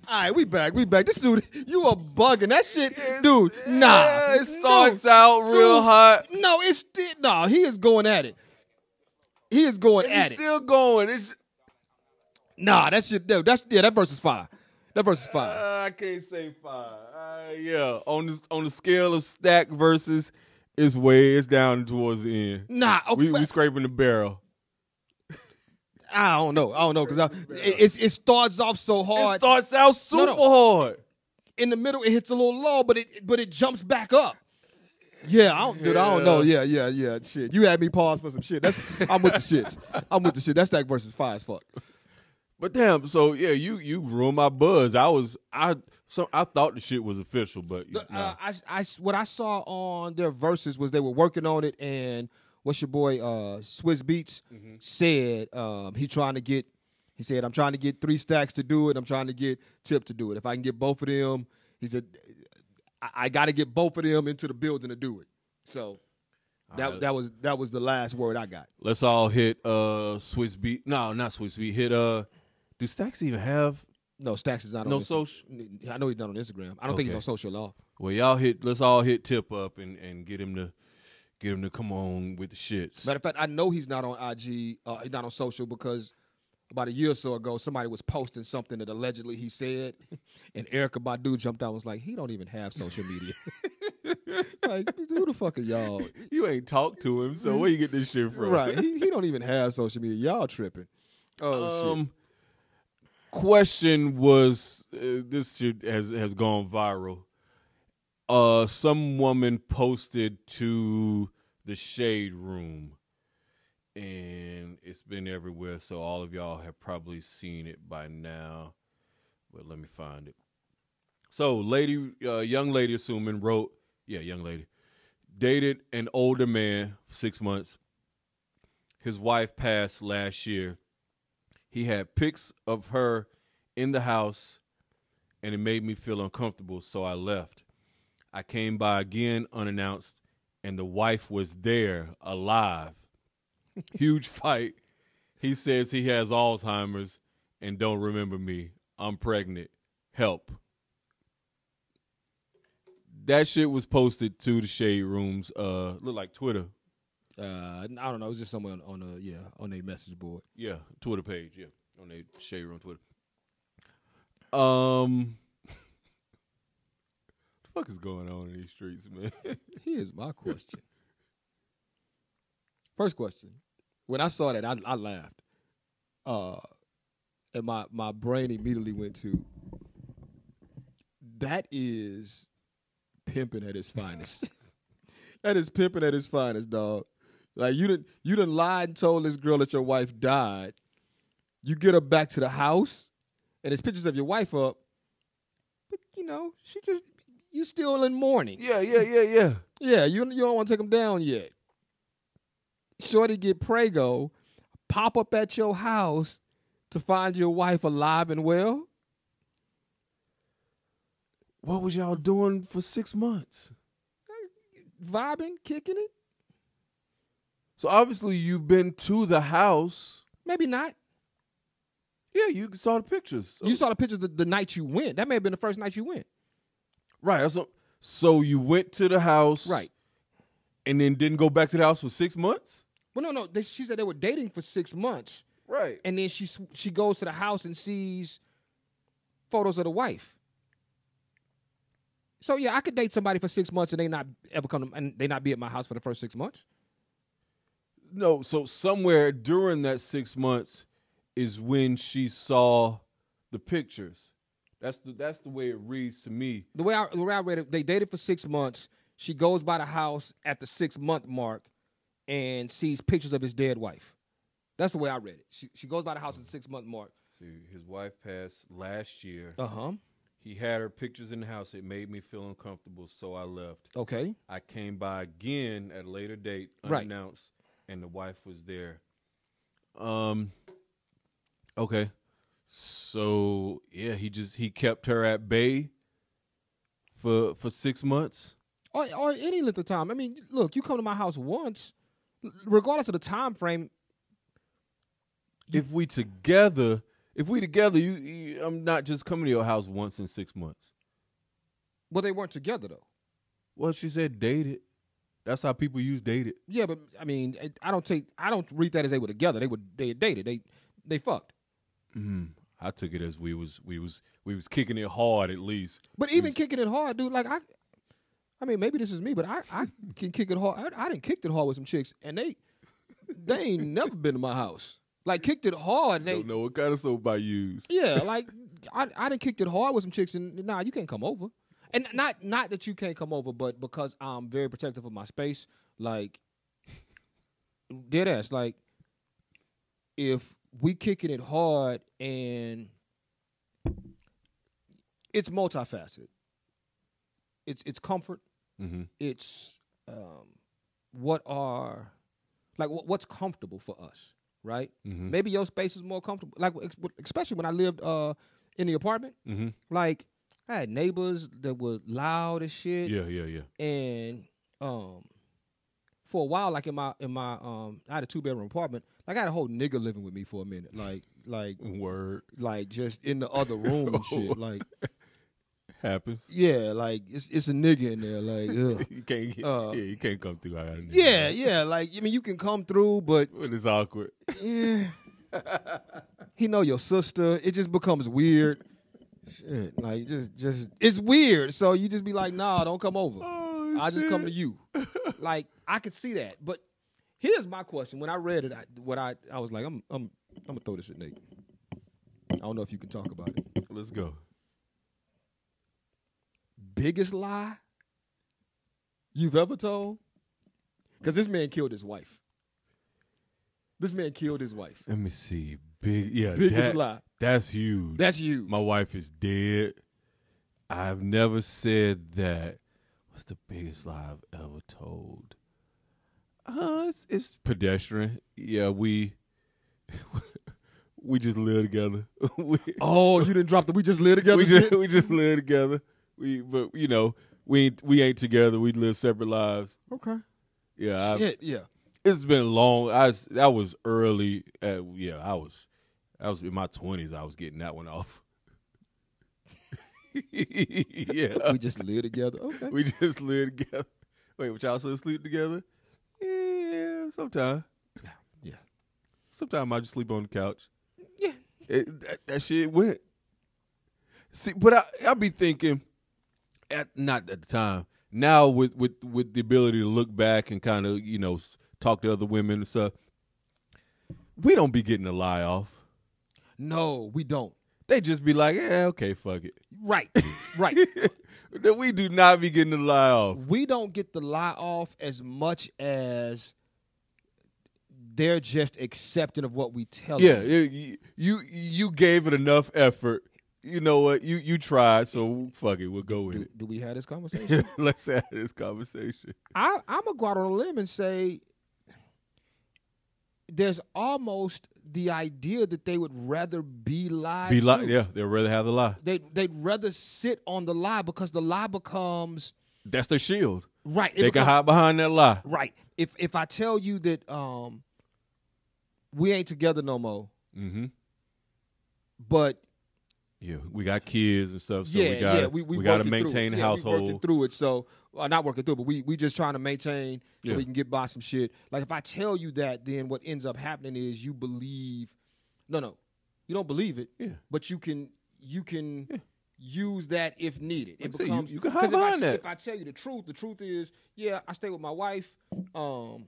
Speaker 4: All right, we back. We back. This dude, you are bugging that shit, dude. Nah,
Speaker 2: Yeah, it starts out real
Speaker 4: Dude,
Speaker 2: hot.
Speaker 4: No, it's still no. He is going at it. He is going
Speaker 2: And
Speaker 4: at
Speaker 2: he's
Speaker 4: it.
Speaker 2: still going. It's
Speaker 4: Nah, that shit. Dude, that's yeah. That verse is fire. That verse is five.
Speaker 2: Uh, I can't say five. Uh, yeah, on the on the scale of stack versus, it's way it's down towards the end.
Speaker 4: Nah, okay,
Speaker 2: we, we
Speaker 4: but-
Speaker 2: scraping the barrel.
Speaker 4: I don't know. I don't know because it, it starts off so hard.
Speaker 2: It starts out super
Speaker 4: no.
Speaker 2: hard.
Speaker 4: in the middle, it hits a little low, but it but it jumps back up. Yeah, I don't, dude, I don't know. Yeah, yeah, yeah. Shit, you had me pause for some shit. That's I'm with the shits. I'm with the shit. That's that versus five as fuck.
Speaker 2: But damn, so yeah, you you ruined my buzz. I was I so I thought the shit was official, but you, nah.
Speaker 4: Uh, I, I, what I saw on their verses was they were working on it, and what's your boy uh, Swiss Beats
Speaker 2: Mm-hmm.
Speaker 4: said um, he trying to get. He said, "I'm trying to get three stacks to do it. I'm trying to get Tip to do it. If I can get both of them, he said, I, I got to get both of them into the building to do it. So that
Speaker 2: right.
Speaker 4: that was that was the last word I got.
Speaker 2: let's all hit uh Swiss beat. No, not Swiss beat. Hit uh. Do stacks even have?
Speaker 4: No, Stacks is not on
Speaker 2: No
Speaker 4: Insta-
Speaker 2: social?
Speaker 4: I know he's not on Instagram. I don't think he's
Speaker 2: Okay.
Speaker 4: on social at all.
Speaker 2: Well, y'all hit. Let's all hit tip up and and get him to get him to come on with the shits.
Speaker 4: Matter of fact, I know he's not on IG, uh, he's not on social because about a year or so ago, somebody was posting something that allegedly he said, (laughs) and Erica Badu jumped out and was like, "He don't even have social media." (laughs) like, who the fuck are y'all?
Speaker 2: You ain't talked to him, so where you get this shit from?
Speaker 4: right? He, he don't even have social media. Y'all tripping? Oh shit!
Speaker 2: Um, question was uh, this shit has has gone viral. Uh, some woman posted to the shade room, and it's been everywhere. So all of y'all have probably seen it by now. But let me find it. So, lady, uh, young lady, assuming wrote, yeah, young lady, dated an older man for six months. His wife passed last year. He had pics of her in the house, and it made me feel uncomfortable, so I left. I came by again unannounced, and the wife was there alive. Huge fight. He says he has Alzheimer's and don't remember me. I'm pregnant. Help. That shit was posted to the shade rooms. Uh, look like Twitter.
Speaker 4: Uh, I don't know. It was just someone on a yeah on a message board.
Speaker 2: Yeah, Twitter page. Yeah, on their shade room Twitter. Um, (laughs) the fuck is going on in these streets, man? (laughs)
Speaker 4: Here's my question. First question. When I saw that, I, I laughed. Uh, and my, my brain immediately went to that is pimping at its finest. (laughs) that is pimping at its finest, dog. Like you didn't you didn't lie and told this girl that your wife died. You get her back to the house, and there's pictures of your wife up. But you know, she just you still in mourning.
Speaker 2: yeah, yeah, yeah, yeah.
Speaker 4: Yeah, you you don't want to take them down yet. Shorty get prego, pop up at your house to find your wife alive and well.
Speaker 2: What was y'all doing for six months?
Speaker 4: Vibing, kicking it?
Speaker 2: So obviously you've been to the house.
Speaker 4: Maybe not.
Speaker 2: Yeah, you saw the pictures. So-
Speaker 4: You saw the pictures the, the night you went. That may have been the first night you went.
Speaker 2: right. that's what- so you went to the house, and then didn't go back to the house for six months.
Speaker 4: Well, no, no. They, she said they were dating for six months,
Speaker 2: Right.
Speaker 4: and then she s- she goes to the house and sees photos of the wife. So yeah, I could date somebody for six months and they not ever come to, and they not be at my house for the first six months.
Speaker 2: No, so somewhere during that six months is when she saw the pictures. That's the that's the way it reads to me.
Speaker 4: the way I the way I read it, they dated for six months. She goes by the house at the six month mark and sees pictures of his dead wife. That's the way I read it. She she goes by the house at the six month mark.
Speaker 2: See, his wife passed last year.
Speaker 4: Uh huh.
Speaker 2: He had her pictures in the house. It made me feel uncomfortable, so I left.
Speaker 4: Okay.
Speaker 2: I came by again at a later date,
Speaker 4: Right.
Speaker 2: unannounced, and the wife was there. Um. Okay, so yeah, he just he kept her at bay for for six months.
Speaker 4: Or or any length of time. I mean, look, you come to my house once, regardless of the time frame.
Speaker 2: if we together, if we together, you, you I'm not just coming to your house once in six months.
Speaker 4: Well, they weren't together though.
Speaker 2: Well, she said dated. That's how people use dated.
Speaker 4: Yeah, but I mean, I- I don't take I don't read that as they were together. They were they had dated. They they fucked.
Speaker 2: I took it as we was we was we was kicking it hard at least.
Speaker 4: But even kicking it hard, dude, like I I mean, maybe this is me, but I, I can kick it hard. I, I didn't kick it hard with some chicks, and they they ain't never been to my house. Like kicked it hard, and
Speaker 2: I
Speaker 4: they
Speaker 2: don't know what kind of soap I used.
Speaker 4: yeah, like I I done kicked it hard with some chicks, and nah, you can't come over. And not not that you can't come over, but because I'm very protective of my space, like dead ass, like if we kicking it hard and it's multifaceted. It's it's comfort.
Speaker 2: Mhm.
Speaker 4: It's um, what are like what, what's comfortable for us, right?
Speaker 2: Mm-hmm.
Speaker 4: Maybe your space is more comfortable. Like ex- especially when I lived uh, in the apartment,
Speaker 2: Mhm.
Speaker 4: like I had neighbors that were loud as shit
Speaker 2: Yeah, yeah, yeah.
Speaker 4: and um for a while like in my in my um I had a two bedroom apartment like I had a whole nigga living with me for a minute like like
Speaker 2: Word
Speaker 4: like just in the other
Speaker 2: (laughs)
Speaker 4: room and shit like
Speaker 2: happens. (laughs)
Speaker 4: yeah like it's it's a nigga in there like ugh.
Speaker 2: You can't get,
Speaker 4: Uh,
Speaker 2: yeah, you can't come through. I gotta do
Speaker 4: yeah
Speaker 2: that.
Speaker 4: yeah like I mean you can come through but
Speaker 2: When it's awkward.
Speaker 4: eh, he know your sister it just becomes weird shit like just just it's weird so you just be like nah don't come over
Speaker 2: Oh,
Speaker 4: I just come to you. like I could see that, but here's my question: When I read it, I, what I I was like, I'm I'm I'm gonna throw this at Nate. I don't know if you can talk about it.
Speaker 2: Let's go.
Speaker 4: Biggest lie you've ever told? Because this man killed his wife. This man killed his wife.
Speaker 2: Let me see. Big yeah.
Speaker 4: Biggest
Speaker 2: that-
Speaker 4: lie.
Speaker 2: That's huge.
Speaker 4: That's you.
Speaker 2: My wife is dead. I've never said that. What's the biggest lie I've ever told? Uh, it's, it's pedestrian. Yeah, we (laughs) we just live together. (laughs) we,
Speaker 4: oh, you didn't drop the. We just live
Speaker 2: (laughs)
Speaker 4: together.
Speaker 2: we just
Speaker 4: Oh, shit?
Speaker 2: we just live together. We but you know we ain't, we ain't together. We live separate lives.
Speaker 4: okay.
Speaker 2: Yeah, I,
Speaker 4: Shit. Yeah.
Speaker 2: it's been long. I was, that was early. Uh, yeah, I was I was in my twenties. I was getting that one off. (laughs) yeah,
Speaker 4: We just live together. Okay.
Speaker 2: uh, we just live together. Wait, but y'all still sleep together? Yeah, sometime.
Speaker 4: yeah.
Speaker 2: Sometime I just sleep on the couch.
Speaker 4: Yeah.
Speaker 2: It, that, that shit went. See, but I I be thinking, at not at the time. Now with with with the ability to look back and kind of you know s- talk to other women and stuff, we don't be getting a lie off.
Speaker 4: No, we don't.
Speaker 2: They just be like, yeah, okay, fuck it. (laughs)
Speaker 4: Right. Right.
Speaker 2: That we do not be getting a lie off.
Speaker 4: we don't get the lie off as much as they're just accepting of what we tell
Speaker 2: Yeah,
Speaker 4: them.
Speaker 2: you you you gave it enough effort. You know what? You you tried, so fuck it. We'll go with
Speaker 4: Do, do we have this conversation?
Speaker 2: it. (laughs) Let's have this conversation.
Speaker 4: I, I'm gonna go out on a limb and say there's almost the idea that they would rather be lied.
Speaker 2: Be lie.
Speaker 4: to.
Speaker 2: Yeah, they'd rather have the lie.
Speaker 4: They they'd rather sit on the lie because the lie becomes
Speaker 2: That's their shield.
Speaker 4: right. it
Speaker 2: They can
Speaker 4: becomes-
Speaker 2: hide behind that lie.
Speaker 4: Right. If if I tell you that um we ain't together no more,
Speaker 2: Mm-hmm.
Speaker 4: but
Speaker 2: Yeah, we got kids and stuff, so
Speaker 4: yeah,
Speaker 2: we got
Speaker 4: yeah,
Speaker 2: to
Speaker 4: we, we,
Speaker 2: got to
Speaker 4: working through
Speaker 2: maintain
Speaker 4: it.
Speaker 2: the
Speaker 4: Yeah, we working
Speaker 2: household.
Speaker 4: through it, so uh, not working through, it, but we we just trying to maintain so
Speaker 2: Yeah.
Speaker 4: we can get by some shit. Like if I tell you that, then what ends up happening is you believe. No, no, you don't believe it.
Speaker 2: Yeah.
Speaker 4: but you can you can. Use that if needed. It
Speaker 2: Like I said, you-
Speaker 4: becomes
Speaker 2: you can hide
Speaker 4: 'cause if I-
Speaker 2: behind that.
Speaker 4: If I tell you the truth, the truth is, yeah, I stay with my wife. Um,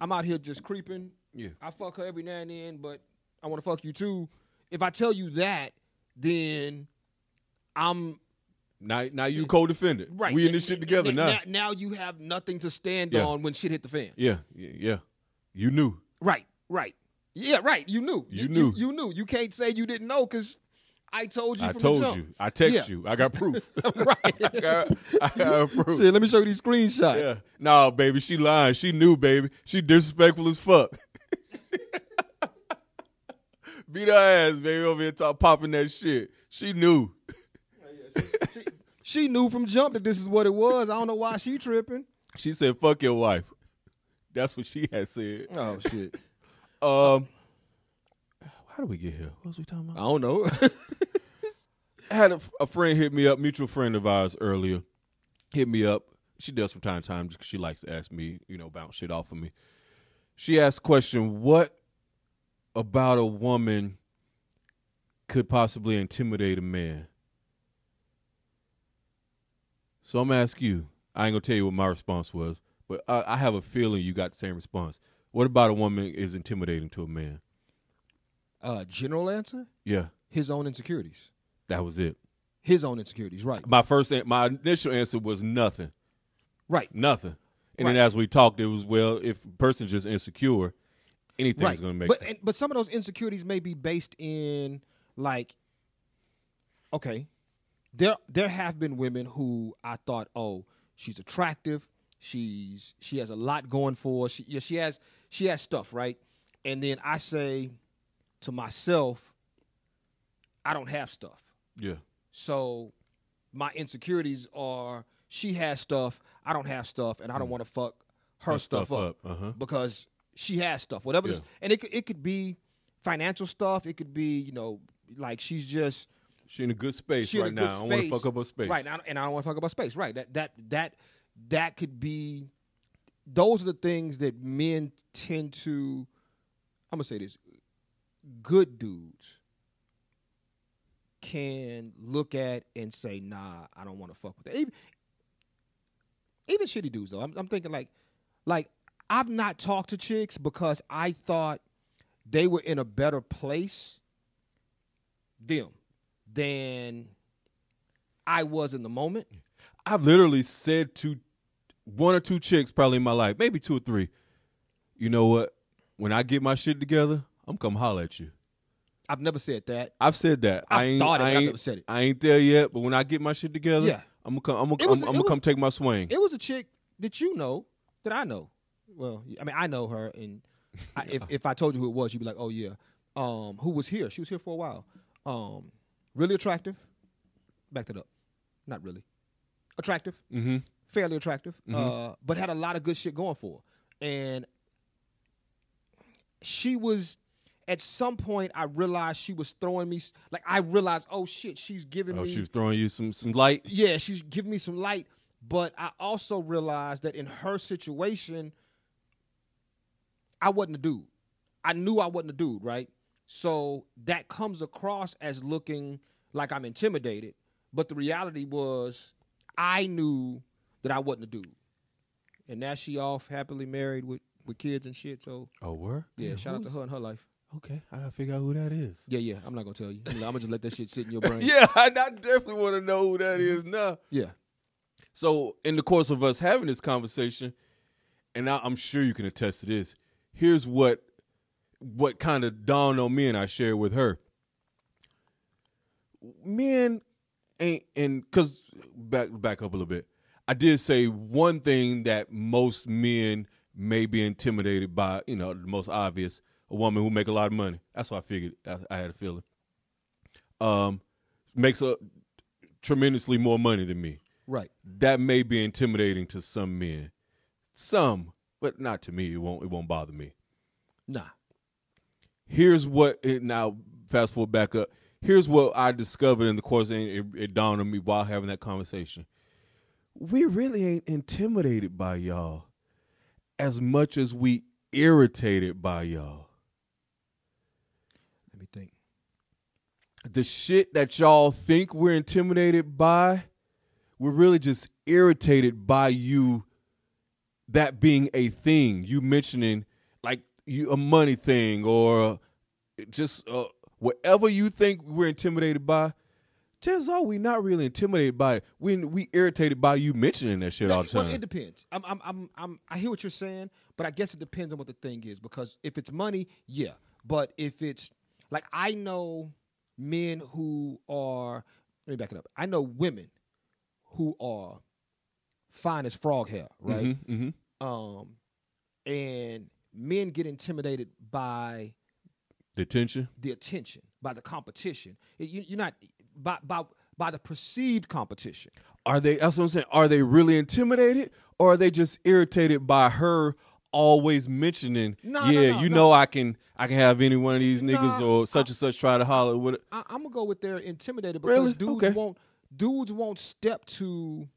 Speaker 4: I'm out here just creeping.
Speaker 2: Yeah.
Speaker 4: I fuck her every now and then, but I want to fuck you too. If I tell you that, then I'm
Speaker 2: Now, now you co-defendant.
Speaker 4: right.
Speaker 2: We in this shit together now.
Speaker 4: now. Now you have nothing to stand
Speaker 2: Yeah.
Speaker 4: on when shit hit the fan.
Speaker 2: yeah, yeah, yeah. You knew.
Speaker 4: Right, right. Yeah, right. You knew.
Speaker 2: You knew.
Speaker 4: You, knew. You can't say you didn't know because I told you.
Speaker 2: I
Speaker 4: from the
Speaker 2: told
Speaker 4: jump.
Speaker 2: you. I text
Speaker 4: Yeah.
Speaker 2: you. I got proof. (laughs) I,
Speaker 4: (laughs) right.
Speaker 2: got, I got proof.
Speaker 4: shit, let me show you these screenshots.
Speaker 2: (laughs) Yeah. Nah, baby, she lying. She knew, baby. She disrespectful as fuck. (laughs) Beat her ass, baby, over here top popping that shit. She knew.
Speaker 4: She, she knew from jump that this is what it was. I don't know why she tripping.
Speaker 2: She said, fuck your wife. That's what she had said.
Speaker 4: (laughs) Oh shit.
Speaker 2: Um How did we get here? What was we talking
Speaker 4: I
Speaker 2: about?
Speaker 4: don't know. (laughs)
Speaker 2: I had a, a friend hit me up, mutual friend of ours earlier. Hit me up. She does from time to time because she likes to ask me, you know, bounce shit off of me. She asked the question, what about a woman could possibly intimidate a man. So I'm gonna ask you. I ain't gonna tell you what my response was, but I, I have a feeling you got the same response. What about a woman is intimidating to a man?
Speaker 4: Uh, general answer:
Speaker 2: Yeah,
Speaker 4: his own insecurities.
Speaker 2: that was it.
Speaker 4: His own insecurities. Right.
Speaker 2: My first, an- my initial answer was nothing,
Speaker 4: Right.
Speaker 2: nothing. And
Speaker 4: Right.
Speaker 2: then as we talked, it was well, if a person's just insecure, anything's
Speaker 4: right.
Speaker 2: gonna make.
Speaker 4: but
Speaker 2: that.
Speaker 4: and, but some of those insecurities may be based in like, okay, there there have been women who I thought, oh, she's attractive, she's she has a lot going for her, she yeah, she has she has stuff right, and then I say to myself, I don't have stuff,
Speaker 2: yeah,
Speaker 4: so my insecurities are she has stuff, I don't have stuff, and I don't want to fuck her, stuff,
Speaker 2: stuff
Speaker 4: up,
Speaker 2: up, uh-huh.
Speaker 4: because she has stuff. Whatever, this,
Speaker 2: Yeah.
Speaker 4: and it could- it could be financial stuff. It could be you know like she's just
Speaker 2: she in a good space
Speaker 4: she
Speaker 2: right
Speaker 4: in a
Speaker 2: now.
Speaker 4: good
Speaker 2: I want to
Speaker 4: space.
Speaker 2: fuck up her space.
Speaker 4: right? And I, don't- and I don't want to fuck up her space, right? That that that that could be. Those are the things that men tend to. I'm gonna say this: good dudes can look at and say, "Nah, I don't want to fuck with that." Even, even shitty dudes, though. I'm, I'm thinking like, like I've not talked to chicks because I thought they were in a better place them than I was in the moment.
Speaker 2: I've literally said to one or two chicks probably in my life, maybe two or three, you know what? When I get my shit together, I'm come holler at you.
Speaker 4: I've never said that.
Speaker 2: I've said that. I
Speaker 4: I've
Speaker 2: ain't,
Speaker 4: thought
Speaker 2: I
Speaker 4: it, but I've
Speaker 2: ain't-
Speaker 4: never said it.
Speaker 2: I ain't there yet, but when I get my shit together,
Speaker 4: Yeah.
Speaker 2: I'm gonna come. I'm
Speaker 4: It
Speaker 2: gonna,
Speaker 4: was-
Speaker 2: I'm,
Speaker 4: it
Speaker 2: gonna
Speaker 4: was-
Speaker 2: come take my swing.
Speaker 4: It was a chick that you know that I know. Well, I mean, I know her, and I,
Speaker 2: (laughs)
Speaker 4: if if I told you who it was, you'd be like, "Oh yeah, um, who was here? She was here for a while. Um, really attractive. Back that up. Not really attractive.
Speaker 2: mm-hmm.
Speaker 4: fairly attractive, uh, but had a lot of good shit going for her. And she was, at some point, I realized she was throwing me, s- like, I realized, oh shit, she's giving
Speaker 2: Oh,
Speaker 4: me,
Speaker 2: she was throwing you some some light.
Speaker 4: yeah, she's giving me some light. But I also realized that in her situation, I wasn't a dude. I knew I wasn't a dude, right? So that comes across as looking like I'm intimidated. But the reality was, I knew that I wasn't a dude. And now she off happily married with, with kids and shit. So
Speaker 2: Oh, where?
Speaker 4: yeah, shout out to her and her life.
Speaker 2: Okay, I gotta figure out who that is.
Speaker 4: Yeah, yeah. I'm not gonna tell you. I'm gonna just let that shit sit in your (laughs) brain.
Speaker 2: Yeah, (laughs) I, I definitely want to know who that is now.
Speaker 4: yeah.
Speaker 2: So, in the course of us having this conversation, and I, I'm sure you can attest to this, here's what what kind of dawned on me, and I shared with her. Men ain't and because back back up a little bit. I did say one thing that most men may be intimidated by. You know, the most obvious, a woman who make a lot of money. That's what I figured. I, I had a feeling. Um, makes a tremendously more money than me
Speaker 4: Right.
Speaker 2: that may be intimidating to some men. Some, but not to me. It won't it won't bother me.
Speaker 4: Nah.
Speaker 2: Here's what it, now fast forward back up. Here's what I discovered in the course and it, it dawned on me while having that conversation. We really ain't intimidated by y'all as much as we irritated by y'all.
Speaker 4: Let me think.
Speaker 2: the shit that y'all think we're intimidated by, we're really just irritated by you that being a thing. You mentioning like you a money thing or just uh, whatever you think we're intimidated by. Chances are we not really intimidated by it. We we irritated by you mentioning that shit all the
Speaker 4: Well,
Speaker 2: time.
Speaker 4: it depends. I'm, I'm, I'm, I'm, I hear what you're saying, but I guess it depends on what the thing is. Because if it's money, yeah. But if it's like I know men who are, let me back it up. I know women who are fine as frog hair, right?
Speaker 2: hmm
Speaker 4: Um, and men get intimidated by
Speaker 2: Detention.
Speaker 4: the attention, by the competition. You, you're not by by by the perceived competition.
Speaker 2: Are they? That's what I'm saying. Are they really intimidated, or are they just irritated by her always mentioning?
Speaker 4: No, no,
Speaker 2: yeah,
Speaker 4: no,
Speaker 2: you
Speaker 4: no.
Speaker 2: know I can I can have any one of these niggas
Speaker 4: No,
Speaker 2: or such and such try to holler with it.
Speaker 4: I, I'm gonna go with they're intimidated because
Speaker 2: Really?
Speaker 4: dudes
Speaker 2: Okay.
Speaker 4: won't dudes won't step to.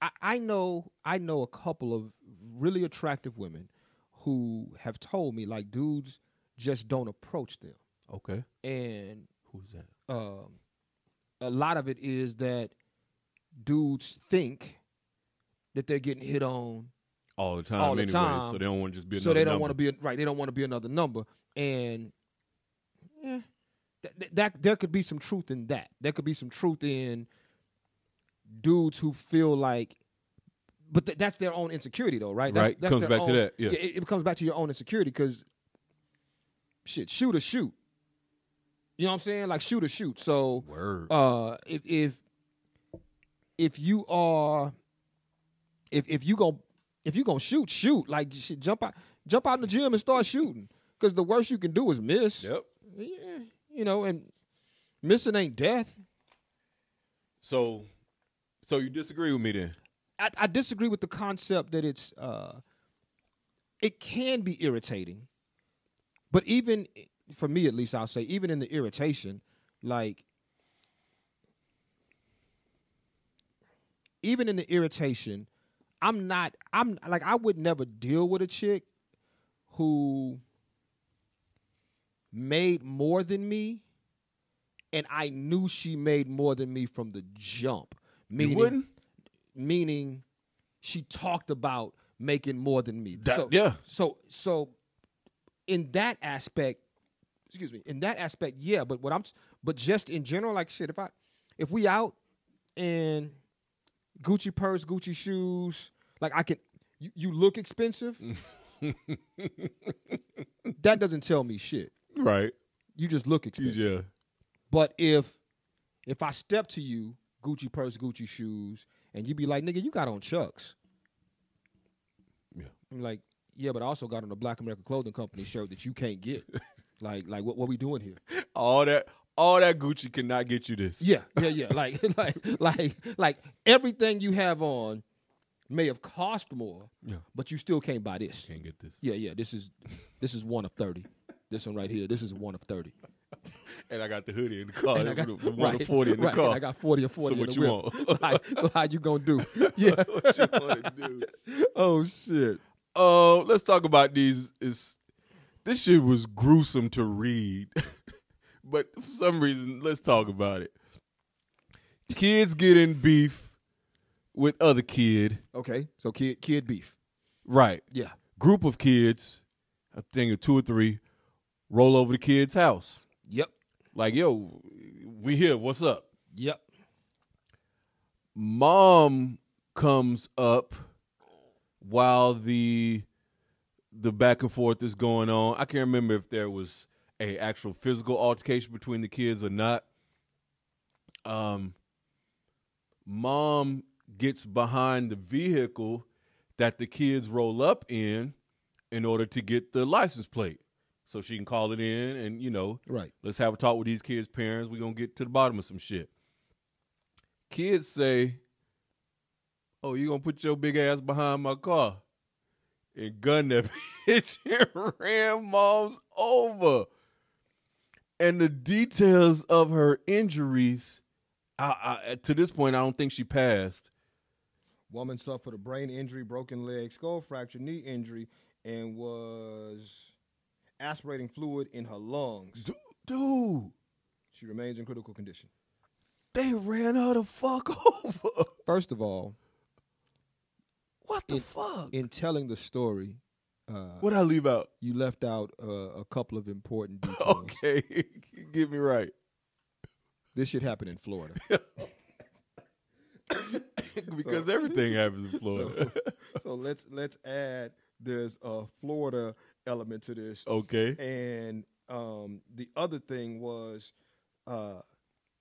Speaker 4: I, I know I know a couple of really attractive women who have told me like dudes just don't approach them.
Speaker 2: Okay.
Speaker 4: and
Speaker 2: Who's that?
Speaker 4: um, a lot of it is that dudes think that they're getting hit on,
Speaker 2: All the time.
Speaker 4: All the
Speaker 2: anyway,
Speaker 4: time.
Speaker 2: So they don't want to just be.
Speaker 4: so they don't
Speaker 2: want
Speaker 4: want to be a- right. They don't want to be another number, and eh, that, that that there could be some truth in that. There could be some truth in dudes who feel like. But th- that's their own insecurity, though, right? That's,
Speaker 2: Right. Comes
Speaker 4: their
Speaker 2: back to
Speaker 4: own-
Speaker 2: that, yeah.
Speaker 4: it, it comes back to your own insecurity because shit, shoot or shoot. You know what I'm saying? Like shoot or shoot. So
Speaker 2: Word.
Speaker 4: uh if if if you are if if you gon' if you gonna shoot shoot like you should jump out jump out in the gym and start shooting because the worst you can do is miss
Speaker 2: Yep.
Speaker 4: yeah, you know and missing ain't death
Speaker 2: So, so you disagree with me then?
Speaker 4: I, I disagree with the concept that it's uh it can be irritating but even for me at least i'll say even in the irritation like even in the irritation i'm not i'm like i would never deal with a chick who made more than me and i knew she made more than me from the jump meaning
Speaker 2: wouldn't?
Speaker 4: meaning she talked about making more than me
Speaker 2: That-
Speaker 4: so
Speaker 2: yeah.
Speaker 4: so so in that aspect excuse me in that aspect yeah but what i'm but just in general like shit if i if we out and gucci purse gucci shoes like i can you, you look expensive that doesn't tell me shit
Speaker 2: Right.
Speaker 4: you just look expensive
Speaker 2: Yeah.
Speaker 4: but if if i step to you gucci purse gucci shoes and you be like nigga you got on chucks
Speaker 2: Yeah.
Speaker 4: i'm like yeah but i also got on a black american clothing company shirt that you
Speaker 2: (laughs)
Speaker 4: can't get like like what, what we doing here
Speaker 2: All that, all that Gucci cannot get you this.
Speaker 4: Yeah, yeah, yeah. Like, (laughs) like, like, like everything you have on may have cost more,
Speaker 2: Yeah.
Speaker 4: but you still can't buy this.
Speaker 2: Can't get this.
Speaker 4: Yeah, yeah. This is this is one of thirty. This one right here. This is one of thirty.
Speaker 2: And I got the hoodie in the car.
Speaker 4: And I got-
Speaker 2: the, the one
Speaker 4: right,
Speaker 2: to forty in the
Speaker 4: right, and
Speaker 2: car. (laughs)
Speaker 4: I got forty or
Speaker 2: So
Speaker 4: forty. in
Speaker 2: what
Speaker 4: the
Speaker 2: you
Speaker 4: whip.
Speaker 2: want?
Speaker 4: Like, (laughs) so how you
Speaker 2: (laughs)
Speaker 4: gonna do? Yeah.
Speaker 2: what you wanna do?
Speaker 4: oh shit.
Speaker 2: Oh, let's talk about these. Is this shit was gruesome to read, (laughs) but for some reason, let's talk about it. Kids get in beef with other kid,
Speaker 4: Okay. So kid, kid beef.
Speaker 2: right?
Speaker 4: Yeah.
Speaker 2: Group of kids, I think of two or three, roll over the kid's house.
Speaker 4: Yep.
Speaker 2: Like, yo, we here. What's up?
Speaker 4: Yep.
Speaker 2: mom comes up while the the back and forth is going on. I can't remember if there was a actual physical altercation between the kids or not. Um mom gets behind the vehicle that the kids roll up in in order to get the license plate so she can call it in and you know
Speaker 4: Right.
Speaker 2: let's have a talk with these kids parents we're going to get to the bottom of some shit kids say, "Oh, you gonna put your big ass behind my car and gun that (laughs) bitch and ran mom's over." And the details of her injuries, I, I, to this point, I don't think she passed.
Speaker 4: Woman suffered a brain injury, broken leg, skull fracture, knee injury, and was aspirating fluid in her lungs.
Speaker 2: Du- dude,
Speaker 4: She remains in critical condition.
Speaker 2: they ran her the fuck (laughs) over.
Speaker 4: First of all,
Speaker 2: What the
Speaker 4: It-
Speaker 2: fuck?
Speaker 4: in telling the story, uh,
Speaker 2: what I leave out?
Speaker 4: you left out uh, a couple of (laughs) important details.
Speaker 2: (laughs) Okay, get me right.
Speaker 4: This shit happened in Florida.
Speaker 2: (laughs) Because everything (laughs) happens in Florida.
Speaker 4: (laughs) so let's let's add there's a Florida element to this. Oh.
Speaker 2: okay.
Speaker 4: And um, the other thing was uh,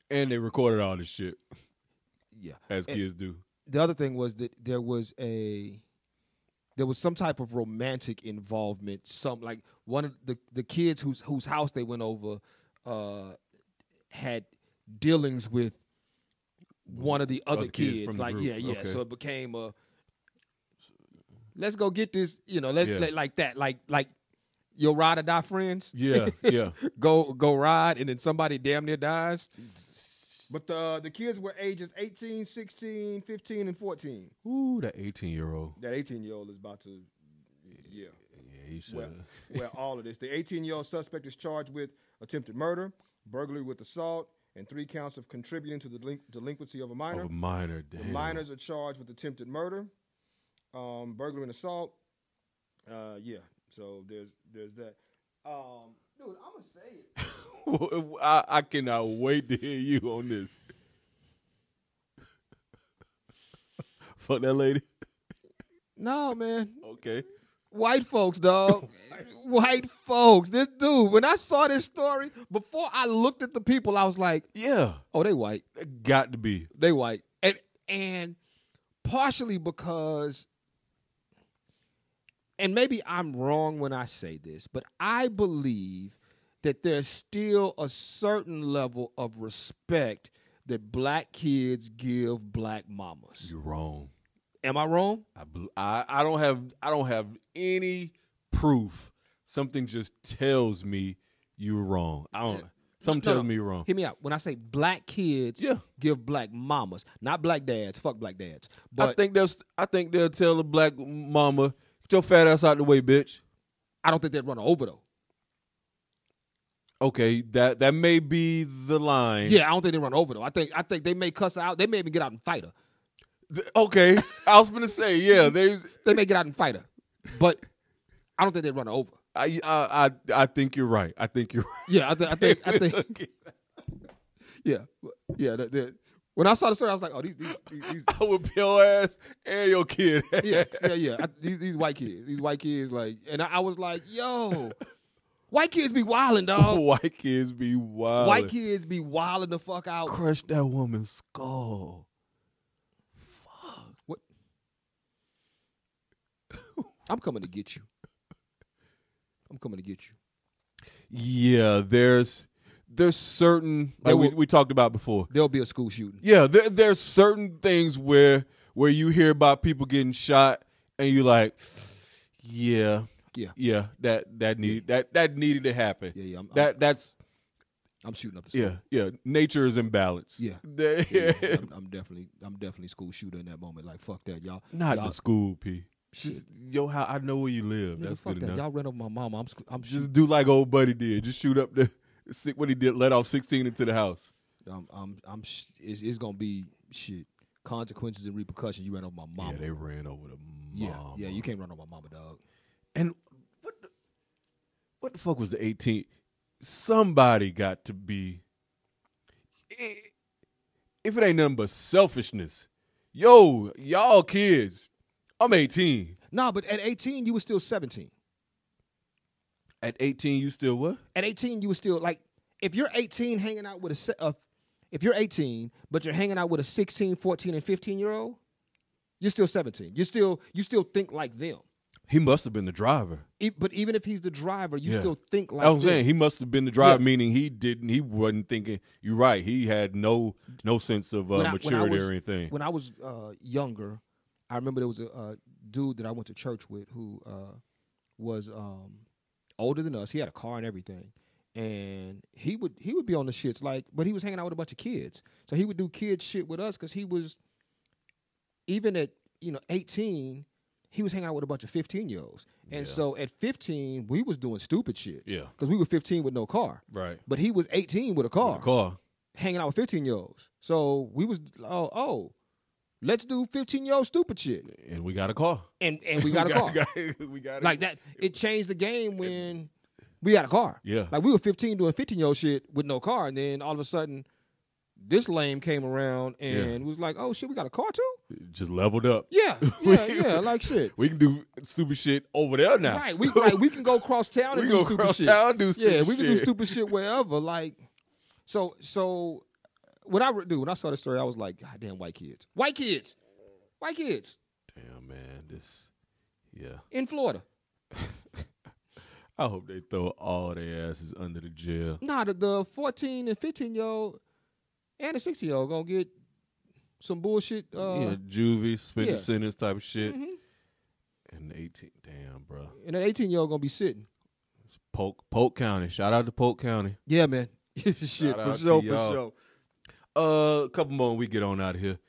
Speaker 2: And they recorded all this shit
Speaker 4: yeah.
Speaker 2: as
Speaker 4: And-
Speaker 2: kids do.
Speaker 4: the other thing was that there was a there was some type of romantic involvement some like one of the the kids whose whose house they went over uh had dealings with one of the other,
Speaker 2: Other kids
Speaker 4: kids,
Speaker 2: from the
Speaker 4: like
Speaker 2: group,
Speaker 4: yeah yeah
Speaker 2: okay.
Speaker 4: so it became a let's go get this you know let's
Speaker 2: Yeah.
Speaker 4: let, like that like like your ride or die
Speaker 2: (laughs)
Speaker 4: friends
Speaker 2: Yeah, yeah.
Speaker 4: go go ride and then somebody damn near dies but the the kids were ages 18 16 15 and 14
Speaker 2: Ooh, that eighteen year old.
Speaker 4: that 18 year old is about to yeah
Speaker 2: Yeah, he should.
Speaker 4: well, well all of this the 18 year old suspect is charged with attempted murder, burglary with assault, and three counts of contributing to the delin- delinquency of a minor.
Speaker 2: Of a minor,
Speaker 4: The
Speaker 2: Oh, damn.
Speaker 4: minors are charged with attempted murder, um, burglary and assault. Uh, yeah, so there's there's that. Um, dude, I'm gonna say it.
Speaker 2: (laughs) I, I cannot wait to hear you on this. (laughs) Fuck that lady.
Speaker 5: No, man.
Speaker 2: Okay.
Speaker 5: White
Speaker 4: (laughs)
Speaker 5: folks, dog. White folks. This dude, when I saw this story, before I looked at the people, I was like,
Speaker 2: Yeah.
Speaker 5: oh, they white.
Speaker 2: That got to be.
Speaker 5: They white. And and partially because and maybe I'm wrong when I say this, but I believe that there's still a certain level of respect that black kids give black mamas.
Speaker 2: You're wrong.
Speaker 5: Am I wrong?
Speaker 2: I, bel- I I don't have I don't have any proof. Something just tells me you're wrong. I don't. Something
Speaker 5: No,
Speaker 2: tells
Speaker 5: no.
Speaker 2: me you're wrong.
Speaker 5: Hear me out. When I say black kids,
Speaker 2: Yeah.
Speaker 5: give black mamas, not black dads. Fuck black dads. But
Speaker 2: I think they'll st- I think they'll tell the black mama get your fat ass out the way, bitch.
Speaker 5: I don't think they'd run her over though.
Speaker 2: Okay, that that may be the line.
Speaker 5: Yeah, I don't think they run her over though. I think I think they may cuss her out. They may even get out and fight her.
Speaker 2: Th- Okay, I was gonna say yeah. They
Speaker 5: They may get out and fight her, but I don't think they'd run her over.
Speaker 2: I I I I think you're right. I think you're right.
Speaker 5: Yeah, I, th- I think (laughs) I think
Speaker 2: (laughs)
Speaker 5: yeah yeah. that- that- When I saw the story, I was like, oh these these, these, these
Speaker 2: I would be your ass and your kid. (laughs)
Speaker 5: yeah, yeah, yeah. I, these, these white kids, these white kids, like, and I, I was like, yo, white kids be wilding, dog.
Speaker 2: White kids be wild.
Speaker 5: White kids be wilding the fuck out.
Speaker 2: crush that woman's skull.
Speaker 5: What? I'm coming to get you. I'm coming to get you.
Speaker 2: Yeah, there's there's certain like
Speaker 5: There
Speaker 2: we,
Speaker 5: will-
Speaker 2: we talked about before.
Speaker 5: There'll be a school shooting.
Speaker 2: Yeah, there there's certain things where where you hear about people getting shot and you like, yeah,
Speaker 5: Yeah.
Speaker 2: yeah, that that need that that needed to happen.
Speaker 5: Yeah, yeah, I'm- I'm-
Speaker 2: that that's
Speaker 5: I'm shooting up the school.
Speaker 2: yeah, yeah. Nature is in balance. (laughs)
Speaker 5: Yeah.
Speaker 2: The-
Speaker 5: Yeah, yeah, I'm, I'm definitely, I'm definitely school shooter in that moment. Like, fuck that, y'all.
Speaker 2: Not
Speaker 5: y'all,
Speaker 2: the school, P. Just yo, how I know where you live.
Speaker 5: nigga,
Speaker 2: That's
Speaker 5: fuck
Speaker 2: good
Speaker 5: that.
Speaker 2: enough.
Speaker 5: Y'all ran over my mama. I'm, sc- I'm just,
Speaker 2: Just do like old buddy did. Just shoot up the (laughs) si- what he did. Let off sixteen into the house.
Speaker 5: I'm, I'm, I'm. Sh- it's, it's gonna be shit. Consequences and repercussions. You ran over my mama.
Speaker 2: Yeah, they ran over the
Speaker 5: yeah,
Speaker 2: mom.
Speaker 5: yeah, You can't run over my mama, dog.
Speaker 2: And what the, what the fuck was the 18th? Somebody got to be. i- If it ain't nothing but selfishness, yo, y'all kids, I'm 18.
Speaker 5: Nah, but at 18, you were still 17.
Speaker 2: At 18, you still what?
Speaker 5: at 18 you were still like if you're 18 hanging out with a se- uh, if you're 18 but you're hanging out with a 16 14 and 15 year old you're still 17 you still you still think like them
Speaker 2: He must have been the driver.
Speaker 5: E- but even if he's the driver you
Speaker 2: Yeah.
Speaker 5: still think like
Speaker 2: I was
Speaker 5: them.
Speaker 2: saying he must have been the driver,
Speaker 5: Yeah.
Speaker 2: meaning he didn't, he wasn't thinking. You're right. He had no no sense of uh,
Speaker 5: When I- when I
Speaker 2: maturity
Speaker 5: was-
Speaker 2: or anything.
Speaker 5: when i was uh, younger i remember there was a uh, dude that i went to church with who uh, was um, older than us he had a car and everything and he would he would be on the shits like but he was hanging out with a bunch of kids so he would do kid shit with us because he was even at you know 18 he was hanging out with a bunch of 15 year olds and so at 15 we was doing stupid shit
Speaker 2: Yeah.
Speaker 5: because we were 15 with no car
Speaker 2: Right.
Speaker 5: but he was 18 with a car
Speaker 2: Car.
Speaker 5: hanging out with 15 year olds so we was oh oh let's do 15 year old stupid shit
Speaker 2: And we got a car.
Speaker 5: and and (laughs) we got a car
Speaker 2: (laughs) we got a
Speaker 5: like that it changed the game when we had a car
Speaker 2: Yeah.
Speaker 5: like we were 15 doing 15 year old shit with no car and then all of a sudden this lame came around and was like oh shit we got a car too (laughs)
Speaker 2: Just leveled up.
Speaker 5: yeah (laughs) yeah yeah like shit
Speaker 2: We can do stupid shit over there now.
Speaker 5: Right, we like we can go cross
Speaker 2: (laughs)
Speaker 5: town
Speaker 2: We
Speaker 5: and
Speaker 2: go
Speaker 5: do stupid
Speaker 2: cross
Speaker 5: shit.
Speaker 2: town, do stupid
Speaker 5: yeah, we can do
Speaker 2: shit.
Speaker 5: stupid shit
Speaker 2: (laughs)
Speaker 5: wherever. Like, so so when I re- dude, when I saw this story, I was like, God damn, white kids, white kids, white kids
Speaker 2: Damn man, this yeah.
Speaker 5: in Florida.
Speaker 2: I hope they throw all their asses under the jail.
Speaker 5: Nah, the, the fourteen and fifteen year old and the sixteen year old gonna get some bullshit. Uh,
Speaker 2: yeah, juvie, suspended
Speaker 5: yeah. Mm-hmm.
Speaker 2: sentence type of shit. And eighteen, damn, bro.
Speaker 5: And an eighteen year old gonna be sitting.
Speaker 2: It's Polk, Polk County. Shout out to Polk County.
Speaker 5: Yeah, man. (laughs) shit, for
Speaker 2: Shout out
Speaker 5: sure,
Speaker 2: to
Speaker 5: for
Speaker 2: y'all.
Speaker 5: sure.
Speaker 2: Uh, a couple more. and We get on out of here.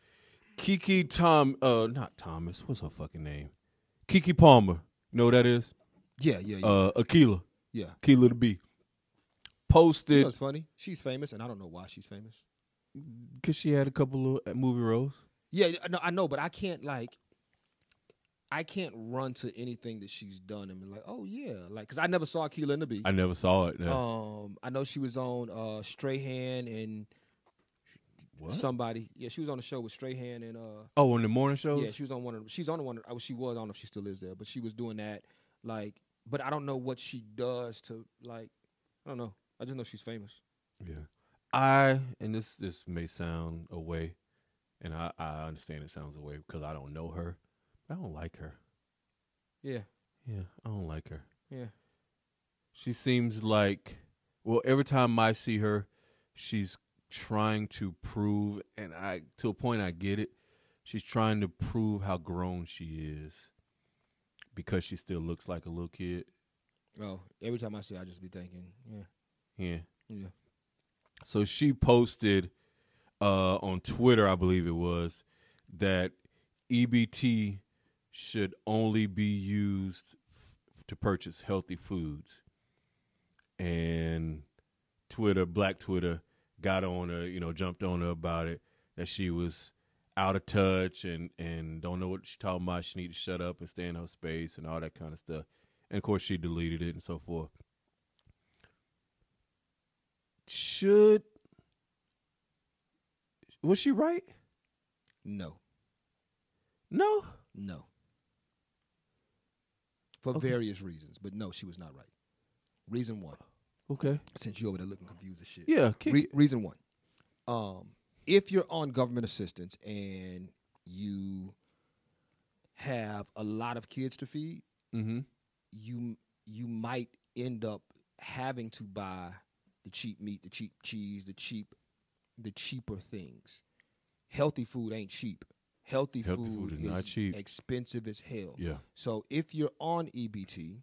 Speaker 2: Kiki Tom, uh, not Thomas. What's her fucking name? Kiki Palmer. You know who that is?
Speaker 5: Yeah, yeah, yeah,
Speaker 2: Uh, Akila.
Speaker 5: yeah.
Speaker 2: Keela to be. posted
Speaker 5: You know what's funny? She's famous, and I don't know why she's famous.
Speaker 2: because she had a couple of movie roles.
Speaker 5: Yeah, no, I know, but I can't like, I can't run to anything that she's done and be like, oh yeah, like because I never saw Keela in the Bee.
Speaker 2: I never saw it. no.
Speaker 5: Um, I know she was on uh Strahan and
Speaker 2: What?
Speaker 5: somebody. Yeah, she was on the show with Strahan and uh
Speaker 2: oh, on the morning shows.
Speaker 5: yeah, she was on one of the, she's on one of oh, she was I don't know if she still is there, but she was doing that like but I don't know what she does to like I don't know. I just know she's famous.
Speaker 2: Yeah. I and this this may sound away, and I I understand it sounds away because I don't know her. I don't like her.
Speaker 5: Yeah.
Speaker 2: Yeah, I don't like her.
Speaker 5: Yeah.
Speaker 2: She seems like well, every time I see her, she's trying to prove, and I to a point I get it. She's trying to prove how grown she is because she still looks like a little kid.
Speaker 5: Oh, every time I see her, I just be thinking, yeah.
Speaker 2: Yeah.
Speaker 5: Yeah.
Speaker 2: So she posted uh, on Twitter, I believe it was, that EBT should only be used f- to purchase healthy foods. And Twitter, Black Twitter, got on her, you know, jumped on her about it that she was out of touch and and don't know what she's talking about. She need to shut up and stay in her space and all that kind of stuff. And of course, she deleted it and so forth should was she right?
Speaker 5: No.
Speaker 2: No.
Speaker 5: No. For various reasons, but no, she was not right. Reason one,
Speaker 2: Okay.
Speaker 5: since you over there looking confused as shit.
Speaker 2: Yeah. Kick
Speaker 5: Re-
Speaker 2: it.
Speaker 5: reason one, um, if you're on government assistance and you have a lot of kids to feed,
Speaker 2: Mm-hmm.
Speaker 5: you you might end up having to buy the cheap meat, the cheap cheese, the cheap the cheaper things. Healthy food ain't cheap. Healthy,
Speaker 2: Healthy food is not cheap.
Speaker 5: Expensive as hell.
Speaker 2: Yeah.
Speaker 5: So if you're on EBT,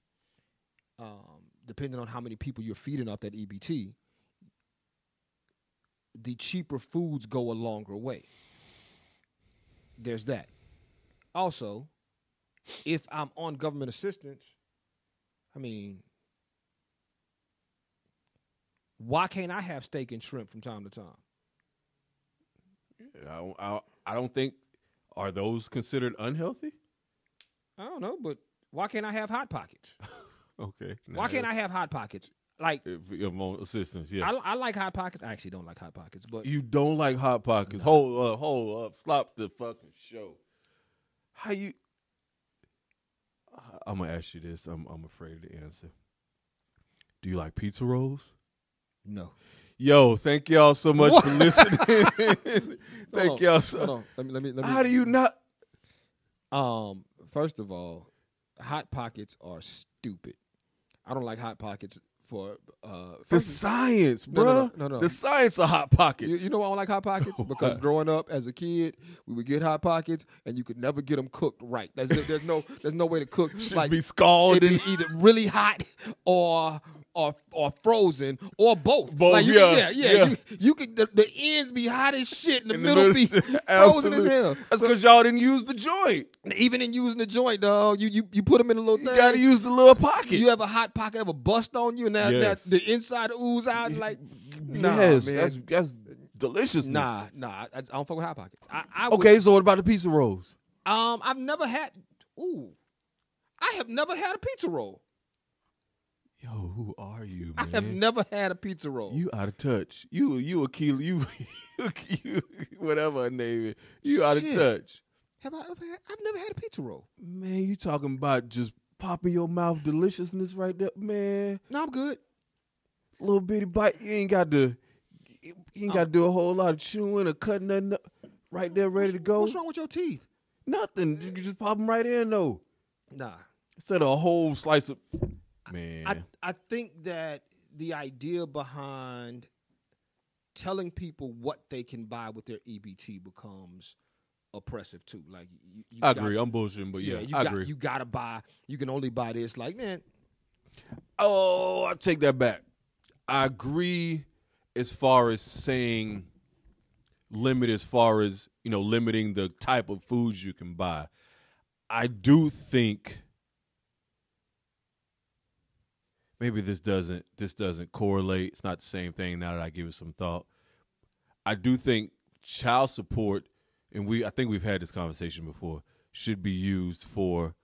Speaker 5: um, depending on how many people you're feeding off that EBT, the cheaper foods go a longer way. There's that. Also, if I'm on government assistance, I mean, why can't I have steak and shrimp from time to time?
Speaker 2: I, don't- I I don't think are those considered unhealthy?
Speaker 5: I don't know, but why can't I have hot pockets?
Speaker 2: Okay.
Speaker 5: Why can't I have hot pockets? Like
Speaker 2: If, if on assistance, yeah.
Speaker 5: I, I like hot pockets. I actually don't like hot pockets, but
Speaker 2: you don't like hot pockets. Hold up. Hold up. Stop the fucking show. How you? I'm gonna ask you this. I'm I'm afraid to answer. Do you like pizza rolls?
Speaker 5: no.
Speaker 2: Yo, thank y'all so much for listening. (laughs) thank
Speaker 5: (laughs) Hold on,
Speaker 2: y'all so.
Speaker 5: Hold on. Let me. Let me. Let me.
Speaker 2: How do you not?
Speaker 5: Um. First of all, hot pockets are stupid. I don't like hot pockets for uh.
Speaker 2: The
Speaker 5: first-
Speaker 2: science,
Speaker 5: No,
Speaker 2: bro.
Speaker 5: no, no, no, no.
Speaker 2: The science of hot pockets.
Speaker 5: You, you know why I don't like
Speaker 2: (laughs)
Speaker 5: hot pockets? Because growing up as a kid, we would get hot pockets, and you could never get them cooked right. There's, there's no there's no way
Speaker 2: (laughs)
Speaker 5: to cook.
Speaker 2: Should
Speaker 5: like
Speaker 2: be scalded.
Speaker 5: it'd be Oh, either really hot or or or frozen or both.
Speaker 2: Both,
Speaker 5: Like, you,
Speaker 2: yeah,
Speaker 5: yeah, yeah.
Speaker 2: yeah.
Speaker 5: You, you could the, the ends be hot as shit, and the,
Speaker 2: In
Speaker 5: middle,
Speaker 2: (laughs)
Speaker 5: be (laughs) frozen as
Speaker 2: Absolutely.
Speaker 5: hell.
Speaker 2: That's because y'all didn't use the joint.
Speaker 5: Even in using the joint, dog, you you, you put them in a little
Speaker 2: You
Speaker 5: thing.
Speaker 2: gotta use the little pocket.
Speaker 5: You have a hot pocket, have a bust on you, and now, now
Speaker 2: Yes.
Speaker 5: the inside ooze out. Like, nah,
Speaker 2: yes,
Speaker 5: man.
Speaker 2: that's that's delicious.
Speaker 5: nah, nah. I, I don't fuck with hot pockets. I, I would-
Speaker 2: Okay, so what about the pizza rolls?
Speaker 5: Um, I've never had. Ooh, I have never had a pizza roll.
Speaker 2: Yo, who are you,
Speaker 5: I
Speaker 2: man?
Speaker 5: have never had a pizza roll.
Speaker 2: you out of touch. You you a kilo. You, (laughs) you, you whatever her name is. You out of
Speaker 5: Shit.
Speaker 2: touch.
Speaker 5: have I ever had? I've never had a pizza roll.
Speaker 2: Man, you talking about just popping your mouth deliciousness right there, man.
Speaker 5: No, I'm good.
Speaker 2: Little bitty bite. You ain't got to. You ain't got to do a whole lot of chewing or cutting nothing up. Right there, ready to go.
Speaker 5: What's wrong with your teeth?
Speaker 2: Nothing. You can just pop them right in though.
Speaker 5: Nah,
Speaker 2: Instead of a whole slice of. Man,
Speaker 5: I I think that the idea behind telling people what they can buy with their EBT becomes oppressive too. Like you, you
Speaker 2: I
Speaker 5: got-
Speaker 2: agree. I'm bullshitting, but yeah,
Speaker 5: you
Speaker 2: I
Speaker 5: got,
Speaker 2: agree.
Speaker 5: You gotta buy. You can only buy this. Like man,
Speaker 2: Oh, I take that back. I agree as far as saying limit as far as, you know, limiting the type of foods you can buy. I do think maybe this doesn't this doesn't correlate. It's not the same thing. Now that I give it some thought, I do think child support, and we I think we've had this conversation before, should be used for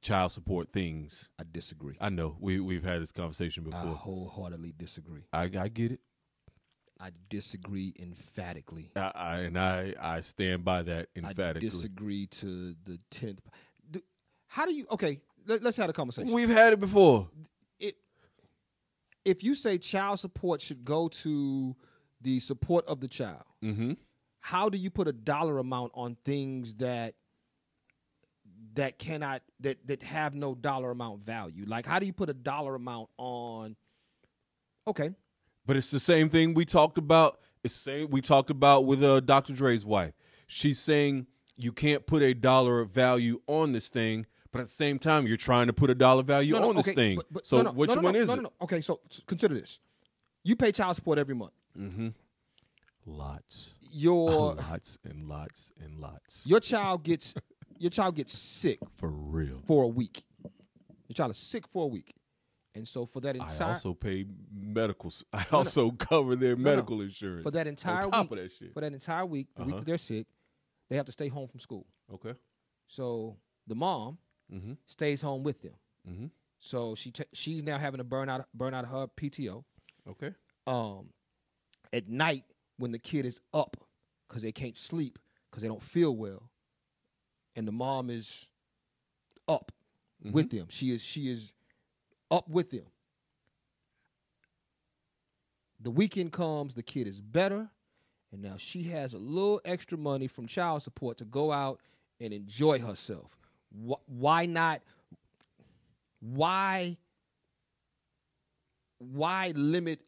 Speaker 2: child support things.
Speaker 5: I disagree.
Speaker 2: I know we we've had this conversation
Speaker 5: I
Speaker 2: before.
Speaker 5: wholeheartedly disagree.
Speaker 2: I I get it.
Speaker 5: I disagree emphatically.
Speaker 2: I, I and I I stand by that
Speaker 5: I
Speaker 2: emphatically.
Speaker 5: disagree to the tenth. Do- How do you? Okay, let, us have a conversation.
Speaker 2: We've had it before.
Speaker 5: it, if you say child support should go to the support of the child,
Speaker 2: Mm-hmm.
Speaker 5: how do you put a dollar amount on things that that cannot that that have no dollar amount value? Like, how do you put a dollar amount on? Okay,
Speaker 2: But it's the same thing we talked about. It's the same we talked about with uh, Dr. Dre's wife. She's saying you can't put a dollar value on this thing, but at the same time, you're trying to put a dollar value
Speaker 5: No, no,
Speaker 2: on this
Speaker 5: okay,
Speaker 2: thing.
Speaker 5: but- but-
Speaker 2: so
Speaker 5: no, no,
Speaker 2: which
Speaker 5: no, no,
Speaker 2: one
Speaker 5: no,
Speaker 2: is
Speaker 5: no,
Speaker 2: it?
Speaker 5: no, no. Okay, so s- consider this: you pay child support every month.
Speaker 2: Lots,
Speaker 5: Your
Speaker 2: lots, and lots and lots.
Speaker 5: your child gets your child gets sick
Speaker 2: For real.
Speaker 5: for a week. Your child is sick for a week, and so for that
Speaker 2: I
Speaker 5: entire
Speaker 2: also pay medical. s- (laughs) I also cover their
Speaker 5: no.
Speaker 2: medical insurance
Speaker 5: for that
Speaker 2: on
Speaker 5: entire
Speaker 2: top
Speaker 5: week
Speaker 2: of that shit.
Speaker 5: for that entire week, the
Speaker 2: Uh-huh.
Speaker 5: week that they're sick, they have to stay home from school.
Speaker 2: Okay.
Speaker 5: So the mom
Speaker 2: Mhm.
Speaker 5: stays home with them.
Speaker 2: Mhm.
Speaker 5: So she ta she's now having to burn out burn out her PTO.
Speaker 2: Okay.
Speaker 5: Um, at night when the kid is up because they can't sleep because they don't feel well, and the mom is up with them. She is she is up with them. The weekend comes, the kid is better, and now she has a little extra money from child support to go out and enjoy herself. Wh- why not? Why? Why limit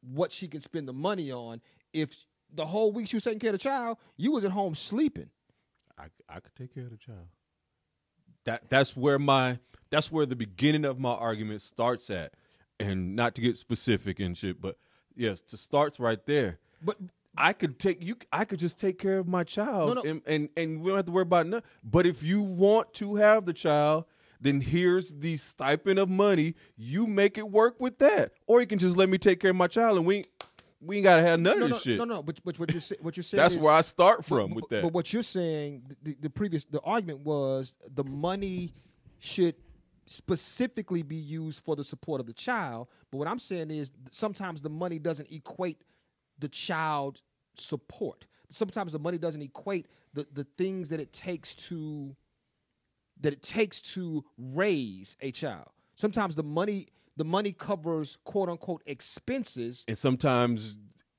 Speaker 5: what she can spend the money on if the whole week she was taking care of the child, you was at home sleeping.
Speaker 2: I, I could take care of the child. That that's where my that's where the beginning of my argument starts at, and not to get specific and shit, but yes, to starts right there.
Speaker 5: But
Speaker 2: I could take you. I could just take care of my child,
Speaker 5: No, no.
Speaker 2: And, and and we don't have to worry about nothing. But if you want to have the child, then here's the stipend of money. You make it work with that, or you can just let me take care of my child, and we ain't- we ain't gotta have none
Speaker 5: no,
Speaker 2: of
Speaker 5: no,
Speaker 2: this shit.
Speaker 5: no, no. But but what you say, what
Speaker 2: (laughs)
Speaker 5: you're saying
Speaker 2: That's
Speaker 5: is-
Speaker 2: where I start
Speaker 5: but-
Speaker 2: from
Speaker 5: but,
Speaker 2: with that.
Speaker 5: But what you're saying, th- the, the previous the argument was the money should specifically be used for the support of the child. But what I'm saying is sometimes the money doesn't equate the child support. Sometimes the money doesn't equate the, the things that it takes to that it takes to raise a child. Sometimes the money the money covers quote unquote expenses.
Speaker 2: and sometimes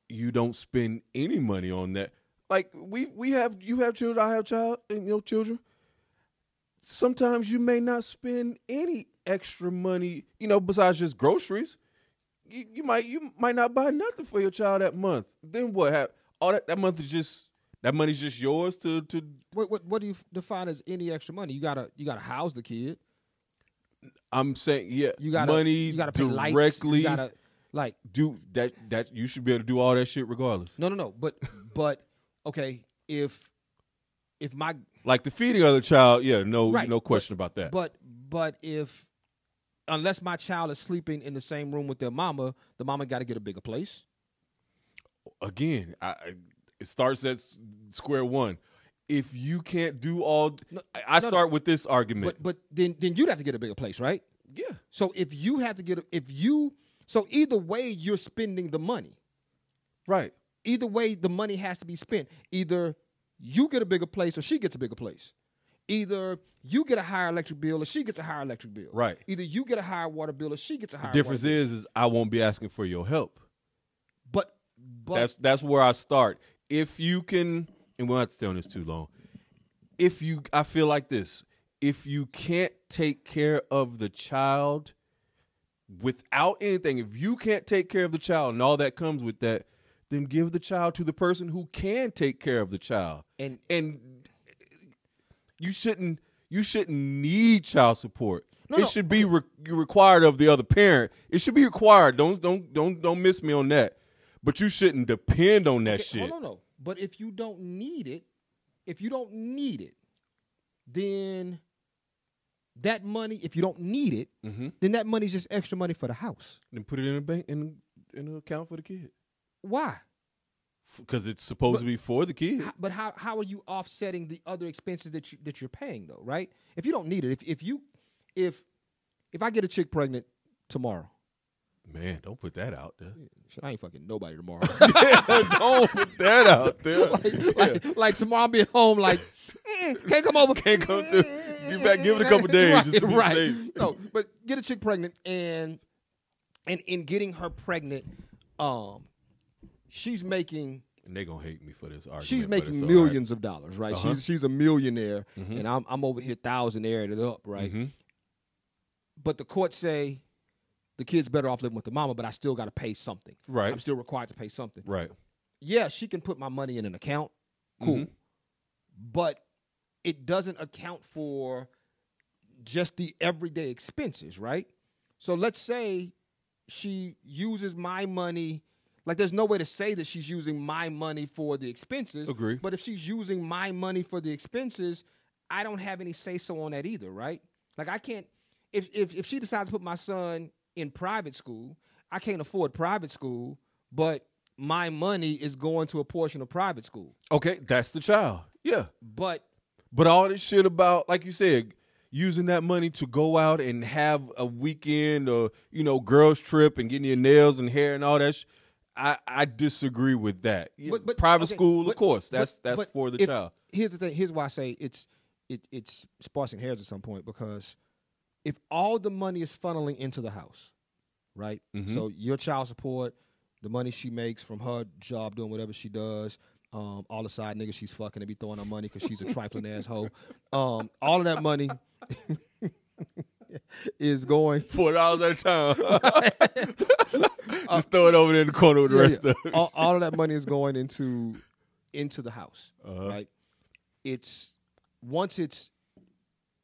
Speaker 2: you don't spend any money on that. Like we we have you have children, I have child, and your children. Sometimes you may not spend any extra money, you know, besides just groceries. You, you might you might not buy nothing for your child that month. Then what hap All that that month is just that money's just yours to to.
Speaker 5: What what what do you define as any extra money? You gotta you gotta house the kid.
Speaker 2: I'm saying yeah,
Speaker 5: You gotta
Speaker 2: money
Speaker 5: You gotta pay lights.
Speaker 2: directly
Speaker 5: You gotta like
Speaker 2: do that that you should be able to do all that shit regardless.
Speaker 5: no no no. But (laughs) but okay if if my
Speaker 2: Like the feeding of the child, yeah, no
Speaker 5: Right,
Speaker 2: no
Speaker 5: but-
Speaker 2: question about that.
Speaker 5: but but if unless my child is sleeping in the same room with their mama, the mama got to get a bigger place.
Speaker 2: again, I, I- it starts at s- square one. If you can't do all, I, I
Speaker 5: no, no.
Speaker 2: start with this argument.
Speaker 5: But but then then you'd have to get a bigger place, right?
Speaker 2: yeah,
Speaker 5: So if you have to get a, if you so either way you're spending the money.
Speaker 2: right.
Speaker 5: either way the money has to be spent either you get a bigger place or she gets a bigger place either you get a higher electric bill or she gets a higher electric bill
Speaker 2: Right.
Speaker 5: either you get a higher water bill or she gets a higher
Speaker 2: Difference
Speaker 5: water bill.
Speaker 2: is, is I won't be asking for your help.
Speaker 5: but but
Speaker 2: that's that's where I start. If you can, and we'll not stay on this too long. If you, I feel like this. If you can't take care of the child without anything, if you can't take care of the child and all that comes with that, then give the child to the person who can take care of the child.
Speaker 5: And-
Speaker 2: and you shouldn't you shouldn't need child support.
Speaker 5: No,
Speaker 2: it
Speaker 5: no,
Speaker 2: should be re- required of the other parent. It should be required. Don't don't don't don't miss me on that. But you shouldn't depend on that
Speaker 5: Okay,
Speaker 2: shit.
Speaker 5: hold on, no but if you don't need it if you don't need it then That money, if you don't need it,
Speaker 2: Mm-hmm.
Speaker 5: then that money's just extra money for the house.
Speaker 2: Then put it in a bank in in an account for the kid
Speaker 5: Why?
Speaker 2: because it's supposed to be for the kid.
Speaker 5: How- But how how are you offsetting the other expenses that you that you're paying though, right? If you don't need it, if if you if if I get a chick pregnant tomorrow,
Speaker 2: Man, don't put that out
Speaker 5: (laughs)
Speaker 2: there. (laughs)
Speaker 5: shit, I ain't fucking nobody tomorrow. (laughs)
Speaker 2: don't put that out there.
Speaker 5: like, like tomorrow I'll be at home like "Mm, can't come over.
Speaker 2: Can't
Speaker 5: (laughs)
Speaker 2: come through. You back. Give it a couple days.
Speaker 5: right,
Speaker 2: just to be
Speaker 5: right.
Speaker 2: safe.
Speaker 5: No, but get a chick pregnant and and in getting her pregnant, um she's making
Speaker 2: And they gonna hate me for this argument.
Speaker 5: she's
Speaker 2: but
Speaker 5: making
Speaker 2: it's all right.
Speaker 5: millions of dollars, right?
Speaker 2: Uh-huh.
Speaker 5: She's she's a millionaire,
Speaker 2: Mm-hmm.
Speaker 5: and I'm I'm over here thousandaire it up, right? But the courts say the kid's better off living with the mama, but I still got to pay something.
Speaker 2: Right.
Speaker 5: I'm still required to pay something.
Speaker 2: Right.
Speaker 5: Yeah, she can put my money in an account, cool, but it doesn't account for just the everyday expenses, right? So let's say she uses my money. Like, there's no way to say that she's using my money for the expenses.
Speaker 2: Agree.
Speaker 5: But if she's using my money for the expenses, I don't have any say so on that either, right? Like, I can't. If if if she decides to put my son in private school, I can't afford private school, but my money is going to a portion of private school.
Speaker 2: Okay, that's the child. Yeah.
Speaker 5: But
Speaker 2: But all this shit about, like you said, using that money to go out and have a weekend or you know girls trip and getting your nails and hair and all that. Sh- I I disagree with that. Yeah,
Speaker 5: But- but-
Speaker 2: Private
Speaker 5: okay,
Speaker 2: school,
Speaker 5: but-
Speaker 2: of course.
Speaker 5: but-
Speaker 2: That's that's
Speaker 5: but
Speaker 2: for the
Speaker 5: if-
Speaker 2: (laughs) child.
Speaker 5: Here's the thing. Here's why I say it's it, it's sparsing hairs at some point because if all the money is funneling into the house, right?
Speaker 2: Mm-hmm.
Speaker 5: So your child support, the money she makes from her job doing whatever she does. Um, all the side niggas she's fucking and be throwing her money because
Speaker 2: (laughs)
Speaker 5: she's a trifling asshole. Um, all of that money (laughs) is going
Speaker 2: Four dollars at a (laughs) time. Just throw it over there in the corner with the
Speaker 5: Yeah,
Speaker 2: rest
Speaker 5: yeah.
Speaker 2: of it.
Speaker 5: (laughs) all, all of that money is going into into the house right it's once it's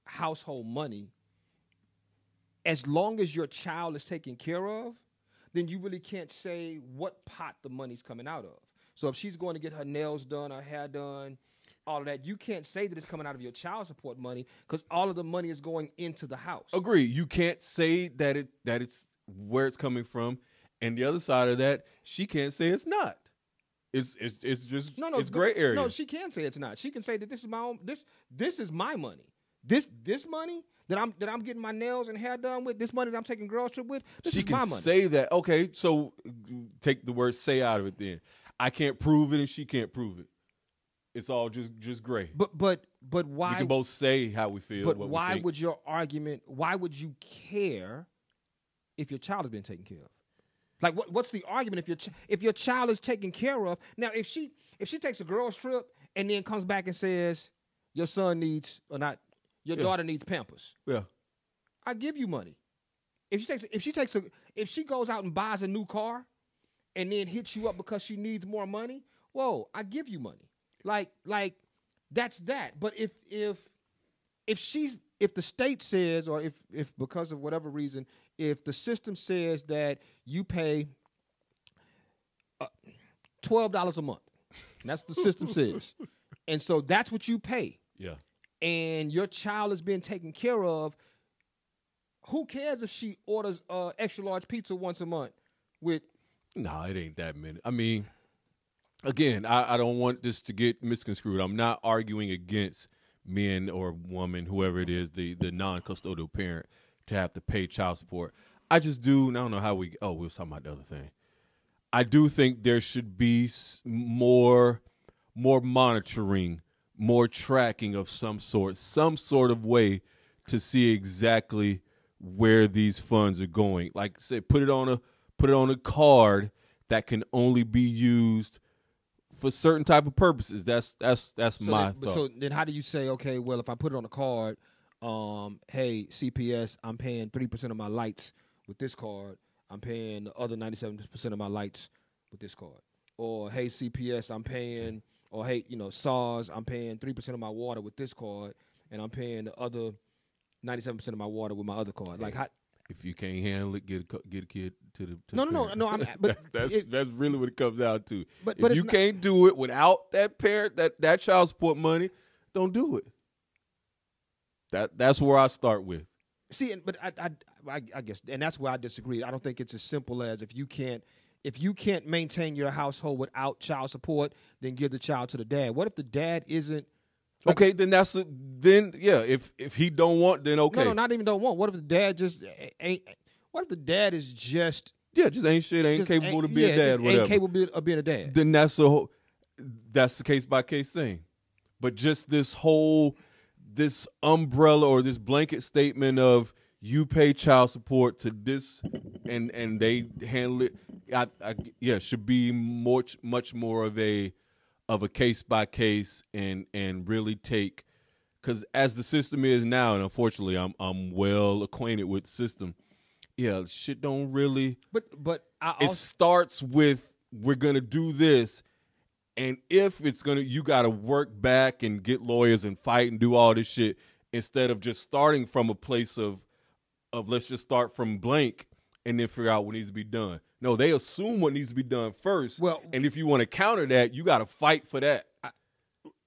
Speaker 5: household money as long as your child is taken care of then you really can't say what pot the money's coming out of so if she's going to get her nails done her hair done all of that you can't say that it's coming out of your child support money because all of the money is going into the house
Speaker 2: agree. You can't say that it that it's where it's coming from, and the other side of that, she can't say it's not. It's it's it's just
Speaker 5: No, no,
Speaker 2: it's
Speaker 5: go-
Speaker 2: gray area.
Speaker 5: No, she can say it's not. She can say that this is my own. This this is my money. This this money that I'm that I'm getting my nails and hair done with. This money that I'm taking girls trip with. This
Speaker 2: she
Speaker 5: is
Speaker 2: can
Speaker 5: my money.
Speaker 2: say that. Okay, so uh, take the word "say" out of it. Then I can't prove it, and she can't prove it. It's all just just gray.
Speaker 5: but but but
Speaker 2: we
Speaker 5: why?
Speaker 2: can both say how we feel.
Speaker 5: But
Speaker 2: what we
Speaker 5: why
Speaker 2: think.
Speaker 5: would your argument? Why would you care if your child has been taken care of? Like what what's the argument if your ch- if your child is taken care of? Now if she if she takes a girls trip and then comes back and says your son needs or not your daughter needs Pampers.
Speaker 2: Yeah,
Speaker 5: I give you money. If she takes if she takes a if she goes out and buys a new car and then hits you up because she needs more money, whoa, I give you money. Like like that's that. But if if if she's if the state says or if if because of whatever reason, if the system says that you pay uh, twelve dollars a month, and that's what the system says, and so that's what you pay
Speaker 2: yeah.
Speaker 5: and your child is being taken care of, who cares if she orders uh, extra large pizza once a month with
Speaker 2: No, it ain't that many. I mean, again, I, I don't want this to get misconstrued. I'm not arguing against men or woman, whoever it is, the the non custodial parent to have to pay child support. I just do. And I don't know how we. Oh, we was talking about the other thing. I do think there should be s- more more monitoring, more tracking of some sort, some sort of way to see exactly where these funds are going. Like say put it on a put it on a card that can only be used for certain type of purposes. That's that's that's
Speaker 5: so
Speaker 2: my
Speaker 5: then, but
Speaker 2: thought.
Speaker 5: so then how do you say okay well if I put it on a card um hey CPS I'm paying 3% of my lights with this card I'm paying the other 97% of my lights with this card or hey CPS I'm paying or hey you know SARS I'm paying 3% of my water with this card and I'm paying the other 97% of my water with my other card like how
Speaker 2: if you can't handle it, get a, co- get a kid to the to
Speaker 5: No,
Speaker 2: the
Speaker 5: no, no,
Speaker 2: parent.
Speaker 5: no, I'm-
Speaker 2: (laughs)
Speaker 5: but
Speaker 2: that's that's,
Speaker 5: it-
Speaker 2: that's really what it comes down to.
Speaker 5: But-
Speaker 2: if
Speaker 5: but it's
Speaker 2: you
Speaker 5: not-
Speaker 2: can't do it without that parent that that child support money, don't do it. That that's where I start with.
Speaker 5: See, and, but I, I, I, I guess, and that's why I disagree. I don't think it's as simple as if you can't, if you can't maintain your household without child support, then give the child to the dad. What if the dad isn't?
Speaker 2: Okay, then that's a, then yeah. If if he don't want, then okay.
Speaker 5: No, no, not even don't want. What if the dad just ain't? What if the dad is just
Speaker 2: yeah, just ain't shit. Ain't
Speaker 5: just
Speaker 2: capable
Speaker 5: ain't-
Speaker 2: to be a
Speaker 5: yeah,
Speaker 2: dad.
Speaker 5: just
Speaker 2: Whatever.
Speaker 5: Ain't capable of being a dad.
Speaker 2: then that's a whole, that's the case by case thing. But just this whole this umbrella or this blanket statement of you pay child support to this and and they handle it I, I yeah should be much much more of a of a case by case and and really take cuz as the system is now and unfortunately I'm I'm well acquainted with the system yeah shit don't really
Speaker 5: but but I
Speaker 2: it
Speaker 5: also,
Speaker 2: starts with we're gonna do this and if it's gonna you gotta work back and get lawyers and fight and do all this shit instead of just starting from a place of of let's just start from blank and then figure out what needs to be done no they assume what needs to be done first
Speaker 5: Well-
Speaker 2: and if you want to counter that you gotta fight for that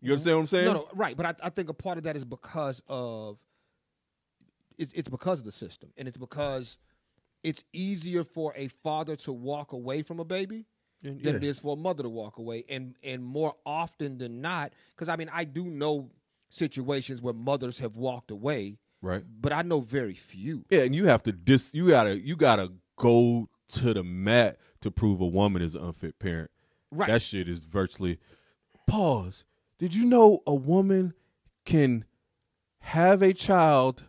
Speaker 2: you understand what i'm saying
Speaker 5: no, no, right. But I, I think a part of that is because of it's it's because of the system, and it's because it's easier for a father to walk away from a baby than it is for a mother to walk away, and and more often than not, because I mean I do know situations where mothers have walked away,
Speaker 2: Right.
Speaker 5: But I know very few.
Speaker 2: yeah and you have to dis you gotta you gotta go to the mat to prove a woman is an unfit parent
Speaker 5: Right.
Speaker 2: That shit is virtually. Pause. Did you know a woman can have a child?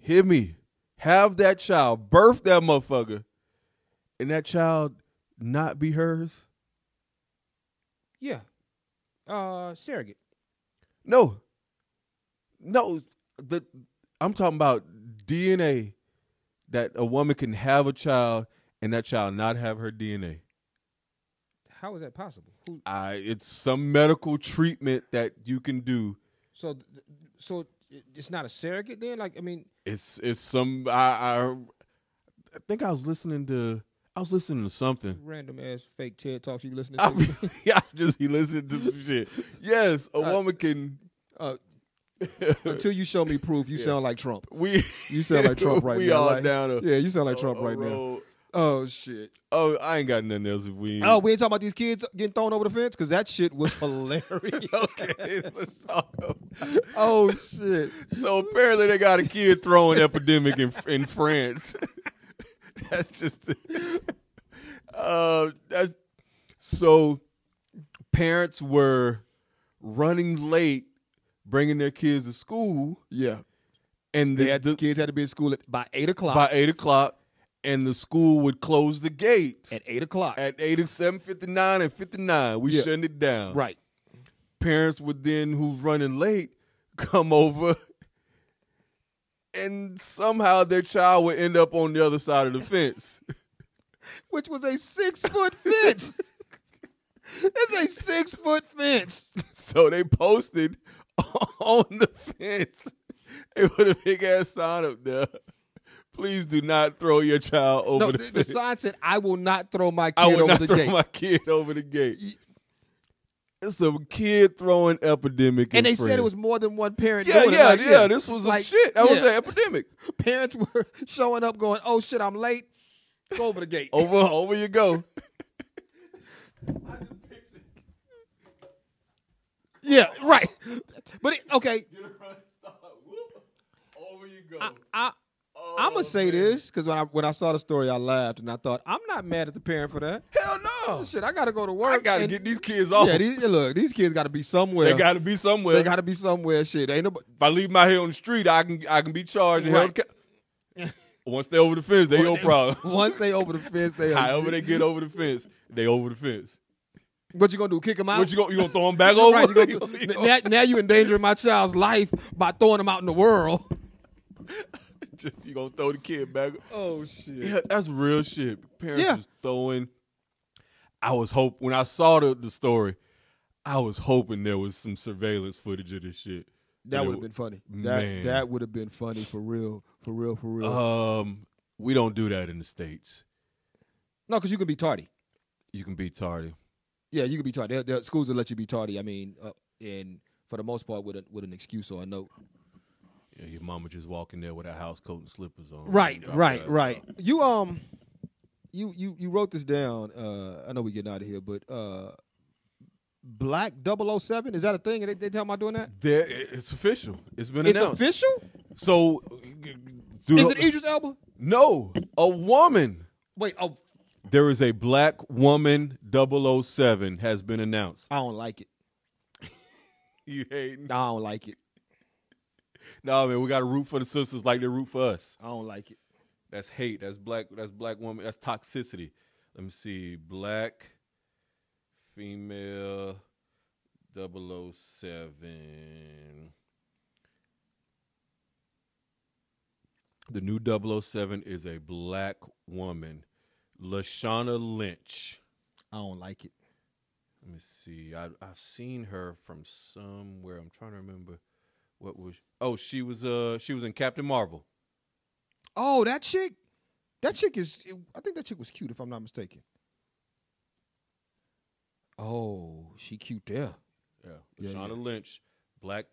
Speaker 2: Hear me. Have that child, birth that motherfucker, and that child not be hers?
Speaker 5: yeah. Uh, surrogate.
Speaker 2: No. No. The I'm talking about DNA that a woman can have a child and that child not have her DNA.
Speaker 5: How is that possible? Who,
Speaker 2: I it's some medical treatment that you can do
Speaker 5: so th- th- so it- it's not a surrogate then? Like I mean,
Speaker 2: it's it's some I, I I think I was listening to I was listening to something. (laughs)
Speaker 5: random ass fake TED talks you be listening to.
Speaker 2: I, I just he listened to some shit. Yes, a woman can.
Speaker 5: Uh, until you show me proof, you sound like Trump.
Speaker 6: (laughs)
Speaker 2: We
Speaker 6: You sound like
Speaker 2: (laughs)
Speaker 6: Trump right
Speaker 2: we
Speaker 6: now.
Speaker 2: all
Speaker 6: like-
Speaker 2: down a,
Speaker 6: yeah, you sound like Trump
Speaker 2: a
Speaker 6: right now.
Speaker 2: road.
Speaker 6: Oh shit.
Speaker 2: Oh, I ain't got nothing else. If we
Speaker 5: Oh, we ain't talking about these kids getting thrown over the fence because that shit was hilarious.
Speaker 2: (laughs) okay, let's talk.
Speaker 6: Oh shit.
Speaker 2: So apparently they got a kid throwing epidemic in in France. (laughs) that's just uh that's so parents were running late bringing their kids to school
Speaker 6: Yeah.
Speaker 2: and
Speaker 5: they
Speaker 2: the-
Speaker 5: had,
Speaker 2: the-
Speaker 5: the kids had to be in school at, by eight o'clock.
Speaker 2: by eight o'clock and the school would close the gate
Speaker 5: at eight o'clock,
Speaker 2: at eight and seven fifty nine and fifty nine. We
Speaker 6: Yeah.
Speaker 2: shutting it down.
Speaker 5: right?
Speaker 2: parents would then who's running late (laughs) come over and somehow their child would end up on the other side of the fence. (laughs)
Speaker 5: Which was a six foot (laughs) fence. it's a six foot fence.
Speaker 2: So they posted (laughs) on the fence. They put a big ass sign up there. Please do not throw your child over
Speaker 5: No,
Speaker 2: the,
Speaker 5: the, the
Speaker 2: fence.
Speaker 5: sign said, "I will not throw my kid
Speaker 2: (laughs) I will
Speaker 5: over
Speaker 2: not
Speaker 5: the
Speaker 2: throw
Speaker 5: gate."
Speaker 2: my kid over the gate. It's a kid throwing epidemic.
Speaker 5: and
Speaker 2: in
Speaker 5: they said
Speaker 2: France.
Speaker 5: it was more than one parent.
Speaker 2: yeah,
Speaker 5: doing it.
Speaker 2: yeah,
Speaker 5: Like,
Speaker 2: yeah, This was a
Speaker 5: Like,
Speaker 2: shit. That was
Speaker 5: yeah.
Speaker 2: an epidemic.
Speaker 5: parents (laughs) were showing up, going, "Oh shit, I'm late." Go over the gate.
Speaker 2: Over, over you go.
Speaker 5: (laughs) Yeah, right. But it, okay,
Speaker 2: Over you go.
Speaker 5: I
Speaker 2: Oh,
Speaker 5: I'm gonna say this because when I when I saw the story, I laughed and I thought I'm not mad at the parent for that.
Speaker 2: Hell no.
Speaker 5: Shit, I gotta go to
Speaker 2: I
Speaker 5: work.
Speaker 2: gotta
Speaker 5: and-
Speaker 2: get these kids off.
Speaker 5: (laughs) Yeah, these, look, these kids gotta be somewhere.
Speaker 2: they gotta be somewhere.
Speaker 5: They gotta be somewhere. Shit, ain't nobody.
Speaker 2: if I leave my hair on the street, I can I can be charged and held
Speaker 5: Right.
Speaker 2: acc- Once they over the fence, they your problem.
Speaker 5: (laughs) Once they over the fence,
Speaker 2: (laughs)
Speaker 5: they.
Speaker 2: However they get uh, over the fence, they over the fence.
Speaker 5: What you gonna do? Kick them out?
Speaker 2: What you gonna you gonna throw them back over?
Speaker 5: Right,
Speaker 2: (laughs)
Speaker 5: you gonna
Speaker 2: You
Speaker 5: do-
Speaker 2: gonna- you
Speaker 5: now, now you endangering my child's life by throwing them out in the world.
Speaker 2: Just you gonna throw the kid back.
Speaker 5: Oh shit.
Speaker 2: Yeah, that's real shit. Parents
Speaker 5: Yeah.
Speaker 2: was throwing. I was hope when I saw the, the story, I was hoping there was some surveillance footage of this shit. But it
Speaker 5: That would have
Speaker 2: wa-
Speaker 5: been funny.
Speaker 2: Man.
Speaker 5: That that would have been funny for real, for real, for real.
Speaker 2: Um, we don't do that in the states.
Speaker 5: no, because you could be tardy.
Speaker 2: You can be tardy.
Speaker 5: Yeah, you could be tardy. There, there, schools will let you be tardy. I mean, uh, and for the most part, with a, with an excuse or a note.
Speaker 2: Yeah, your mama just walking there with a house coat and slippers on.
Speaker 4: Right,
Speaker 2: Drop
Speaker 4: right,
Speaker 2: that.
Speaker 4: right.
Speaker 5: You um, you you you wrote this down. Uh, I know we getting out of here, but uh, Black 007, is that a thing? They, they talking about doing that?
Speaker 2: There, it's official. It's been
Speaker 5: It's
Speaker 2: announced.
Speaker 5: official.
Speaker 2: So, do
Speaker 5: Is it Idris Elba?
Speaker 2: No, a woman.
Speaker 5: Wait, oh,
Speaker 2: There is a black woman. 007 has been announced.
Speaker 5: I don't like it.
Speaker 2: You hating?
Speaker 5: I don't like it.
Speaker 2: No, man, we got to root for the sisters like they root for us.
Speaker 5: I don't like it.
Speaker 2: That's hate. That's black. That's black woman. That's toxicity. Let me see. Black female 007. The new 007 is a black woman, Lashana Lynch.
Speaker 5: I don't like it.
Speaker 2: Let me see. I, I've seen her from somewhere. I'm trying to remember what was. Oh, she was uh she was in Captain Marvel.
Speaker 5: Oh, that chick. That chick is. I think that chick was cute, if I'm not mistaken. Oh, she cute there.
Speaker 2: Yeah,
Speaker 5: Yeah,
Speaker 2: Lashana
Speaker 5: yeah.
Speaker 2: Lynch, black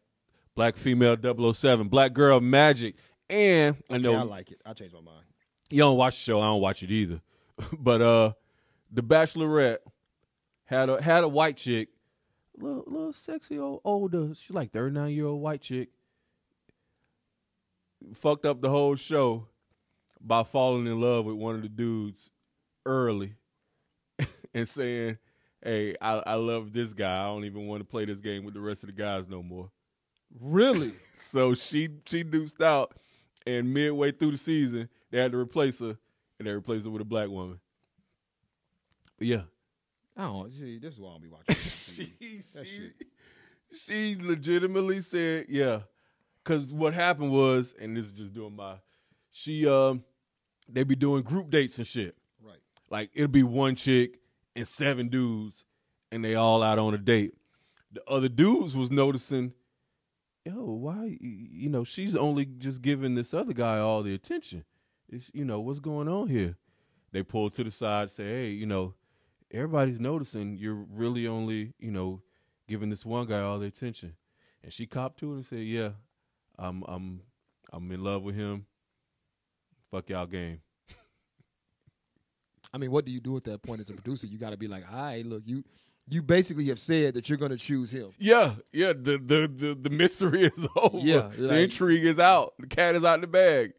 Speaker 2: black female 007, black girl magic, and I know
Speaker 5: Yeah, I like it. I changed my mind.
Speaker 2: you don't watch the show. I don't watch it either, (laughs) but uh, the Bachelorette had a had a white chick, little little sexy old older. She's like thirty nine year old white chick. Fucked up the whole show by falling in love with one of the dudes early (laughs) and saying, "Hey, I, I love this guy. I don't even want to play this game with the rest of the guys no more."
Speaker 5: Really?
Speaker 2: (laughs) So she she deuced out, and midway through the season, they had to replace her, and they replaced her with a black woman. But yeah,
Speaker 5: I don't. See, this is why I don't be watching.
Speaker 2: (laughs) she she she legitimately said yeah, because what happened was, and this is just doing my, she um, they be doing group dates and shit.
Speaker 5: right.
Speaker 2: Like it'll be one chick and seven dudes, and they all out on a date. The other dudes was noticing, yo, why? y- You know, she's only just giving this other guy all the attention. It's, you know, what's going on here? They pull to the side, say, hey, you know, everybody's noticing you're really only, you know, giving this one guy all the attention. And she copped to it and said, yeah, I'm, I'm, I'm in love with him. Fuck y'all game.
Speaker 5: I mean, what do you do at that point as a producer? You got to be like, all right, look, you you basically have said that you're going to choose him.
Speaker 2: Yeah, yeah. The the the, the mystery (laughs) is over.
Speaker 5: Yeah,
Speaker 2: the
Speaker 5: like-
Speaker 2: intrigue is out. The cat is out the bag.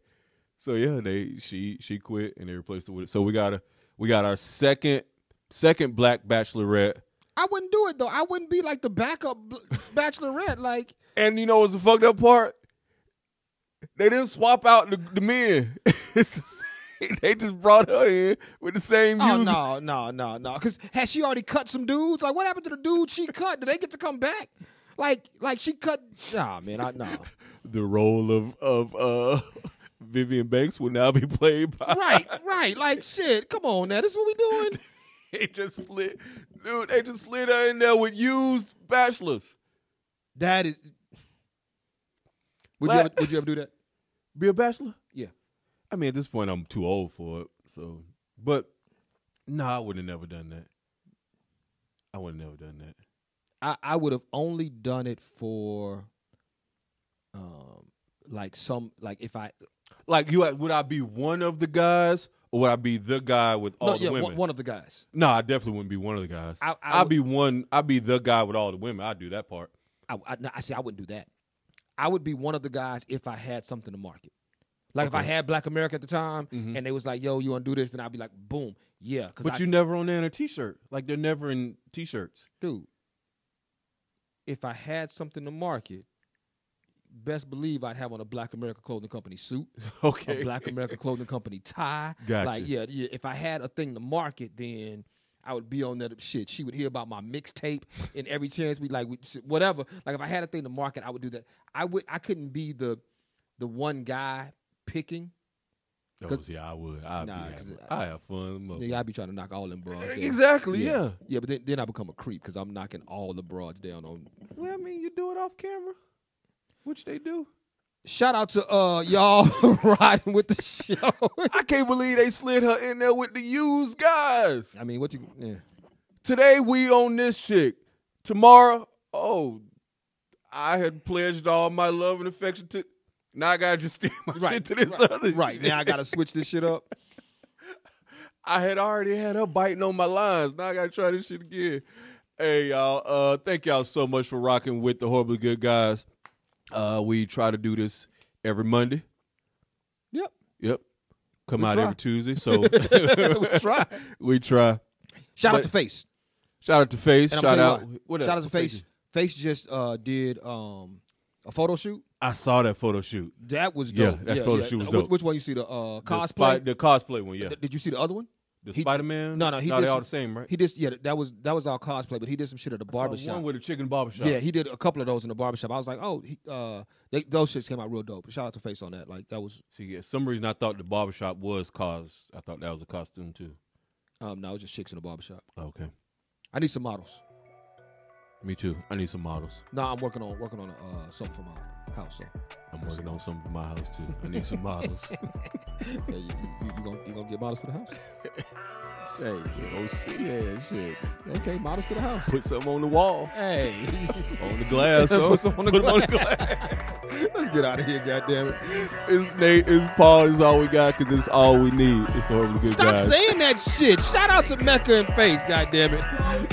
Speaker 2: So yeah, they she she quit and they replaced her with. So we got a we got our second second black bachelorette.
Speaker 5: I wouldn't do it though. I wouldn't be like the backup b- bachelorette. (laughs) Like,
Speaker 2: And you know what's the fucked up part? They didn't swap out the, the men. (laughs) It's the same- they just brought her in with the same
Speaker 5: oh
Speaker 2: user.
Speaker 5: no, no, no, no. Because has she already cut some dudes? Like, what happened to the dude she cut? Do they get to come back? Like, like she cut? Nah, man, I nah.
Speaker 2: The role of of uh (laughs) Vivian Banks will now be played by
Speaker 5: (laughs) right, right. Like, shit. Come on, now. This is what we doing.
Speaker 2: (laughs) They just slid, dude. They just slid her in there with used bachelors.
Speaker 5: That is. Would
Speaker 2: What?
Speaker 5: you ever, would you ever do that?
Speaker 2: Be a bachelor?
Speaker 5: Yeah.
Speaker 2: I mean, at this point, I'm too old for it. So, but no, I would have never done that. I would have never done that.
Speaker 5: I, I would have only done it for um like some like if I
Speaker 2: Like, you would I be one of the guys, or would I be the guy with all
Speaker 5: no,
Speaker 2: the
Speaker 5: yeah,
Speaker 2: women?
Speaker 5: one, one of oh, the guys.
Speaker 2: no, I definitely wouldn't be one of the guys.
Speaker 5: I- I
Speaker 2: would
Speaker 5: would-
Speaker 2: be one. I'd be the guy with all the women. I'd do that part.
Speaker 5: I I, no, I see I wouldn't do that. I would be one of the guys if I had something to market. Like if I
Speaker 2: Okay. Mm-hmm.
Speaker 5: had Black America at the time and they was like, "Yo, you want to do this?" then I'd be like, "Boom, yeah." Cause
Speaker 2: But
Speaker 5: I,
Speaker 2: you never on there in a t-shirt. Like they're never in t-shirts.
Speaker 5: dude, if I had something to market, best believe I'd have on a Black America Clothing Company suit, (laughs)
Speaker 2: Okay. (laughs)
Speaker 5: a Black America Clothing Company tie.
Speaker 2: Gotcha.
Speaker 5: Like, yeah, yeah. If I had a thing to market, then I would be on that shit. She would hear about my mixtape and every chance we like, we, whatever. Like, if I had a thing to market, I would do that. I would. I couldn't be the the one guy picking.
Speaker 2: Oh,
Speaker 5: 'Cause-
Speaker 2: yeah, I would. I'd
Speaker 5: Nah,
Speaker 2: be.
Speaker 5: 'cause
Speaker 2: I have fun.
Speaker 5: Nigga, I'd be trying to knock all them broads. down.
Speaker 2: Exactly.
Speaker 5: Yeah.
Speaker 2: Yeah.
Speaker 5: Yeah, but then, then I become a creep because I'm knocking all the broads down on
Speaker 2: Well, I mean, you do it off camera, which they do.
Speaker 5: Shout out to uh y'all (laughs) riding with the show.
Speaker 2: I can't believe they slid her in there with the used guys.
Speaker 5: I mean, what you? Yeah.
Speaker 2: Today we on this chick. Tomorrow, oh, I had pledged all my love and affection to. Now I gotta just (laughs) steer my shit to this other
Speaker 5: Right
Speaker 2: shit.
Speaker 5: now, I gotta switch this shit up.
Speaker 2: I had already had her biting on my lines. Now I gotta try this shit again. Hey y'all, uh, thank y'all so much for rocking with the horribly good guys. Uh, we try to do this every Monday.
Speaker 5: Yep.
Speaker 2: (laughs) Yep. Come out
Speaker 5: try.
Speaker 2: every Tuesday.
Speaker 5: (laughs)
Speaker 2: So
Speaker 5: Try.
Speaker 2: we try.
Speaker 5: Shout out
Speaker 2: But-
Speaker 5: to Face.
Speaker 2: Shout out to Face.
Speaker 5: And I'm
Speaker 2: shout out.
Speaker 5: telling you
Speaker 2: what
Speaker 5: What, shout out
Speaker 2: else?
Speaker 5: to Face. Face just uh, did um, a photo shoot.
Speaker 2: I saw that photo shoot.
Speaker 5: That was
Speaker 2: Yeah,
Speaker 5: dope.
Speaker 2: that photo shoot was
Speaker 5: Which-
Speaker 2: dope.
Speaker 5: Which one you see the uh,
Speaker 2: The
Speaker 5: cosplay?
Speaker 2: spy- The, cosplay one, yeah.
Speaker 5: Th- Did you see the other one?
Speaker 2: The
Speaker 5: He-
Speaker 2: Spider-Man?
Speaker 5: No, no, he
Speaker 2: No,
Speaker 5: did
Speaker 2: they all
Speaker 5: some-
Speaker 2: the same, right?
Speaker 5: He did. Yeah, that was that was all cosplay, but he did some shit at the
Speaker 2: Saw
Speaker 5: barbershop.
Speaker 2: One with uh, a chicken barbershop.
Speaker 5: Yeah, he did a couple of those in the barbershop. I was like, oh, he, uh, they, those shits came out real dope. Shout out to Face on that. Like that was
Speaker 2: See, yeah, some reason I thought the barbershop was cause. I thought that was a costume too.
Speaker 5: um, no, it was just chicks in the barbershop.
Speaker 2: Okay.
Speaker 5: I need some models.
Speaker 2: Me too. I need some models.
Speaker 5: No, I'm working on working on uh, something for my house. So
Speaker 2: I'm working on something for my house too. I need some
Speaker 5: (laughs)
Speaker 2: models.
Speaker 5: yeah, you, you, you gonna you gonna get models to the house?
Speaker 7: (laughs) Hey, oh shit, yeah, shit. Okay, models to the house.
Speaker 2: Put something on the wall.
Speaker 7: (laughs) Hey,
Speaker 2: On the
Speaker 7: (laughs)
Speaker 2: glass.
Speaker 7: Put
Speaker 2: huh?
Speaker 7: something on the
Speaker 2: Put 'em
Speaker 7: glass.
Speaker 2: Let's get out of here, goddammit. It's Nate, it's Paul, it's all we got because it's all we need. It's the Horrible Good
Speaker 7: stop
Speaker 2: Guys.
Speaker 7: saying that shit. Shout out to Mecca and Face, goddammit.
Speaker 8: It don't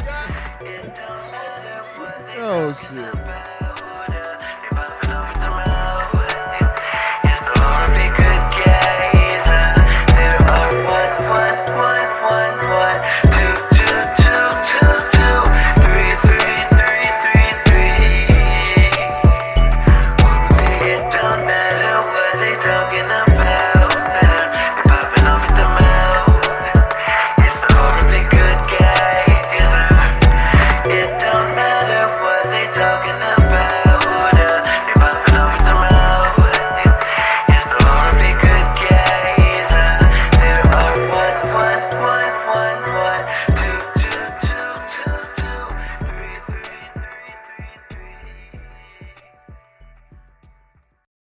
Speaker 8: matter what they
Speaker 7: (laughs) Oh shit.
Speaker 3: uh, uh,